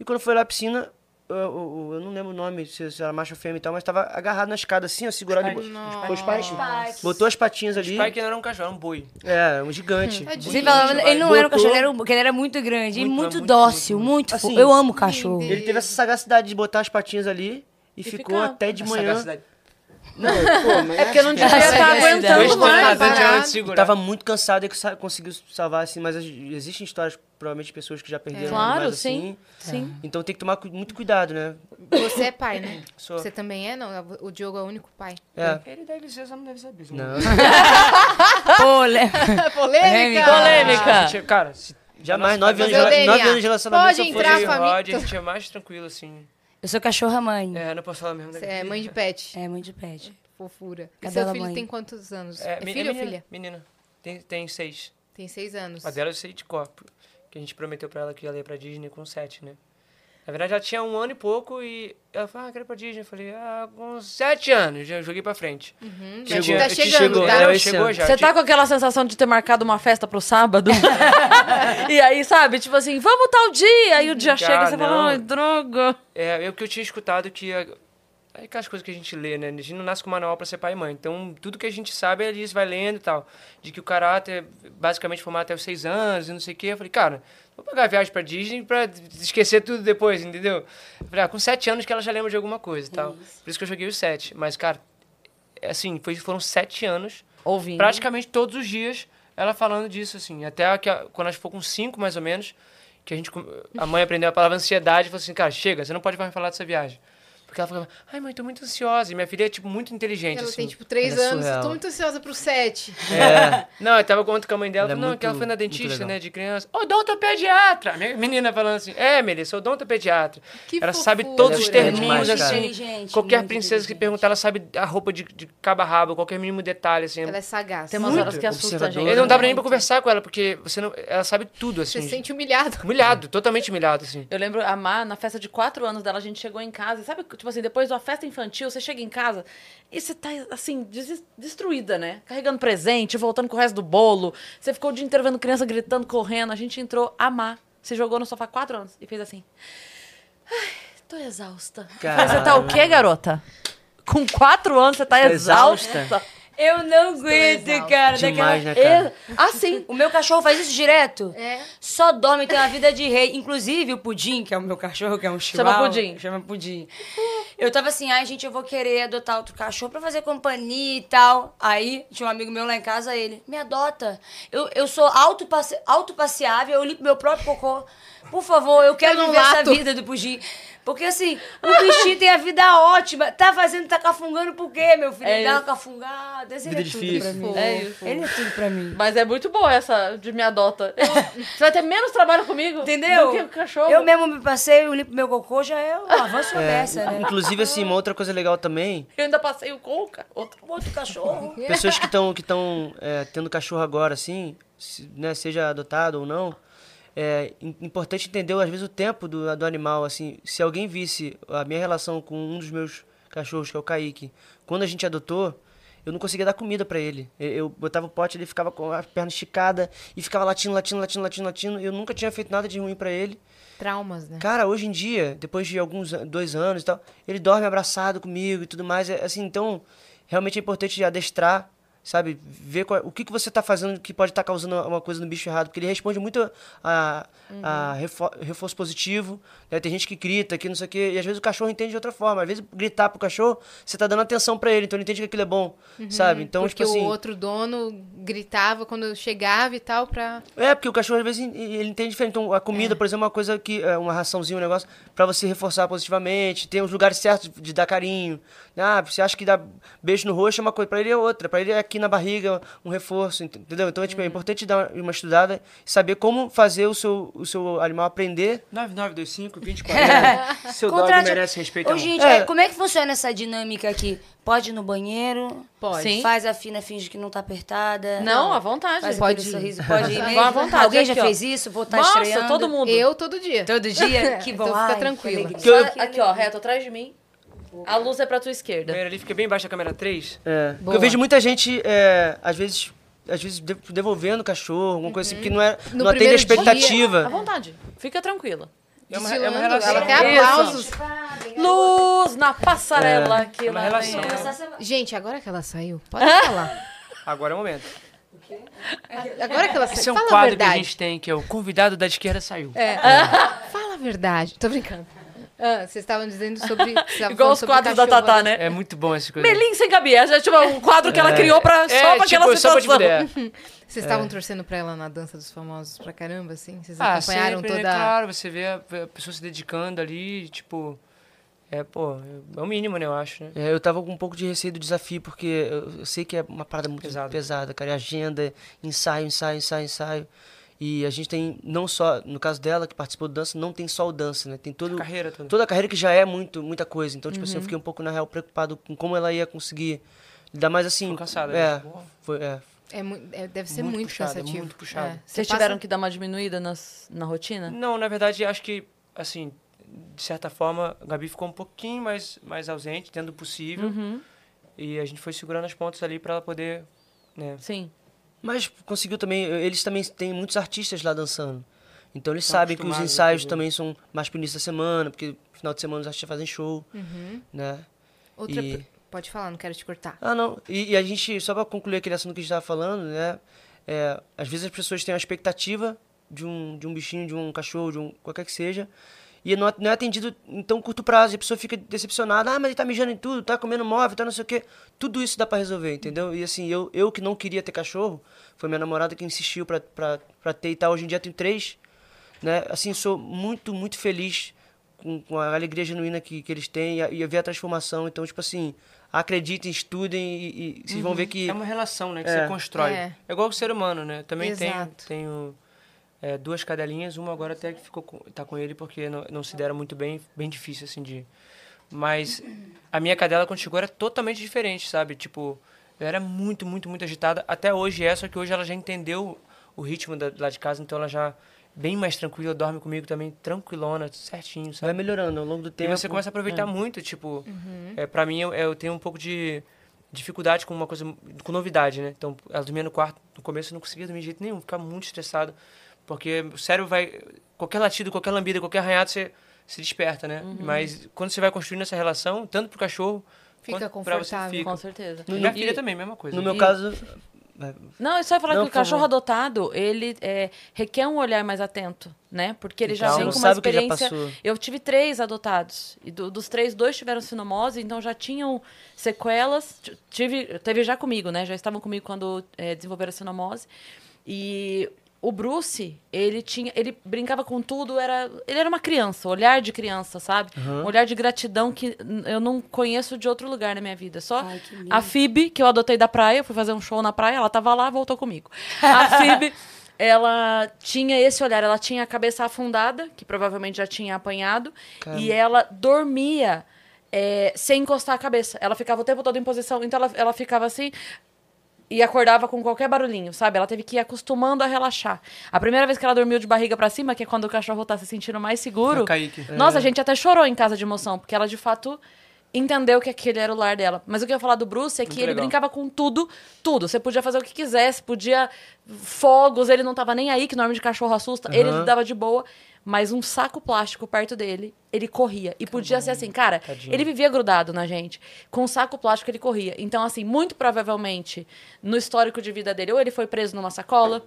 S4: e quando foi lá à piscina... Eu, eu- eu não lembro o nome, se, se era macho ou fêmea e tal, mas tava agarrado na escada assim, ó, segurado. e bo- Os pais, botou as patinhas ali.
S5: Pai que não era um cachorro, era um boi.
S4: É, um gigante.
S3: Você falava, ele não era um
S4: Botou.
S3: cachorro, ele era, um- porque ele era muito grande e
S5: Muito,
S3: muito,
S5: muito,
S3: dócil, muito, fofo.
S4: Assim,
S3: Eu amo cachorro.
S4: Ele teve essa sagacidade de botar as patinhas ali e, ficou
S1: ficar.
S4: até de manhã.
S5: Sagacidade.
S1: É porque não devia
S3: Essa
S1: estar
S3: é a verdade.
S1: aguentando
S5: Dois
S1: mais.
S5: tornados antes de ela
S2: parado.
S5: te segurar.
S4: Tava muito cansado e que sa- conseguiu salvar, assim, mas as- existem histórias, provavelmente, de pessoas que já perderam
S1: Claro,
S4: animais
S1: sim.
S4: assim.
S1: Sim.
S4: Então tem que tomar cu- muito cuidado, né?
S2: Você é pai, né?
S5: Sou.
S2: Você também é? Não, o Diogo é o único pai.
S4: É.
S5: Ele deve ser, só não deve saber.
S4: Não.
S3: Pô, le-
S2: Polêmica!
S1: Polêmica.
S5: Ah, tinha- Cara, se-
S4: Jamais
S5: Nossa,
S4: nove anos, de
S2: eu
S4: rela-
S2: odeio.
S4: nove anos de relacionamento
S2: Pode
S4: só foi-
S2: entrar,
S5: eu e o
S2: família.
S5: Rod, a gente é mais tranquilo, assim.
S3: Eu sou cachorra-mãe. É.
S5: É, não posso falar mesmo. da
S2: Você
S5: minha
S2: é mãe de
S5: vida.
S2: pet.
S3: muito pet.
S2: Fofura. E
S3: Cadê
S2: seu
S3: ela,
S2: filho
S3: mãe?
S2: tem quantos anos? É,
S5: me-
S2: filho ou
S5: menina,
S2: filha?
S5: Menina. Tem, tem seis.
S2: Tem seis anos.
S5: A dela eu sei de copo. Que a gente prometeu pra ela que ela ia pra Disney com sete, né? Na verdade, ela tinha um ano e pouco e ela falou, ah, quero ir pra Disney. Eu falei, ah, com sete anos. Já joguei pra frente.
S2: Hum,
S4: Chegou.
S2: mas tá
S4: Chegou.
S2: chegando,
S4: Chegou.
S2: tá?
S5: Ela
S4: Esse
S5: chegou
S4: ano.
S5: já.
S1: Você
S5: tipo,
S1: tá com aquela sensação de ter marcado uma festa pro sábado? e aí, sabe? Tipo assim, vamos tal dia. Aí o dia
S5: Ah,
S1: chega e você
S5: não.
S1: fala, ai, droga.
S5: É, é o que eu tinha escutado que... a- É aquelas coisas que a gente lê, né? A gente não nasce com manual pra ser pai e mãe. Então, tudo que a gente sabe, é disso, vai lendo e tal. De que o caráter é basicamente formado até os seis anos e não sei o quê. Eu falei, cara, vou pagar a viagem pra Disney pra esquecer tudo depois, entendeu? Eu falei, ah, com sete anos que ela já lembra de alguma coisa e tal. Por isso que eu joguei os sete. Mas, cara, é assim, foi, foram sete anos
S1: Ouvindo.
S5: praticamente todos os dias ela falando disso, assim. Até que a- quando ela ficou com cinco, mais ou menos, que a gente com- a mãe aprendeu a palavra ansiedade e falou assim, cara, chega, você não pode mais falar dessa viagem. Porque ela falava, ai mãe, tô muito ansiosa. E minha filha é, tipo, muito inteligente,
S2: Ela
S5: assim.
S2: tem tipo três
S4: Ela é
S2: anos.
S4: surreal.
S2: Tô muito ansiosa pro sete.
S4: É.
S5: Não, eu tava contando com a mãe dela,
S4: Ela é
S5: falou, não,
S4: muito-
S5: que ela foi na
S4: muito
S5: dentista,
S4: legal.
S5: né, de criança. Odontopediatra! Minha menina falando assim, é, Melissa, odontopediatra.
S2: Que
S5: ela
S2: fofura.
S5: sabe todos os
S4: Ela é
S5: terminhos,
S4: demais, cara.
S5: assim.
S3: Inteligente,
S5: Qualquer
S3: muito
S5: princesa que
S3: inteligente.
S5: perguntar, ela sabe a roupa de, de cabo a rabo, qualquer mínimo detalhe, assim.
S2: Ela é sagaz.
S1: Tem umas
S5: Muito
S1: horas que assusta a
S4: observadora.
S1: gente.
S5: Eu não
S4: né?
S5: dava nem pra
S1: Muito.
S5: conversar com ela, porque você não, ela sabe tudo, assim.
S2: Você se sente humilhado.
S5: Humilhado, totalmente humilhado, assim.
S1: Eu lembro, a Má, na festa de quatro anos dela, a gente chegou em casa. E sabe, tipo assim, depois da festa infantil, você chega em casa e você tá, assim, des- destruída, né? Carregando presente, voltando com o resto do bolo. Você ficou o dia inteiro vendo criança gritando, correndo. A gente entrou, a Má se jogou no sofá quatro anos e fez assim. Ai, tô exausta. Eu falei, Você tá o quê, garota? Com quatro anos você tá,
S3: é
S4: Tá
S1: exausta?
S4: exausta?
S3: Eu não aguento,
S2: exausta.
S3: cara. daquela...
S4: Demais,
S3: Ah,
S4: né, cara?
S1: E- Assim.
S3: O meu cachorro faz isso direto.
S2: É.
S3: Só dorme, tem uma vida de rei. Inclusive, o Pudim, que é o meu cachorro, que é um chihuahua.
S1: Pudim.
S3: Chama Pudim. Eu tava assim, ai, gente, eu vou querer adotar outro cachorro pra fazer companhia e tal. Aí, tinha um amigo meu lá em casa, ele, me adota. Eu, eu sou autopasse- autopasseável, eu limpo meu próprio cocô. Por favor, eu quero
S2: não
S3: viver essa
S2: lato."
S3: vida do Pudim. Porque, assim, o bichinho tem a vida ótima. Tá fazendo, tá cafungando por quê, meu filho?
S1: É
S3: Ele dá uma
S1: isso.
S3: cafungada. Ele
S4: Vida
S3: é tudo pra
S4: difícil.
S3: mim.
S1: É isso.
S3: Ele é tudo pra mim.
S1: Mas é muito boa essa de me adota. Você vai ter menos trabalho comigo
S3: Entendeu?
S1: do que o cachorro.
S3: Eu mesmo me passei, eu limpo meu cocô, já é um avanço
S4: É,
S3: dessa, né?
S4: Inclusive, assim, uma outra coisa legal também,
S1: Eu ainda passei o Colca. Outro.
S3: Outro cachorro.
S4: pessoas que estão que tão, é, tendo cachorro agora, assim, se- né, seja adotado ou não, é im- importante entender, às vezes, o tempo do, do animal, assim, se alguém visse a minha relação com um dos meus cachorros, que é o Kaique, quando a gente adotou, eu não conseguia dar comida pra ele. Eu, eu botava o pote, ele ficava com a perna esticada e ficava latindo, latindo, latindo, latindo, latindo. e Eu nunca tinha feito nada de ruim pra ele.
S2: Traumas, né?
S4: Cara, hoje em dia, depois de alguns an- dois anos e tal, ele dorme abraçado comigo e tudo mais. É, assim, então, realmente é importante adestrar, sabe? Ver qual- o que, que você tá fazendo que pode estar causando uma coisa no bicho errado. Porque ele responde muito a, a
S2: Uhum.
S4: refor- reforço positivo. né? Tem gente que grita, que não sei o quê. E às vezes o cachorro entende de outra forma. Às vezes gritar pro cachorro, você tá dando atenção pra ele. Então ele entende que aquilo é bom, sabe? Então,
S2: Uhum. Porque
S4: tipo assim...
S2: o outro dono gritava quando eu chegava e tal pra...
S4: É, porque o cachorro às vezes en- ele entende diferente. Então, a comida, por exemplo, é uma coisa que. É uma raçãozinha, um negócio, pra você reforçar positivamente. Tem os lugares certos de dar carinho. Ah, você acha que dar beijo no rosto é uma coisa, pra ele é outra. Pra ele é aqui na barriga, um reforço, ent- entendeu? Então, é,
S2: Uhum.
S4: tipo, é importante dar uma estudada e saber como fazer o seu, o seu animal aprender.
S5: 9925, 2040. Seu dog
S3: Contradi-
S5: merece um respeito.
S3: Ô,
S5: amor.
S3: gente,
S4: É.
S3: é, como é que funciona essa dinâmica aqui? Pode ir no banheiro?
S2: Pode.
S1: Sim.
S3: Faz a fina, finge que não tá apertada.
S1: Não, à vontade.
S3: Faz
S2: Pode
S3: pode
S2: ir.
S3: sorriso, pode ir
S1: Vá à
S3: mesmo.
S1: vontade,
S3: Alguém já
S1: aqui, ó.
S3: fez isso? Vou tá
S1: Nossa,
S3: estreando.
S1: todo mundo.
S2: Eu todo dia.
S3: Todo dia? Que bom.
S2: Então fica
S3: Ai, que
S2: tranquila.
S3: alegria.
S1: Só
S3: Que
S1: aqui, ó, reto atrás de mim. A luz é pra tua
S5: O
S1: esquerda.
S5: banheiro ali fica bem embaixo da câmera 3.
S4: É, porque
S2: Boa.
S4: eu vejo muita gente, é, às vezes. Às vezes de- devolvendo o cachorro, alguma coisa assim, porque não, é,
S2: Uhum. No
S4: não atende a
S2: primeiro dia- né?
S1: À
S4: expectativa.
S1: vontade. Fica tranquila.
S5: É uma, é
S2: Desfilando,
S5: uma
S2: ela
S5: relação.
S2: até
S1: Isso.
S2: aplausos.
S1: Luz na passarela que
S5: É uma
S1: lá
S5: relação.
S1: vem.
S3: Começar a semana.
S2: Gente, agora que ela saiu, pode falar.
S5: Agora é o momento.
S2: Agora que ela saiu,
S5: Esse é um
S2: fala a
S5: quadro que a
S2: verdade. É.
S5: gente tem, que é o convidado da esquerda saiu.
S2: Fala a verdade. Tô brincando. Ah, vocês estavam dizendo sobre... vocês estavam
S1: Igual
S2: falando
S1: os
S2: sobre
S1: quadros da
S2: cachorro,
S1: Tatá,
S2: né?
S1: né?
S5: É muito bom essa coisa.
S1: Melim sem cabeça. É tipo um quadro que ela criou pra, só pra
S5: tipo,
S1: aquela
S5: só pra te
S1: situação.
S5: fuder.
S2: Vocês estavam torcendo pra ela na dança dos famosos pra caramba, assim? Vocês
S5: É. Ah,
S2: acompanharam
S5: sempre, né,
S2: toda... a.
S5: Claro, você vê a a pessoa se dedicando ali, tipo... É, pô, é o mínimo, né, eu acho, né?
S4: É, eu tava com um pouco de receio do desafio, porque eu, eu sei que é uma parada muito
S5: Pesado.
S4: pesada, cara. É agenda, ensaio, ensaio, ensaio, ensaio. E a gente tem, não só, no caso dela, que participou do dança, não tem só o dança, né? Tem todo,
S5: Carreira também.
S4: toda a carreira que já é muito, muita coisa. Então, tipo assim, eu fiquei um pouco, na real, preocupado com como ela ia conseguir lidar mais assim.
S5: Ficou cansada,
S4: é,
S5: né?
S4: foi, é.
S2: É mu- é, deve ser muito,
S5: Muito puxado, é
S2: cansativo.
S5: muito puxado.
S1: Vocês
S2: você
S1: tiveram
S2: passa-
S1: que dar uma diminuída nas- na rotina?
S5: Não, na verdade, acho que, assim, de certa forma, a Gabi ficou um pouquinho mais, mais ausente, dentro do possível. E a gente foi segurando as pontas ali pra ela poder, né?
S1: Sim.
S4: Mas conseguiu também, eles também têm muitos artistas lá dançando. Então eles sabem que os
S5: acostumados,
S4: ensaios
S5: né?
S4: também são mais pro início da semana, porque final de semana os artistas fazem show, né?
S2: Outra...
S4: E-
S2: pr- Pode falar, não quero te cortar.
S4: Ah, não. E, e a gente, só pra concluir aquele assunto que a gente tava falando, né? É, às vezes as pessoas têm uma expectativa de um, de um bichinho, de um cachorro, de um qualquer que seja, e não é, não é atendido em tão curto prazo. E a pessoa fica decepcionada. Ah, mas ele tá mijando em tudo, tá comendo móvel, tá não sei o quê. Tudo isso dá pra resolver, entendeu? E assim, eu, eu que não queria ter cachorro, foi minha namorada que insistiu pra, pra, pra ter e tal. Hoje em dia eu tenho três, né? Assim, sou muito, muito feliz com, com a alegria genuína que, que eles têm e, a- e ver a transformação. Então, tipo assim, acreditem, estudem e, e vocês vão ver que.
S5: É uma relação, né? Que
S4: É.
S5: você constrói.
S2: É.
S5: É. igual o ser humano, né? Também tenho,
S2: Exato.
S5: tenho é, duas cadelinhas. Uma agora até que ficou com, tá com ele porque não, não se deram muito bem. Bem difícil, assim, de... Mas a minha cadela quando chegou era totalmente diferente, sabe? Tipo, eu era muito, muito, muito agitada. Até hoje é, só que hoje ela já entendeu o ritmo da, lá de casa. Então ela já... Bem mais tranquila, dorme comigo também, tranquilona, certinho,
S4: Vai
S5: sabe?
S4: melhorando ao longo do
S5: E
S4: tempo.
S5: você começa a aproveitar muito, tipo,
S2: Uhum.
S5: é, pra mim eu, eu tenho um pouco de dificuldade com uma coisa, com novidade, né? Então, ela dormia no quarto, no começo eu não conseguia dormir de jeito nenhum, ficava muito estressado, porque o cérebro vai, qualquer latido, qualquer lambida, qualquer arranhado, você se desperta, né?
S2: Uhum.
S5: Mas quando você vai construindo essa relação, tanto pro cachorro,
S2: Fica
S5: quanto pra você
S2: confortável.
S5: fica.
S1: Com certeza.
S5: Minha
S1: E-
S5: filha também, mesma coisa.
S4: No meu
S5: E-
S4: caso.
S1: Não, é só falar
S4: Não,
S1: que o
S4: por favor.
S1: cachorro adotado, ele é, requer um olhar mais atento, né? Porque ele já
S4: Então,
S1: vem
S4: não
S1: com uma
S4: sabe o que já
S1: experiência.
S4: passou.
S1: Eu tive três adotados. E do- dos três, dois tiveram sinomose, então já tinham sequelas. T- Tive, teve já comigo, né? Já estavam comigo quando é, desenvolveram a sinomose. E o Bruce, ele tinha. Ele brincava com tudo, era. Ele era uma criança, olhar de criança, sabe? Um olhar de gratidão que n- eu não conheço de outro lugar na minha vida. Só
S6: Ai, que lindo.
S1: a Fib, que eu adotei da praia, eu fui fazer um show na praia, ela tava lá, voltou comigo. A Fib, ela tinha esse olhar, ela tinha a cabeça afundada, que provavelmente já tinha apanhado, e ela dormia é, sem encostar a cabeça. Ela ficava o tempo todo em posição, então ela, ela ficava assim. E acordava com qualquer barulhinho, sabe? Ela teve que ir acostumando a relaxar. A primeira vez que ela dormiu de barriga pra cima, que é quando o cachorro tá se sentindo mais seguro.
S5: É o Kaique.
S1: Nossa, a gente até chorou em casa de emoção, porque ela de fato entendeu que aquele era o lar dela. Mas o que eu ia falar do Bruce é que
S5: Muito
S1: ele
S5: legal.
S1: brincava com tudo, tudo. Você podia fazer o que quisesse, podia fogos, ele não tava nem aí, que nome de cachorro assusta, ele dava de boa. Mas um saco plástico perto dele, ele corria. E podia ser assim, cara, ele vivia grudado na gente. Com um saco plástico ele corria. Então, assim, muito provavelmente, no histórico de vida dele, ou ele foi preso numa sacola,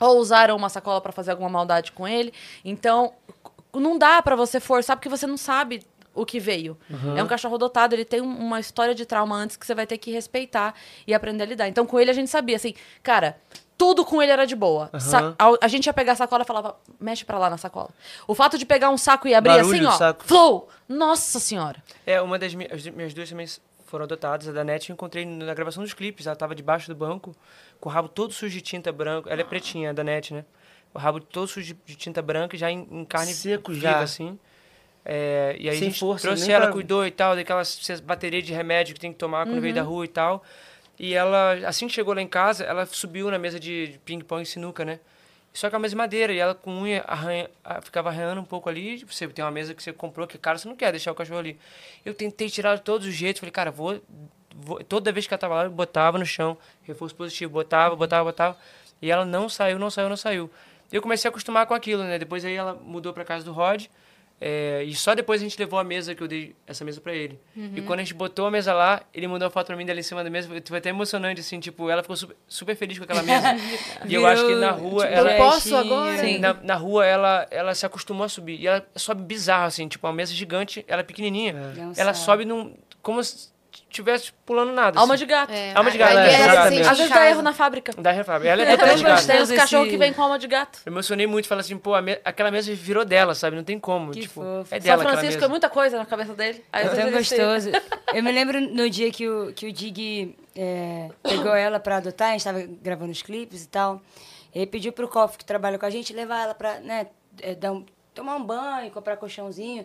S1: ou usaram uma sacola pra fazer alguma maldade com ele. Então, c- não dá pra você forçar porque você não sabe o que veio. É um cachorro adotado, ele tem um- uma história de trauma antes que você vai ter que respeitar e aprender a lidar. Então, com ele a gente sabia assim, cara, tudo com ele era de boa. Sa-
S4: Uhum.
S1: ao- a, gente ia pegar a sacola e falava, mexe pra lá na sacola. O fato de pegar um saco e abrir
S4: Barulho
S1: assim,
S4: do
S1: ó,
S4: saco.
S1: flow. Nossa senhora.
S5: É, uma das minhas, as minhas duas também foram adotadas. A da Net eu encontrei na gravação dos clipes. Ela tava debaixo do banco, com o rabo todo sujo de tinta branca.
S4: Ah.
S5: Ela é pretinha, a da Net, né? O rabo todo sujo de- de tinta branca, já em, em carne
S4: Seco
S5: viva,
S4: já.
S5: assim. É, e aí
S4: Sem
S5: a gente
S4: força,
S5: trouxe
S4: nem
S5: ela,
S4: pra-
S5: cuidou e tal, daquelas baterias de remédio que tem que tomar quando veio da rua e tal. E ela, assim que chegou lá em casa, ela subiu na mesa de ping-pong e sinuca, né? Só que é uma mesa de madeira, e ela com unha arranha, a- ficava arranhando um pouco ali. Tipo, você tem uma mesa que você comprou, que é cara, você não quer deixar o cachorro ali. Eu tentei tirar de todos os jeitos, falei, cara, vou, vou- Toda vez que ela tava lá, eu botava no chão, reforço positivo, botava, botava, botava. E ela não saiu, não saiu, não saiu. Eu comecei a acostumar com aquilo, né? Depois aí ela mudou pra casa do Rod. É, e só depois a gente levou a mesa que eu dei essa mesa pra ele. E quando a gente botou a mesa lá, ele mandou a foto pra mim dela em cima da mesa. Foi foi até emocionante, assim, tipo, ela ficou super, super feliz com aquela mesa. e eu acho que na rua
S2: tipo,
S5: ela.
S2: eu posso agora?
S5: Sim. Na, na rua ela, ela se acostumou a subir. E ela sobe bizarro, assim, tipo, uma mesa gigante, ela é pequenininha.
S3: É um
S5: Ela
S3: saco.
S5: sobe num. como se estivesse pulando nada.
S1: Alma
S5: assim.
S1: de gato.
S2: É,
S5: Alma de
S2: aí
S5: gato,
S2: ela
S5: é,
S2: se
S5: exatamente.
S2: sente em
S1: Às vezes dá
S2: casa.
S1: erro na fábrica.
S5: Da refábrica. Ela é
S1: Eu
S5: totalmente
S1: também
S5: gata.
S1: gostei dos
S6: Esse-
S1: cachorros que vem com alma de gato.
S5: Eu emocionei muito, falei assim, pô, a me- aquela mesa virou dela, sabe? Não tem como. tipo,
S3: fofo.
S1: São
S5: é dela aquela
S1: Francisco
S5: mesa.
S1: é muita coisa na cabeça dele. Aí
S3: É
S1: às
S3: tão
S1: vezes ele se-
S3: gostoso. Eu me lembro no dia que o, que o Dig é, pegou ela pra adotar, a gente tava gravando os clipes e tal. E aí pediu pro Kof, que trabalha com a gente, levar ela pra, né, é, dar um- tomar um banho, comprar colchãozinho.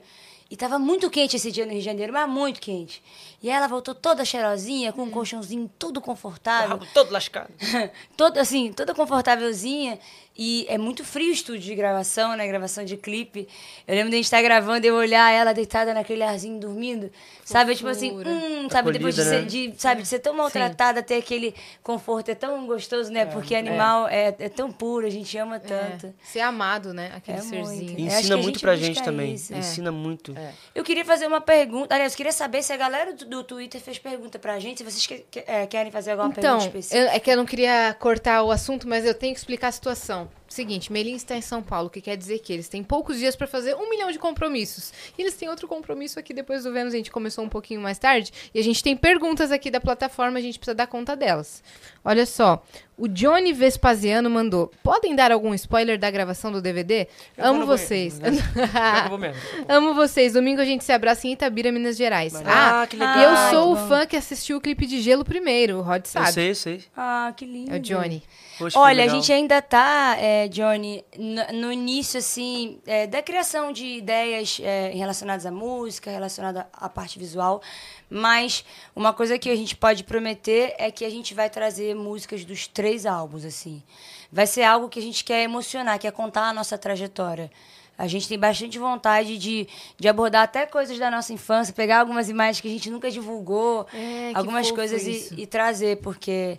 S3: E tava muito quente esse dia no Rio de Janeiro, mas muito quente. E ela voltou toda cheirosinha, com um colchãozinho todo
S5: O
S3: confortável
S5: rabo todo lascado.
S3: toda assim, toda confortávelzinha. E é muito frio o estúdio de gravação, né? Gravação de clipe. Eu lembro da gente estar gravando e eu olhar ela deitada naquele arzinho dormindo. Sabe? Tipo assim,
S2: Fofura.
S3: hum, sabe? Depois de
S4: Acolhida,
S3: ser,
S4: né?
S3: de, sabe, de ser tão maltratada, ter aquele conforto é tão gostoso, né? Porque animal é. É, tão puro, a gente ama tanto.
S2: É, ser amado, né? Aquele
S3: É
S2: serzinho.
S3: muito.
S4: E
S3: Eu acho que
S4: Ensina
S3: a
S4: muito
S3: gente
S4: pra
S3: busca
S4: gente também.
S3: isso. É.
S4: Ensina muito.
S3: Eu queria fazer uma pergunta. Aliás, eu queria saber se a galera do, do Twitter fez pergunta pra gente. Se vocês que- que- é, querem fazer alguma
S2: Então,
S3: pergunta específica.
S2: eu- é que eu não queria cortar o assunto, mas eu tenho que explicar a situação. Seguinte, Melim está em São Paulo, o que quer dizer que eles têm poucos dias para fazer um milhão de compromissos. E eles têm outro compromisso aqui depois do Vênus, a gente começou um pouquinho mais tarde, e a gente tem perguntas aqui da plataforma, a gente precisa dar conta delas. Olha só, o Johnny Vespasiano mandou, podem dar algum spoiler da gravação do DVD?
S5: Eu vou
S2: Amo
S5: no
S2: vocês.
S5: banheiro, né?
S2: Ah.
S5: Eu vou mesmo.
S2: Amo vocês. Domingo a gente se abraça em Itabira, Minas Gerais. Ah,
S4: que
S3: legal.
S2: e eu
S3: Ah,
S2: sou
S3: que
S2: o fã que assistiu o clipe de Gelo primeiro, o Rod
S4: Eu
S2: sabe.
S4: sei, eu sei.
S3: Ah, que lindo.
S2: É o Johnny.
S4: Poxa, que
S3: Olha, a
S4: legal.
S3: gente ainda tá, é, Johnny, no, no início, assim, é, da criação de ideias é, relacionadas à música, relacionada à parte visual, mas uma coisa que a gente pode prometer é que a gente vai trazer músicas dos três álbuns, assim. Vai ser algo que a gente quer emocionar, quer contar a nossa trajetória. A gente tem bastante vontade de, de abordar até coisas da nossa infância, pegar algumas imagens que a gente nunca divulgou,
S2: É, que
S3: algumas
S2: fofo
S3: coisas e-
S2: isso.
S3: e trazer, porque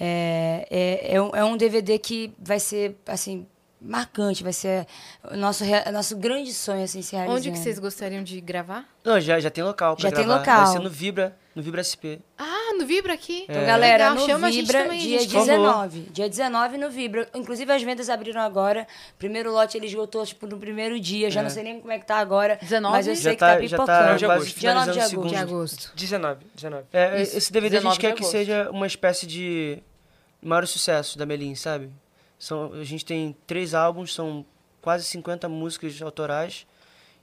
S3: é, é, é, um, é um DVD que vai ser, assim, marcante, vai ser o nosso, rea- nosso grande sonho, assim, se realizando.
S2: Onde que vocês gostariam de gravar?
S4: Não, já, já tem local pra
S3: Já tem
S4: gravar.
S3: local.
S4: Vai ser no Vibra, no Vibra SP.
S2: Ah, no Vibra
S4: É.
S2: aqui.
S3: Então, galera,
S2: Legal,
S3: no
S2: chama a
S3: Vibra,
S2: gente também.
S3: dia
S2: gente.
S4: Por favor.
S3: 19. Dia 19 no Vibra. Inclusive, as vendas abriram agora. Primeiro lote, ele esgotou, tipo, no primeiro dia. Já não sei nem como é que tá agora.
S1: 19?
S3: Mas eu
S1: Já
S3: sei que
S4: tá-
S3: tá
S4: já tá
S3: pipocando.
S5: quase
S3: Dia 9 de
S4: finalizando o
S3: agosto.
S4: segundo.
S2: De agosto.
S5: 19, 19.
S4: É,
S1: Isso,
S4: esse DVD a
S1: 19 de
S4: gente quer que
S1: agosto.
S4: seja uma espécie de maior sucesso da Melim, sabe? São, a gente tem três álbuns, são quase 50 músicas autorais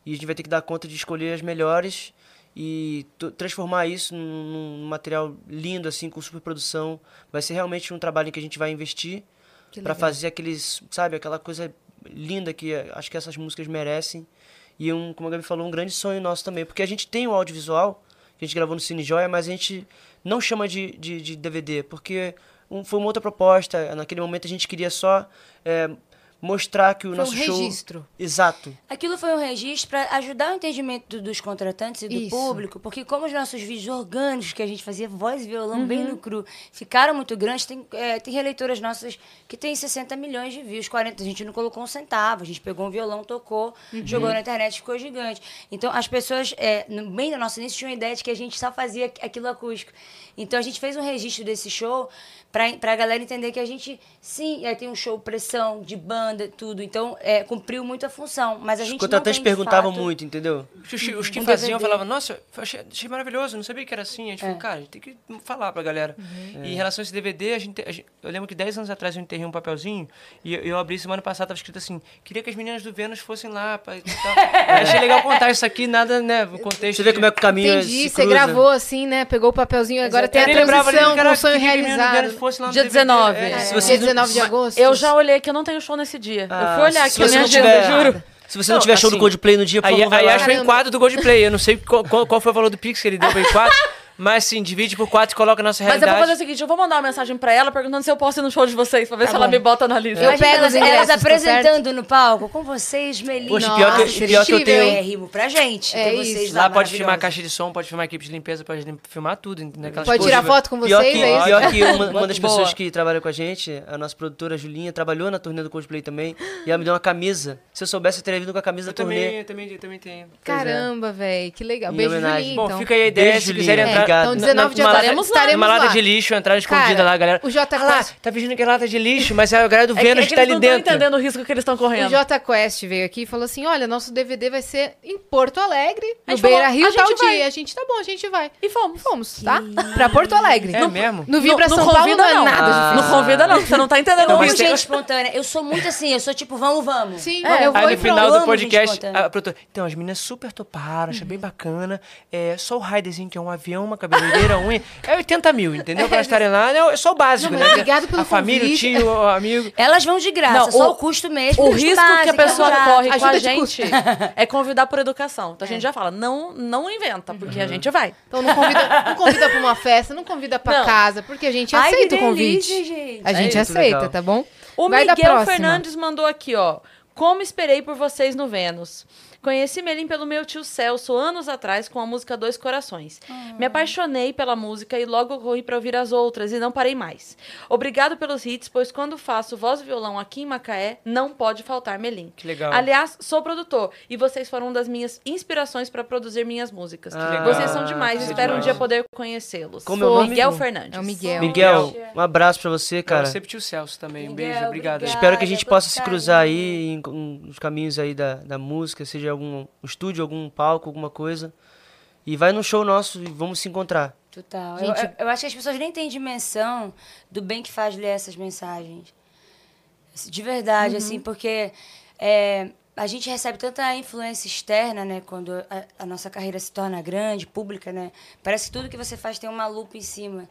S4: e a gente vai ter que dar conta de escolher as melhores e to- transformar isso num, num material lindo, assim, com superprodução. Vai ser realmente um trabalho em que a gente vai investir
S2: Que
S4: para
S2: legal.
S4: fazer aqueles, sabe, aquela coisa linda que eh, acho que essas músicas merecem. E um, como a Gabi falou, um grande sonho nosso também, porque a gente tem o audiovisual que a gente gravou no Cine Joia, mas a gente não chama de, de, de DVD, porque um- foi uma outra proposta. Naquele momento a gente queria só eh, mostrar que o
S2: Foi um
S4: nosso show
S2: registro.
S4: Exato.
S3: Aquilo foi um registro para ajudar o entendimento do- dos contratantes e do
S2: Isso.
S3: público, porque como os nossos vídeos orgânicos, que a gente fazia voz e violão bem no cru, ficaram muito grandes, tem, é, tem releitoras nossas que tem 60 milhões de views, 40, a gente não colocou um centavo, a gente pegou um violão, tocou, jogou na internet, ficou gigante. Então as pessoas, é, no bem do nosso início, tinham a ideia de que a gente só fazia aqu- aquilo acústico. Então a gente fez um registro desse show para a galera entender que a gente, sim, é, tem um show pressão de banda, tudo, então é, cumpriu muito a função, mas a
S4: Os
S3: gente
S4: contratantes
S3: não tem, de
S4: perguntavam
S3: fato-
S4: muito, entendeu?
S5: Os, os
S2: Uhum.
S5: que
S3: Um
S5: faziam
S3: DVD.
S5: falavam, nossa, eu achei, achei maravilhoso, não sabia que era assim. A
S2: É.
S5: gente falou, cara, a gente tem que falar pra galera.
S2: Uhum.
S5: E em relação a esse DVD, a gente, a gente- eu lembro que 10 anos atrás eu enterrei um papelzinho e eu, eu abri semana passada, tava escrito assim, queria que as meninas do Vênus fossem lá. Pra, e tal." Eu Achei legal contar isso aqui, nada, né, o contexto.
S4: Você vê como é que o caminho
S2: Entendi,
S4: se
S2: você
S4: cruza.
S2: gravou assim, né? Pegou o papelzinho, agora
S5: Eu
S2: tem
S5: nem
S2: a
S5: lembrava,
S2: transição
S5: né, cara,
S2: com o sonho
S5: queria que as meninas do
S2: realizado.
S5: Vênus fossem lá no
S1: Dia
S5: DVD.
S1: 19.
S5: É,
S4: Se
S2: É, Dia
S4: você
S2: 19 de agosto.
S1: Eu já olhei que eu não tenho show nesse dia. eu fui olhar
S4: se
S1: aqui a
S4: você
S1: minha
S4: não
S1: agenda,
S4: tiver-
S1: juro.
S4: Se você não, tiver show do
S5: assim,
S4: Coldplay no dia, por
S5: Aí,
S4: favor, vai
S5: aí
S4: lá.
S5: acho que foi um quadro do Coldplay. Eu não sei qual, qual, qual foi o valor do Pix que ele deu pra ele 4, mas assim, divide por 4 e coloca a nossa
S1: Mas
S5: realidade.
S1: eu vou fazer o seguinte, eu vou mandar uma mensagem pra ela perguntando se eu posso ir no show de vocês, pra ver se ela me bota na lista. É
S2: Eu
S3: Imagina
S2: pego
S3: elas,
S2: os ingressos,
S3: elas
S2: tá
S3: apresentando no palco com vocês, Melina.
S4: Poxa, pior
S2: que- Nossa, pior que eu incrível, tenho- hein?
S3: É rimo pra gente.
S2: É
S3: ter
S2: isso.
S3: vocês
S5: Lá pode filmar
S3: maravilhosos.
S5: a caixa de som, pode filmar a equipe de limpeza, pode lim- filmar tudo. entendeu? Aquelas
S2: Pode
S5: coisas.
S2: tirar foto com
S4: Pior
S2: vocês,
S4: que,
S2: é isso?
S4: pior que uma, uma das
S1: Boa.
S4: pessoas que trabalha com a gente, a nossa produtora Julinha, trabalhou na turnê do Coldplay também, e ela me deu uma camisa. Se eu soubesse, eu teria vindo com a camisa
S5: Eu
S4: da turnê.
S5: também, eu também, eu também tenho.
S2: Caramba, velho, que legal.
S4: Em
S2: Beijo,
S4: homenagem.
S2: Julinho,
S5: Bom,
S2: então.
S5: fica aí a ideia,
S4: Beijo,
S5: se
S4: Julinha.
S5: quiserem
S4: É,
S5: entrar...
S4: então,
S5: na-
S2: 19 de
S5: numa
S2: agosto
S5: lata-
S2: estaremos
S5: Uma
S2: lá.
S5: lata de lixo, entrar escondida
S2: Cara,
S5: lá, galera.
S2: o Jota
S5: Ah lá,
S2: Quest-
S5: tá fingindo que é lata de lixo, mas é a galera do
S1: É que-
S5: Vênus
S1: é que
S5: tá
S1: eles
S5: ali
S1: não estão
S5: dentro.
S1: entendendo o risco que eles estão
S2: O
S1: correndo.
S2: Jota Quest veio aqui e falou assim: olha, nosso DVD vai ser em Porto Alegre,
S1: A
S2: no
S1: gente falou,
S2: Beira Rio,
S1: a
S2: tal
S1: gente vai.
S2: dia. A gente tá bom, a gente vai.
S1: E fomos.
S2: Fomos, tá? Pra Porto Alegre.
S5: É
S2: No-
S5: mesmo?
S2: No Vibra
S1: não,
S2: São
S1: não
S2: Paulo
S1: convida,
S2: não é
S1: não.
S4: Ah.
S2: nada.
S1: Não convida, não. Você não tá entendendo.
S3: Eu
S1: não.
S3: amo
S5: mas
S3: gente
S5: tem-
S3: espontânea. Eu sou muito assim, eu sou tipo, vamos, vamos.
S2: Sim,
S1: É,
S2: eu vou
S5: Aí
S2: e pronto.
S5: no final
S3: Eu
S5: do
S3: amo gente
S5: podcast,
S3: contando.
S5: a produtora. Então, as meninas super toparam, achei bem bacana. É, só o Raiderzinho, que é um avião, uma cabeleireira, unha. É 80 mil, entendeu? Pra estarem lá, né? é só o básico,
S2: Não,
S5: né?
S2: mas obrigado pelo
S5: A família, o
S2: convite.
S5: tio, o amigo.
S3: Elas vão de graça,
S1: Não,
S3: só
S1: o-
S3: o, custo mesmo.
S1: O
S3: custo
S1: risco que a
S3: básico,
S1: pessoa
S3: exato.
S1: corre com a
S2: Ajuda de
S1: gente é convidar por educação. Então a gente já fala, não, não inventa, porque a gente vai.
S2: Então não convida, não convida pra uma festa, não convida pra
S1: Não.
S2: casa, porque a gente
S3: Ai,
S2: aceita
S3: que
S2: o convite.
S3: delícia, gente.
S2: A
S4: É
S2: gente
S4: isso,
S2: aceita,
S4: legal.
S2: tá bom?
S1: O
S2: Vai da
S1: Miguel
S2: próxima.
S1: Fernandes mandou aqui, ó. Como esperei por vocês no Vênus. Conheci Melim pelo meu tio Celso anos atrás com a música Dois Corações.
S2: Ah.
S1: Me apaixonei pela música e logo corri para ouvir as outras e não parei mais. Obrigado pelos hits, pois quando faço voz e violão aqui em Macaé, não pode faltar Melim.
S5: Que legal.
S1: Aliás, sou produtor e vocês foram uma das minhas inspirações para produzir minhas músicas.
S4: Ah,
S1: vocês são demais,
S5: que
S1: espero um
S5: demais.
S1: dia poder conhecê-los.
S4: Como é o nome?
S1: Miguel Fernandes.
S2: É o Miguel.
S4: Miguel, um abraço pra você, cara.
S5: Cara, sempre tio Celso também. Um beijo,
S3: Miguel,
S5: obrigado.
S3: obrigada.
S4: Espero que a gente
S3: tô
S4: possa se
S3: carinho.
S4: cruzar aí em, em- nos caminhos aí da, da música, seja algum estúdio, algum palco, alguma coisa. E vai no show nosso e vamos se encontrar.
S3: Total.
S2: Gente-
S3: eu, eu- eu acho que as pessoas nem têm dimensão do bem que faz ler essas mensagens. De
S2: Uhum.
S3: verdade, assim, porque é, a gente recebe tanta influência externa, né? Quando a, a nossa carreira se torna grande, pública, né? Parece que tudo que você faz tem uma lupa em cima.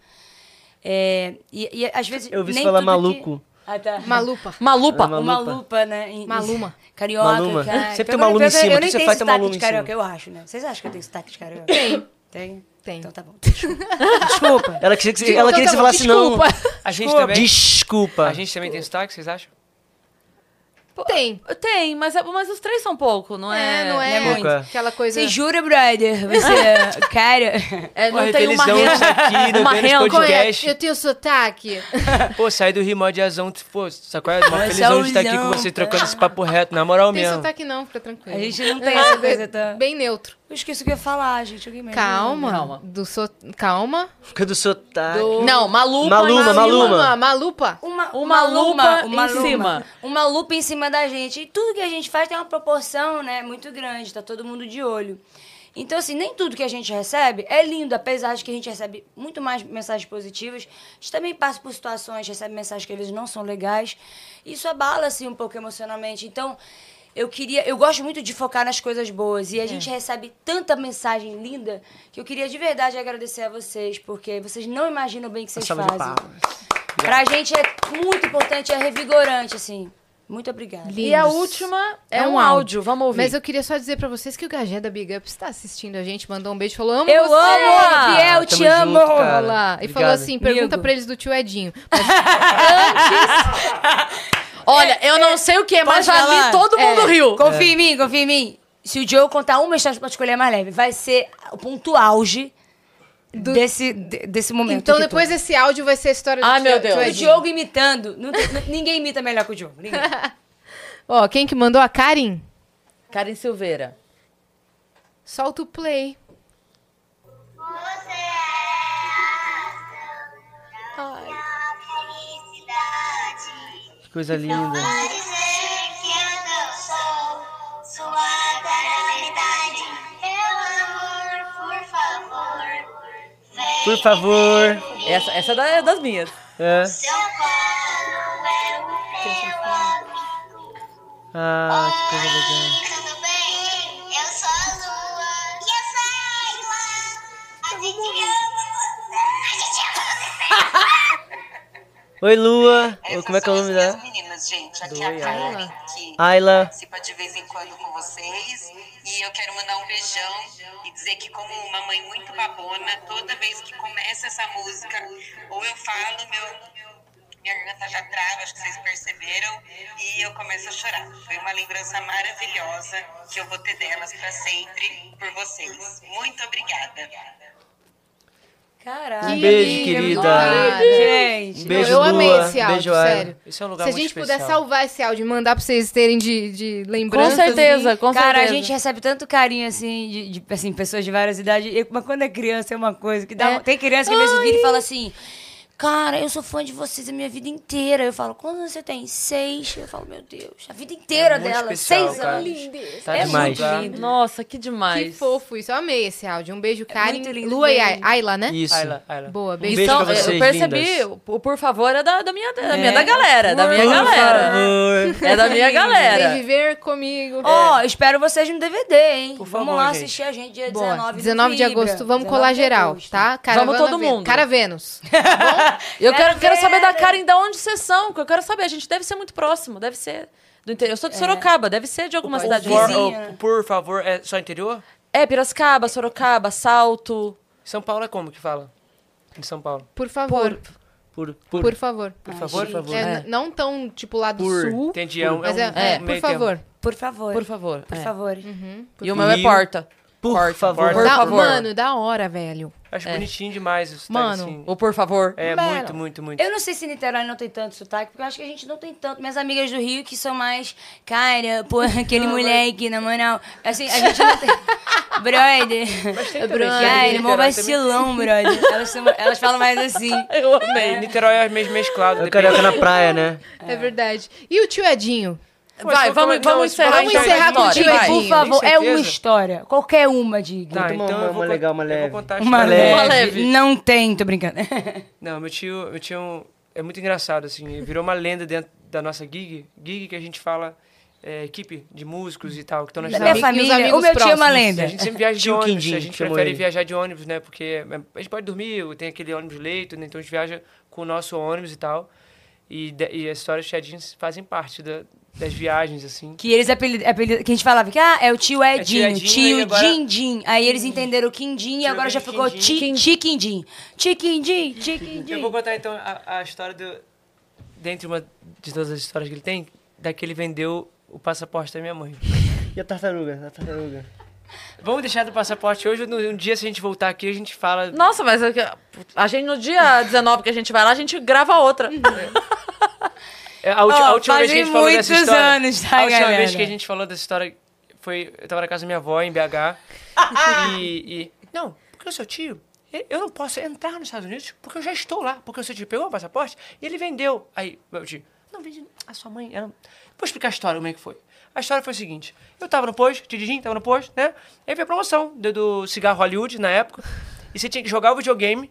S3: É, e, e às vezes.
S4: Eu ouvi você
S3: nem
S4: falar
S3: tudo que-
S4: maluco.
S3: Ah, tá.
S2: Malupa.
S1: Malupa.
S4: Malupa.
S3: Uma lupa, né? em-
S2: Maluma.
S3: Carioca.
S4: Maluma.
S3: cara.
S4: Sempre tem
S3: Pior que eu-
S4: maluma em
S3: pior que eu-
S4: cima,
S3: Eu
S4: tudo
S3: nem
S4: você
S3: tenho
S4: faz, tem
S3: sotaque
S4: maluma
S3: de
S4: em cima.
S3: carioca, eu acho, né? Vocês acham que eu tenho sotaque de carioca? Tem. Tem?
S2: Tem.
S3: Então tá bom.
S4: Desculpa. Ela queria que, você-
S2: Então
S4: ela queria
S2: tá bom,
S4: que você falasse
S2: desculpa.
S5: A gente
S4: não.
S5: também.
S4: Desculpa.
S5: A gente também tem sotaque, vocês acham?
S2: Tem.
S1: Tem, mas, é- mas os três são pouco, não é?
S2: É, não é,
S3: não é muito.
S2: aquela coisa.
S3: Você jura, brother? Você. cara.
S1: É, não
S5: Olha,
S1: tem uma
S5: felizão
S1: renda.
S5: isso aqui, não
S1: uma
S5: tem nos
S1: renda.
S2: Qual é?
S5: podcast.
S2: Eu tenho sotaque.
S5: Pô, saí do Rio Mó de Azão, pô, sacou? Uma
S3: Nossa,
S5: felizão de estar aqui com
S3: Zão.
S5: você trocando esse papo reto, na moral
S2: Tem
S5: mesmo.
S2: sotaque não, fica
S3: A
S2: tranquilo.
S3: gente não tem essa coisa tá? tão.
S2: Bem neutro.
S3: Eu esqueci o que eu ia falar, gente. Alguém me
S2: Calma.
S1: Calma.
S2: Do so... Calma.
S4: Fica do sotaque.
S1: Não, maluca.
S4: Maluma, Maluma.
S2: Malupa.
S3: Uma,
S1: Uma lupa em
S3: lupa.
S1: cima.
S3: Uma lupa em cima da gente. E tudo que a gente faz tem uma proporção, né, muito grande, tá todo mundo de olho. Então, assim, nem tudo que a gente recebe é lindo, apesar de que a gente recebe muito mais mensagens positivas. A gente também passa por situações, recebe mensagens que às vezes não são legais. Isso abala, assim, um pouco emocionalmente. Então, eu queria. Eu gosto muito de focar nas coisas boas. E
S1: É.
S3: a gente recebe tanta mensagem linda que eu queria de verdade agradecer a vocês, porque vocês não imaginam bem o que vocês
S4: Salva de
S3: fazem.
S4: palmas.
S3: Pra gente é muito importante, é revigorante, assim. Muito obrigada.
S1: E a última é, um áudio. Vamos ouvir.
S2: Mas eu queria só dizer pra vocês que o Gagé da Big Ups tá assistindo a gente, mandou um beijo, falou: Amo
S3: Eu
S2: você.
S3: amo,
S1: Ah,
S3: Fiel,
S4: Tamo
S3: te amo.
S4: junto, cara.
S2: Olá. E
S4: Obrigado.
S2: falou assim: pergunta
S3: Amigo.
S2: pra eles do tio Edinho.
S1: Olha, eu não sei o que é, mas
S3: Pode falar.
S1: ali todo mundo
S3: É.
S1: riu.
S3: Confia em mim, confia em mim. Se o Joe contar uma história pra escolher a mais leve, vai ser o ponto auge desse, de- desse momento.
S2: Então
S3: aqui
S2: depois
S3: todo.
S2: esse áudio vai ser a história do
S1: Ai,
S2: tio,
S1: meu Deus.
S2: Ah, tio
S3: O
S2: Edinho.
S3: Diogo imitando. Não tem- não- ninguém imita melhor que o Diogo. Ninguém.
S2: Ó, quem que mandou? A Karin?
S1: Karen Silveira.
S2: Solta o play.
S6: Você é a minha felicidade.
S4: Que coisa linda.
S6: Vai dizer que eu não sou sua cara verdade. Meu amor, por favor, vem.
S4: Por favor.
S1: Essa, essa é da- é das minhas.
S4: É.
S6: Seu Paulo é o meu amigo.
S4: Ah, que coisa legal.
S6: Oi, tudo bem? Eu sou a Lua. E eu sou a Isla. A gente ama você. A gente ama você.
S4: Oi, Lua. Ô,
S7: Essas
S4: Como é que é o
S7: são as
S4: nome
S7: minhas
S4: dela?
S7: meninas, gente. Aqui é a Karen, que
S4: Ayla.
S7: participa de vez em quando com vocês. E eu quero mandar um beijão e dizer que, como uma mãe muito babona, toda vez que começa essa música, ou eu falo, meu. Minha garganta já trava, acho que vocês perceberam, e eu começo a chorar. Foi uma lembrança maravilhosa que eu vou ter delas para sempre por vocês. Muito obrigada.
S3: Caraca.
S2: Que
S4: Um beijo,
S2: amiga, muito
S4: querida.
S2: obrigada.
S3: Gente.
S4: Um beijo,
S2: eu amei
S4: Lua.
S2: esse áudio,
S4: Beijo, Ayla.
S2: sério.
S5: Esse é um lugar
S2: Se a
S5: muito
S2: gente
S5: especial.
S2: puder salvar esse áudio e mandar pra vocês terem de, de lembrança.
S1: Com certeza, com
S3: assim. Cara,
S1: certeza.
S3: a gente recebe tanto carinho, assim, de, de, assim, pessoas de várias idades. E- mas quando é criança é uma coisa que dá.
S2: É.
S3: uma- Tem criança que às vezes vira e fala assim. cara, eu sou fã de vocês a minha vida inteira. Eu falo, quantos anos você tem? Seis. Eu falo, meu Deus, a vida inteira
S5: É muito
S3: dela.
S5: especial,
S3: seis
S5: cara.
S3: anos.
S5: Tá
S3: É
S5: demais.
S3: muito lindo.
S1: Nossa, que
S2: Que
S1: demais.
S2: fofo isso. Eu amei esse áudio. Um beijo, Karen.
S3: muito lindo
S2: Lua e
S3: mesmo.
S2: Ai- Ayla, né?
S5: Isso.
S4: Ayla,
S2: Boa,
S5: Um
S2: beijo.
S5: beijo
S1: então,
S5: pra vocês,
S1: eu percebi,
S5: lindas.
S1: o o por favor é da, da minha, da, minha,
S5: É.
S1: da galera, da minha galera. É da minha
S2: Vem
S1: galera.
S2: viver comigo.
S3: Ó, espero vocês no DVD, hein?
S5: Por
S3: Vamos
S5: favor,
S3: lá
S5: gente.
S3: assistir a gente dia
S2: É. Boa.
S3: 19,
S2: 19 É. de
S3: no Fibra.
S2: agosto. Vamos
S3: 19
S2: colar
S3: de
S2: geral,
S3: agosto.
S2: tá? Caravana
S1: Vamos todo
S2: Vênus.
S1: mundo.
S2: Cara Vênus.
S1: Eu quero, quero saber da
S3: Galera.
S1: Karen da onde vocês são, que eu quero saber. A gente deve ser muito próximo, deve ser. Do interior. Eu sou de Sorocaba, deve ser de alguma cidade
S5: Por,
S1: vizinha.
S3: Vizinha.
S5: oh, por favor, é só interior?
S1: É, Piracicaba, Sorocaba, Salto.
S5: São Paulo é como que fala? Em São Paulo.
S2: Por favor.
S4: Por,
S2: Por, favor.
S5: Por favor, por favor.
S2: É,
S1: É.
S2: n- Não tão, tipo, lá do
S5: Por.
S2: sul.
S5: Entendi, é um,
S2: Mas é,
S5: é um
S2: é, por
S5: meio
S2: favor.
S3: Por favor.
S1: Por favor.
S3: Por
S1: é.
S3: favor.
S1: E o meu é
S4: Rio.
S1: Porta.
S4: Por favor.
S1: Por
S2: Da-
S1: favor.
S2: Mano, da hora, velho.
S5: termo.
S4: É.
S5: Acho bonitinho demais isso.
S2: Mano,
S5: Assim.
S1: Ou por favor.
S5: É
S2: Mano.
S5: muito, muito, muito.
S3: Eu não sei se Niterói não tem tanto sotaque, porque eu acho que a gente não tem tanto. Minhas amigas do Rio que são mais. Cara, pô, aquele moleque, na moral. Assim, a gente não tem. Brother. Mas Cara,
S5: tem também, sim, Niterói
S3: ele é mó
S5: também.
S3: vacilão, brother. Elas, são- elas falam mais assim.
S1: Eu amei.
S5: É, Niterói é meio mesclado.
S4: Eu
S5: depende.
S4: um carioca na praia, né?
S2: É. verdade. E o tio Edinho?
S1: Vai,
S5: Pô,
S1: vamos,
S5: então,
S1: vamos
S5: então,
S1: encerrar,
S2: vamos
S1: então,
S2: encerrar
S1: a história,
S2: com o
S1: vai.
S2: Diego.
S3: Tipo, Por favor, é uma
S5: certeza?
S3: história. Qualquer uma, diga.
S5: Tá, é
S4: Conta uma-
S5: então eu
S4: uma
S5: vou,
S4: legal, uma
S5: eu
S4: leve.
S5: vou contar a
S3: Uma
S5: história.
S3: leve.
S1: Uma leve.
S3: Não tem, tô brincando.
S5: Não, meu tio, meu tio é um- é muito engraçado, assim. ele Virou uma lenda dentro da nossa gig. Gig que a gente fala é, equipe de músicos e tal, que estão na
S3: Da
S5: estrada.
S3: minha
S2: amigos- e os
S3: família,
S2: amigos
S3: o meu tio é uma
S2: próximos.
S5: A
S3: lenda.
S5: gente sempre viaja de
S4: Tio
S5: ônibus,
S4: Quindim,
S5: a gente
S4: chamou
S5: prefere
S4: ele.
S5: viajar de ônibus, né? Porque a gente pode dormir, tem aquele ônibus leito, né? Então a gente viaja com o nosso ônibus e tal. E, de- e as histórias chadinhas fazem parte da- das viagens, assim.
S3: Que eles apelid, apelid- que a gente falava que ah, é o tio Edinho,
S5: Edinho,
S3: tio
S5: e agora-
S3: Dindim. Aí eles entenderam o Quindim e
S5: Tio
S3: agora já
S5: Quindim,
S3: ficou ti-
S5: Quindim.
S3: Tiquindim. Tiquindim, Tiquindim.
S5: Eu vou contar então a, a história do. Dentre uma de todas as histórias que ele tem, da que ele vendeu o passaporte da minha mãe.
S4: E a tartaruga? A tartaruga.
S5: Vamos deixar do passaporte hoje, no, um dia se a gente voltar aqui, a gente fala.
S1: Nossa, mas é que- a gente no dia 19 que a gente vai lá, a gente grava outra.
S5: É, A, ulti-
S3: Ó,
S5: a última vez
S3: fazem
S5: que a gente falou dessa
S3: muitos
S5: história.
S3: anos, tá,
S5: a última
S3: galera?
S5: vez que a gente falou dessa história foi. Eu tava na casa da minha avó, em BH. e, e- Não, porque o seu tio. ele- Eu não posso entrar nos Estados Unidos porque eu já estou lá. Porque o seu tio pegou o passaporte e ele vendeu. Aí, meu tio. Não, vende. A sua mãe. Ela... Vou explicar a história, como é que foi. A história foi o seguinte: eu tava no posto, dirigindo, tava no posto, né? Aí veio a promoção do, do cigarro Hollywood na época. E você tinha que jogar o videogame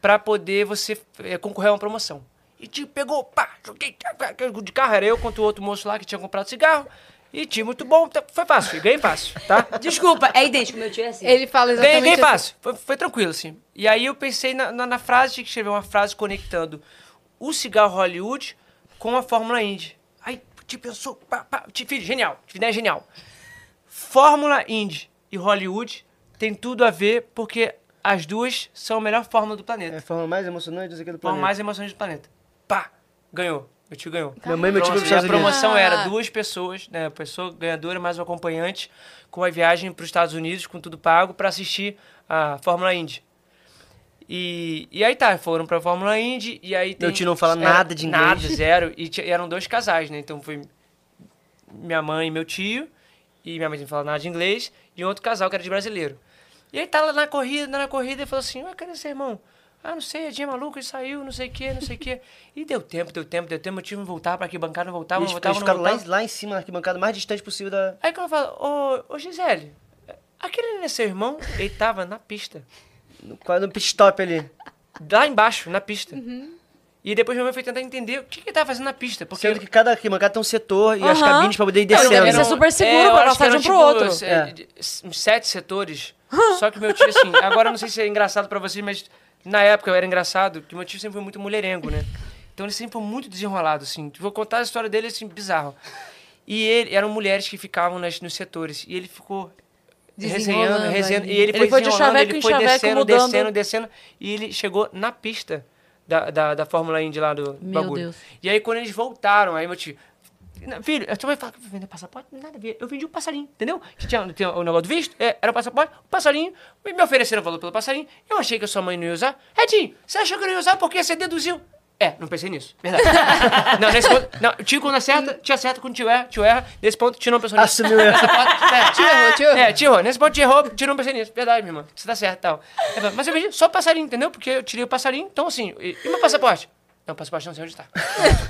S5: pra poder você eh, concorrer a uma promoção. E te pegou, pá, joguei tá, tá, que de carro, era eu contra o outro moço lá que tinha comprado cigarro. E tinha muito bom, tá, foi fácil, ganhei fácil, tá?
S3: Desculpa, é idêntico, meu tio é assim.
S2: Ele fala
S5: Ganhei,
S2: exatamente...
S5: ganhei
S2: assim.
S5: fácil, foi, foi tranquilo, assim. E aí eu pensei na, na, na frase, tinha que escrever uma frase conectando o cigarro Hollywood com a Fórmula Indy. Aí te pensou, pá, pá, te, filho, genial, te ideia genial. Fórmula Indy e Hollywood tem tudo a ver porque as duas são a melhor fórmula do planeta.
S4: É a forma mais emocionante disso aqui do
S5: Por
S4: planeta.
S5: mais emoções do planeta. Pá! Ganhou. Meu tio ganhou.
S4: Minha mãe e meu tio vão
S5: Promoção-
S4: pros Estados
S5: a
S4: Unidos.
S5: promoção era duas pessoas, né? A pessoa ganhadora mais o acompanhante, com a viagem para os Estados Unidos, com tudo pago, para assistir a Fórmula Indy. E, e aí tá, foram pra Fórmula Indy, e aí tem...
S4: Meu tio não fala
S5: era-
S4: nada de inglês.
S5: Nada, zero. E ti- eram dois casais, né? Então foi minha mãe e meu tio, e minha mãe não falava nada de inglês, e um outro casal que era de brasileiro. E aí tá lá na corrida, na corrida, e falou assim, ah, cadê seu irmão? Ah, não sei, a Dinha é maluco, ele saiu, não sei o quê, não sei o quê. E deu tempo, deu tempo, deu tempo, meu tio não voltava pra arquibancada, não
S4: E
S5: voltava, não
S4: eles, eles
S5: voltava, não
S4: ficaram lá,
S5: voltava.
S4: em- lá em cima, na arquibancada, mais distante possível da...
S5: Aí quando eu falo, ô, ô Gisele, aquele não é seu irmão? Ele tava na pista.
S4: Quase no é pit stop ali.
S5: Lá embaixo, na pista. E depois minha mãe foi tentar entender o que, que ele tava fazendo na pista. Porque
S4: Sendo que cada arquibancada tem um setor e as
S1: Aham.
S4: cabines pra poder
S1: Não,
S4: ir descendo.
S1: deve ser
S5: é
S4: Eram-
S1: super seguro pra
S5: eu acho
S1: passar
S5: que
S1: de um
S5: eram,
S1: pro
S5: tipo,
S1: outro.
S5: é, de- s- uns Sete setores. Só que meu tio, assim, agora eu não sei se é engraçado pra vocês, mas na época eu era engraçado, que meu tio sempre foi muito mulherengo, né? Então ele sempre foi muito desenrolado, assim. Vou contar a história dele, assim, bizarro. E ele, eram mulheres que ficavam nas, nos setores. E ele ficou resenhando,
S2: Desenrolando
S5: resenhando.
S2: ali.
S5: E ele
S1: Ele
S5: foi,
S1: foi de
S5: desenrolando,
S1: chaveco
S5: ele
S1: em
S5: foi
S1: chaveco,
S5: descendo,
S1: mudando.
S5: descendo, descendo. E ele chegou na pista da, da, da Fórmula Indy lá do
S1: Meu
S5: bagulho.
S1: Deus.
S5: E aí quando eles voltaram, aí meu tio... "Não, Filho, a tua mãe fala que eu vou vender passaporte? Nada a ver. Eu vendi um passarinho, entendeu? Que tinha, tinha o negócio do visto, é, era o passaporte, o passarinho, me me ofereceram valor pelo passarinho, eu achei que a sua mãe não ia usar. Edinho, você achou que eu não ia usar porque você deduziu? É, não pensei nisso. Verdade. não, nesse ponto. Não, tio quando acerta, tio acerta quando tio erra, tio erra. Nesse ponto, tio não pensou nisso.
S4: Assumiu erro.
S5: Nessa parte, é,
S2: Tio errou, tio errou.
S5: É, tio errou. Nesse ponto, tio errou, tio não pensei nisso. um Verdade, minha irmã. Você tá certo e tal. Eu falei, mas eu vejo só passarinho, entendeu? Porque eu tirei o passarinho, então assim. E, e meu passaporte? Não, passaporte não sei onde tá.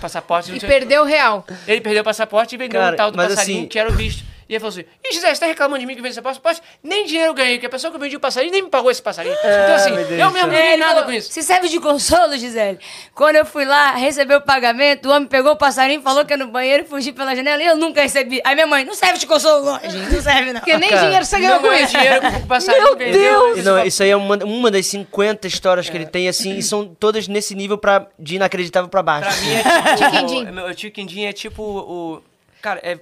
S5: Passaporte não
S2: E
S5: sei
S2: perdeu o real.
S5: Ele perdeu o passaporte e vendeu
S4: Cara,
S5: o tal do
S4: mas
S5: passarinho
S4: assim-
S5: que era o visto. E ele falou assim: Ih, José, você tá reclamando de mim que vendeu esse passaporte? Nem dinheiro eu ganhei, porque a pessoa que eu vendi o passarinho nem me pagou esse passarinho. então, assim,
S4: É, meu Deus
S5: eu
S4: do
S5: mesmo não
S4: céu.
S5: ganhei
S2: É,
S3: Ele
S5: nada
S3: falou,
S5: com isso.
S3: Se é, serve de consolo, Gisele. Quando eu fui lá receber o pagamento, o homem pegou o passarinho, falou que era no banheiro, fugiu pela janela e eu nunca recebi. Aí minha mãe, não serve de consolo, não, gente, não serve não.
S2: Porque nem dinheiro você ganhou
S5: Não
S2: com
S5: ganhei
S2: isso.
S5: dinheiro com o passarinho. Meu
S4: E não, isso aí é uma, uma das 50 histórias que ele tem, assim, e são todas nesse nível pra, de inacreditável pra baixo.
S5: Pra mim é tipo.
S2: Tio Quindim.
S5: o- Meu tio Quindim é tipo o. Cara, é.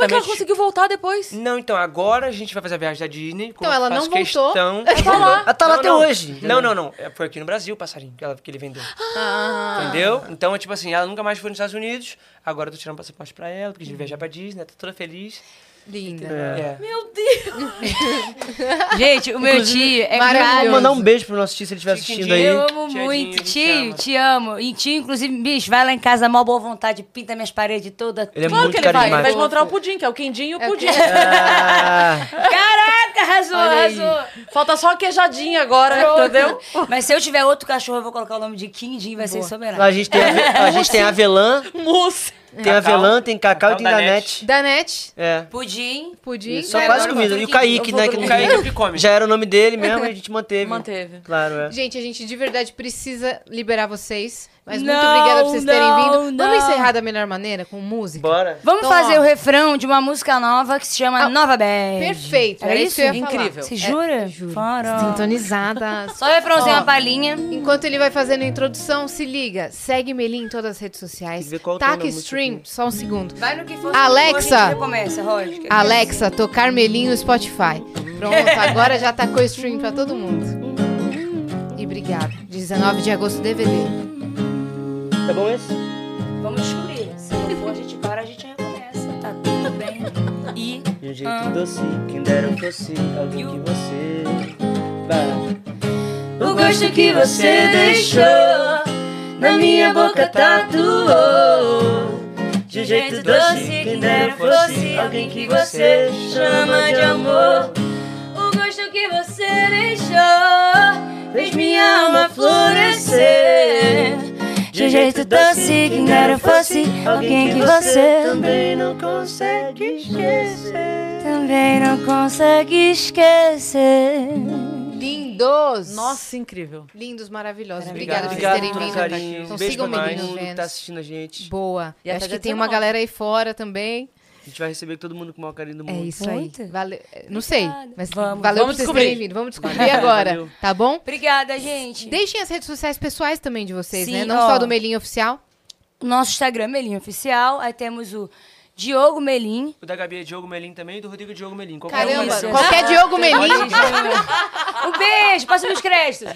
S1: Mas como é que ela conseguiu voltar depois?
S5: Não, então, agora a gente vai fazer a viagem da Disney. como
S2: Então,
S5: eu
S2: ela não
S5: faço
S2: voltou.
S5: Questão...
S1: tá lá.
S4: Ela tá lá
S5: Não,
S4: até
S5: não.
S4: hoje.
S5: Não, não, não. É, Foi aqui no Brasil o passarinho que, ela- que ele vendeu.
S2: Ah.
S5: Entendeu? Então, é tipo assim, ela nunca mais foi nos Estados Unidos. Agora eu tô tirando um passaporte pra ela, porque a gente viajar pra Disney, tá toda feliz.
S2: Linda.
S5: É.
S1: Meu Deus!
S3: Gente, o meu tio é
S2: maravilhoso.
S3: maravilhoso.
S4: Mandar um beijo pro nosso tio se ele estiver
S5: Tio
S4: assistindo aí.
S5: Quindim.
S3: Eu amo
S5: Tiadinho,
S3: muito,
S5: te
S3: tio,
S5: amo.
S3: te amo. E tio, inclusive, bicho, vai lá em casa, mó boa vontade, pinta minas paredes toda.
S4: Ele é
S1: Claro
S4: muito
S1: que ele vai. Ele vai
S4: carismático.
S1: encontrar o pudim, que é o quindim e o pudim.
S4: Ah,
S3: Caraca, arrasou,
S2: Olha aí.
S3: arrasou.
S1: Falta só a queijadinha agora, entendeu?
S3: Mas se eu tiver outro cachorro, eu vou colocar o nome de Quindim, vai ser soberano.
S4: a gente tem, ave- a gente tem avelã,
S1: Mousse.
S4: tem avelã, tem cacau e
S5: Cacau
S4: tem
S5: da
S4: danete.
S2: Danete,
S4: É.
S3: Pudim.
S2: pudim.
S4: Só
S2: né?
S4: quase
S2: Agora-
S4: comida. E o Kaique,
S3: Eu vou
S4: né?
S3: pro
S4: Que
S5: O
S4: não
S5: Kaique é o que come.
S4: Já era o nome dele mesmo e a gente manteve.
S1: Manteve.
S4: Claro, é.
S2: Gente, a gente de verdade precisa liberar vocês. Mas muito
S3: Não,
S2: obrigada por vocês terem
S3: não,
S2: vindo.
S3: não.
S2: Vamos encerrar da melhor maneira com música?
S4: Bora.
S3: Vamos
S2: Então,
S3: fazer
S2: ó.
S3: o refrão de uma música nova que se chama
S2: Ah,
S3: Nova Band.
S2: Perfeito.
S3: Era
S2: Era isso
S3: É isso?
S2: que eu ia falar. É,
S1: Incrível.
S3: Você jura? juro.
S2: Sintonizadas.
S3: Só o refrãozinho,
S2: Ó.
S3: uma palhinha.
S2: Enquanto ele vai fazendo a introdução, se liga. Segue Melim em todas as redes sociais.
S4: Tem que ver qual o
S2: Taca
S4: tom da
S2: stream.
S4: música
S2: Só um segundo.
S3: Vai no que for.
S2: Alexa.
S3: A gente recomeça, Roger.
S2: Alexa, tocar Melim no Spotify. Pronto, agora já tacou stream pra todo mundo. E obrigado. 19 de agosto, DVD.
S4: Tá bom esse?
S3: Vamos descobrir. Se não for, a gente para, a gente recomeça. Tá tudo bem. E
S4: De um jeito doce, quem dera
S3: um
S4: eu fosse alguém que você. Vai.
S3: o gosto que você deixou na minha boca tatuou. De um jeito doce, quem dera eu fosse alguém que você chama de amor. O gosto que você deixou fez minha alma florescer. De um jeito doce, quem dera eu fosse alguém que você
S4: também não consegue esquecer.
S3: também não consegue esquecer.
S2: Lindos!
S1: Nossa, incrível.
S2: Lindos, maravilhosos.
S5: Obrigado.
S2: Obrigada por vocês terem
S5: Obrigado pelo
S2: vindo.
S5: carinho.
S2: Então
S4: Um Beijo
S2: sigam o
S4: pra todo
S2: Menino
S4: mundo que tá
S2: Vênus.
S4: assistindo a gente.
S2: Boa.
S1: E
S2: Eu
S1: até
S2: acho que
S1: dia
S2: tem uma
S1: 19.
S2: galera aí fora também.
S4: A gente vai receber todo mundo com o maior carinho do
S2: É
S4: mundo.
S2: isso
S3: Muito.
S2: aí. Valeu. Não sei, mas
S1: vamos
S2: valeu
S3: Vamos,
S2: por vocês
S1: descobrir.
S2: terem vindo. Vamos descobrir agora,
S4: valeu.
S2: tá bom?
S3: Obrigada, gente.
S2: Deixem as redes sociais pessoais também de vocês,
S3: Sim,
S2: né? Não
S3: ó.
S2: só do Melinho Oficial.
S3: Nosso Instagram, Melim Oficial. Aí temos o Diogo Melim.
S5: O da Gabi é Diogo Melim também e do Rodrigo é Diogo Melim. Qualquer um
S2: Caramba,
S5: vai-
S2: qualquer Diogo Melinho.
S3: Um beijo, passa os créditos.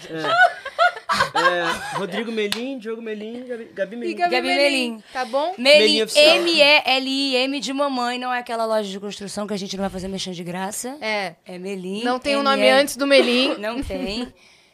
S4: É, Rodrigo Melim, Diogo Melim, Gabi, Gabi Melim.
S3: Gabi Melim.
S2: Tá bom?
S3: Melim,
S4: Melim Oficial.
S3: M-E-L-I-M de mamãe. Não é aquela loja de construção que a gente não vai fazer mexão de graça.
S2: É.
S3: É Melim.
S2: Não tem o
S3: M-E-
S2: nome antes do Melim.
S3: Não tem.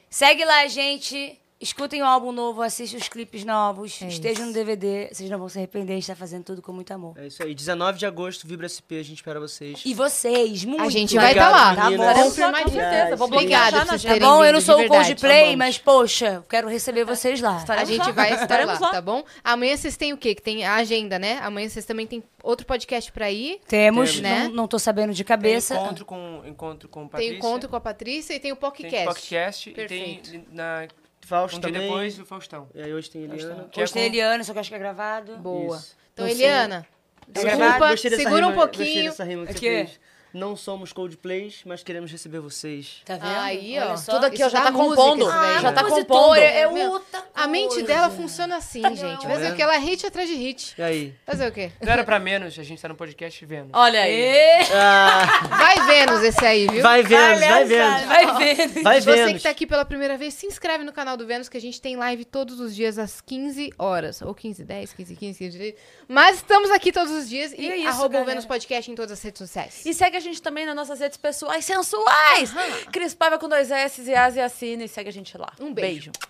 S3: Segue lá, gente. Escutem o álbum novo, assistem os clipes
S2: É
S3: novos, estejam no DVD, vocês não vão se arrepender, a gente tá fazendo tudo com muito amor.
S4: É isso aí. 19 de agosto, Vibra SP, a gente espera vocês.
S3: E vocês, muito.
S2: A gente vai
S4: Obrigado,
S2: estar lá.
S4: Tá
S3: meninas.
S2: bom.
S1: Estaremos lá, com certeza. Vou bloquear já
S2: Obrigada por
S1: na
S2: vocês
S1: agenda.
S3: Tá
S2: terem
S3: bom,
S2: vindo,
S3: eu não
S2: de
S3: sou o
S2: verdade. Tá
S3: coach play,
S2: Amamos. Tá.
S3: mas poxa, quero receber vocês lá.
S2: A gente
S1: lá.
S2: vai estar lá,
S1: Estaremos lá.
S2: tá bom? Amanhã vocês têm o quê? Que tem a agenda, né? Amanhã vocês também têm outro podcast pra ir.
S3: Temos,
S2: Temos. Né?
S3: Não, não tô sabendo de
S5: Tem
S3: cabeça.
S5: encontro com, encontro com Patrícia.
S2: Tem encontro com a Patrícia e tem o
S5: Tem
S2: podcast.
S5: podcast e tem
S2: Perfeito.
S5: na,
S4: Fausto
S5: um dia
S4: também.
S5: depois o Faustão.
S4: E aí hoje tem Eliana.
S5: Que é
S3: Hoje tem
S5: com-
S3: Eliana, só que eu acho que é gravado.
S2: Boa.
S4: Isso.
S2: Então,
S4: Não sei.
S2: Eliana,
S4: É Gostei-
S2: desculpa,
S4: gostei dessa
S2: segura um
S4: rima- Gostei
S2: pouquinho.
S4: dessa rima que
S3: O
S4: você
S3: quê?
S4: fez. Não somos Coldplays, mas queremos receber vocês.
S3: Tá vendo?
S2: Aí,
S3: Olha
S2: ó.
S3: só.
S1: Tudo aqui, ó,
S2: Isso
S1: já
S2: dá
S1: tá
S2: música,
S1: compondo.
S2: isso daí.
S1: Já tá compondo.
S3: compositora, é
S2: Meu,
S3: outra
S2: A mente
S3: coisa.
S2: dela funciona assim, gente. Mas
S4: vendo?
S2: aquela hit atrás de hit.
S4: E aí?
S2: Fazer o quê?
S5: Não era pra menos, a gente tá no podcast vendo.
S1: Olha aí.
S3: Ê,
S4: Ah,
S2: Vai Vênus esse aí, viu?
S4: vai vendo, vai
S3: palhaçada,
S4: vendo.
S3: Vai vendo.
S4: Vai
S2: Você
S4: vendo.
S2: que tá aqui pela primeira vez, se inscreve no canal do Vênus, que a gente tem live todos os dias às 15 horas. Ou 15, 10, 15, 15, 15. Mas estamos aqui todos os dias. E,
S3: E é isso,
S2: arroba o
S3: galera.
S2: Vênus Podcast em todas as redes sociais.
S1: E segue a gente também nas nossas Ah. redes pessoais sensuais. Cris Paiva com dois S e As e Assina. E segue a gente lá.
S2: Um beijo.
S1: beijo.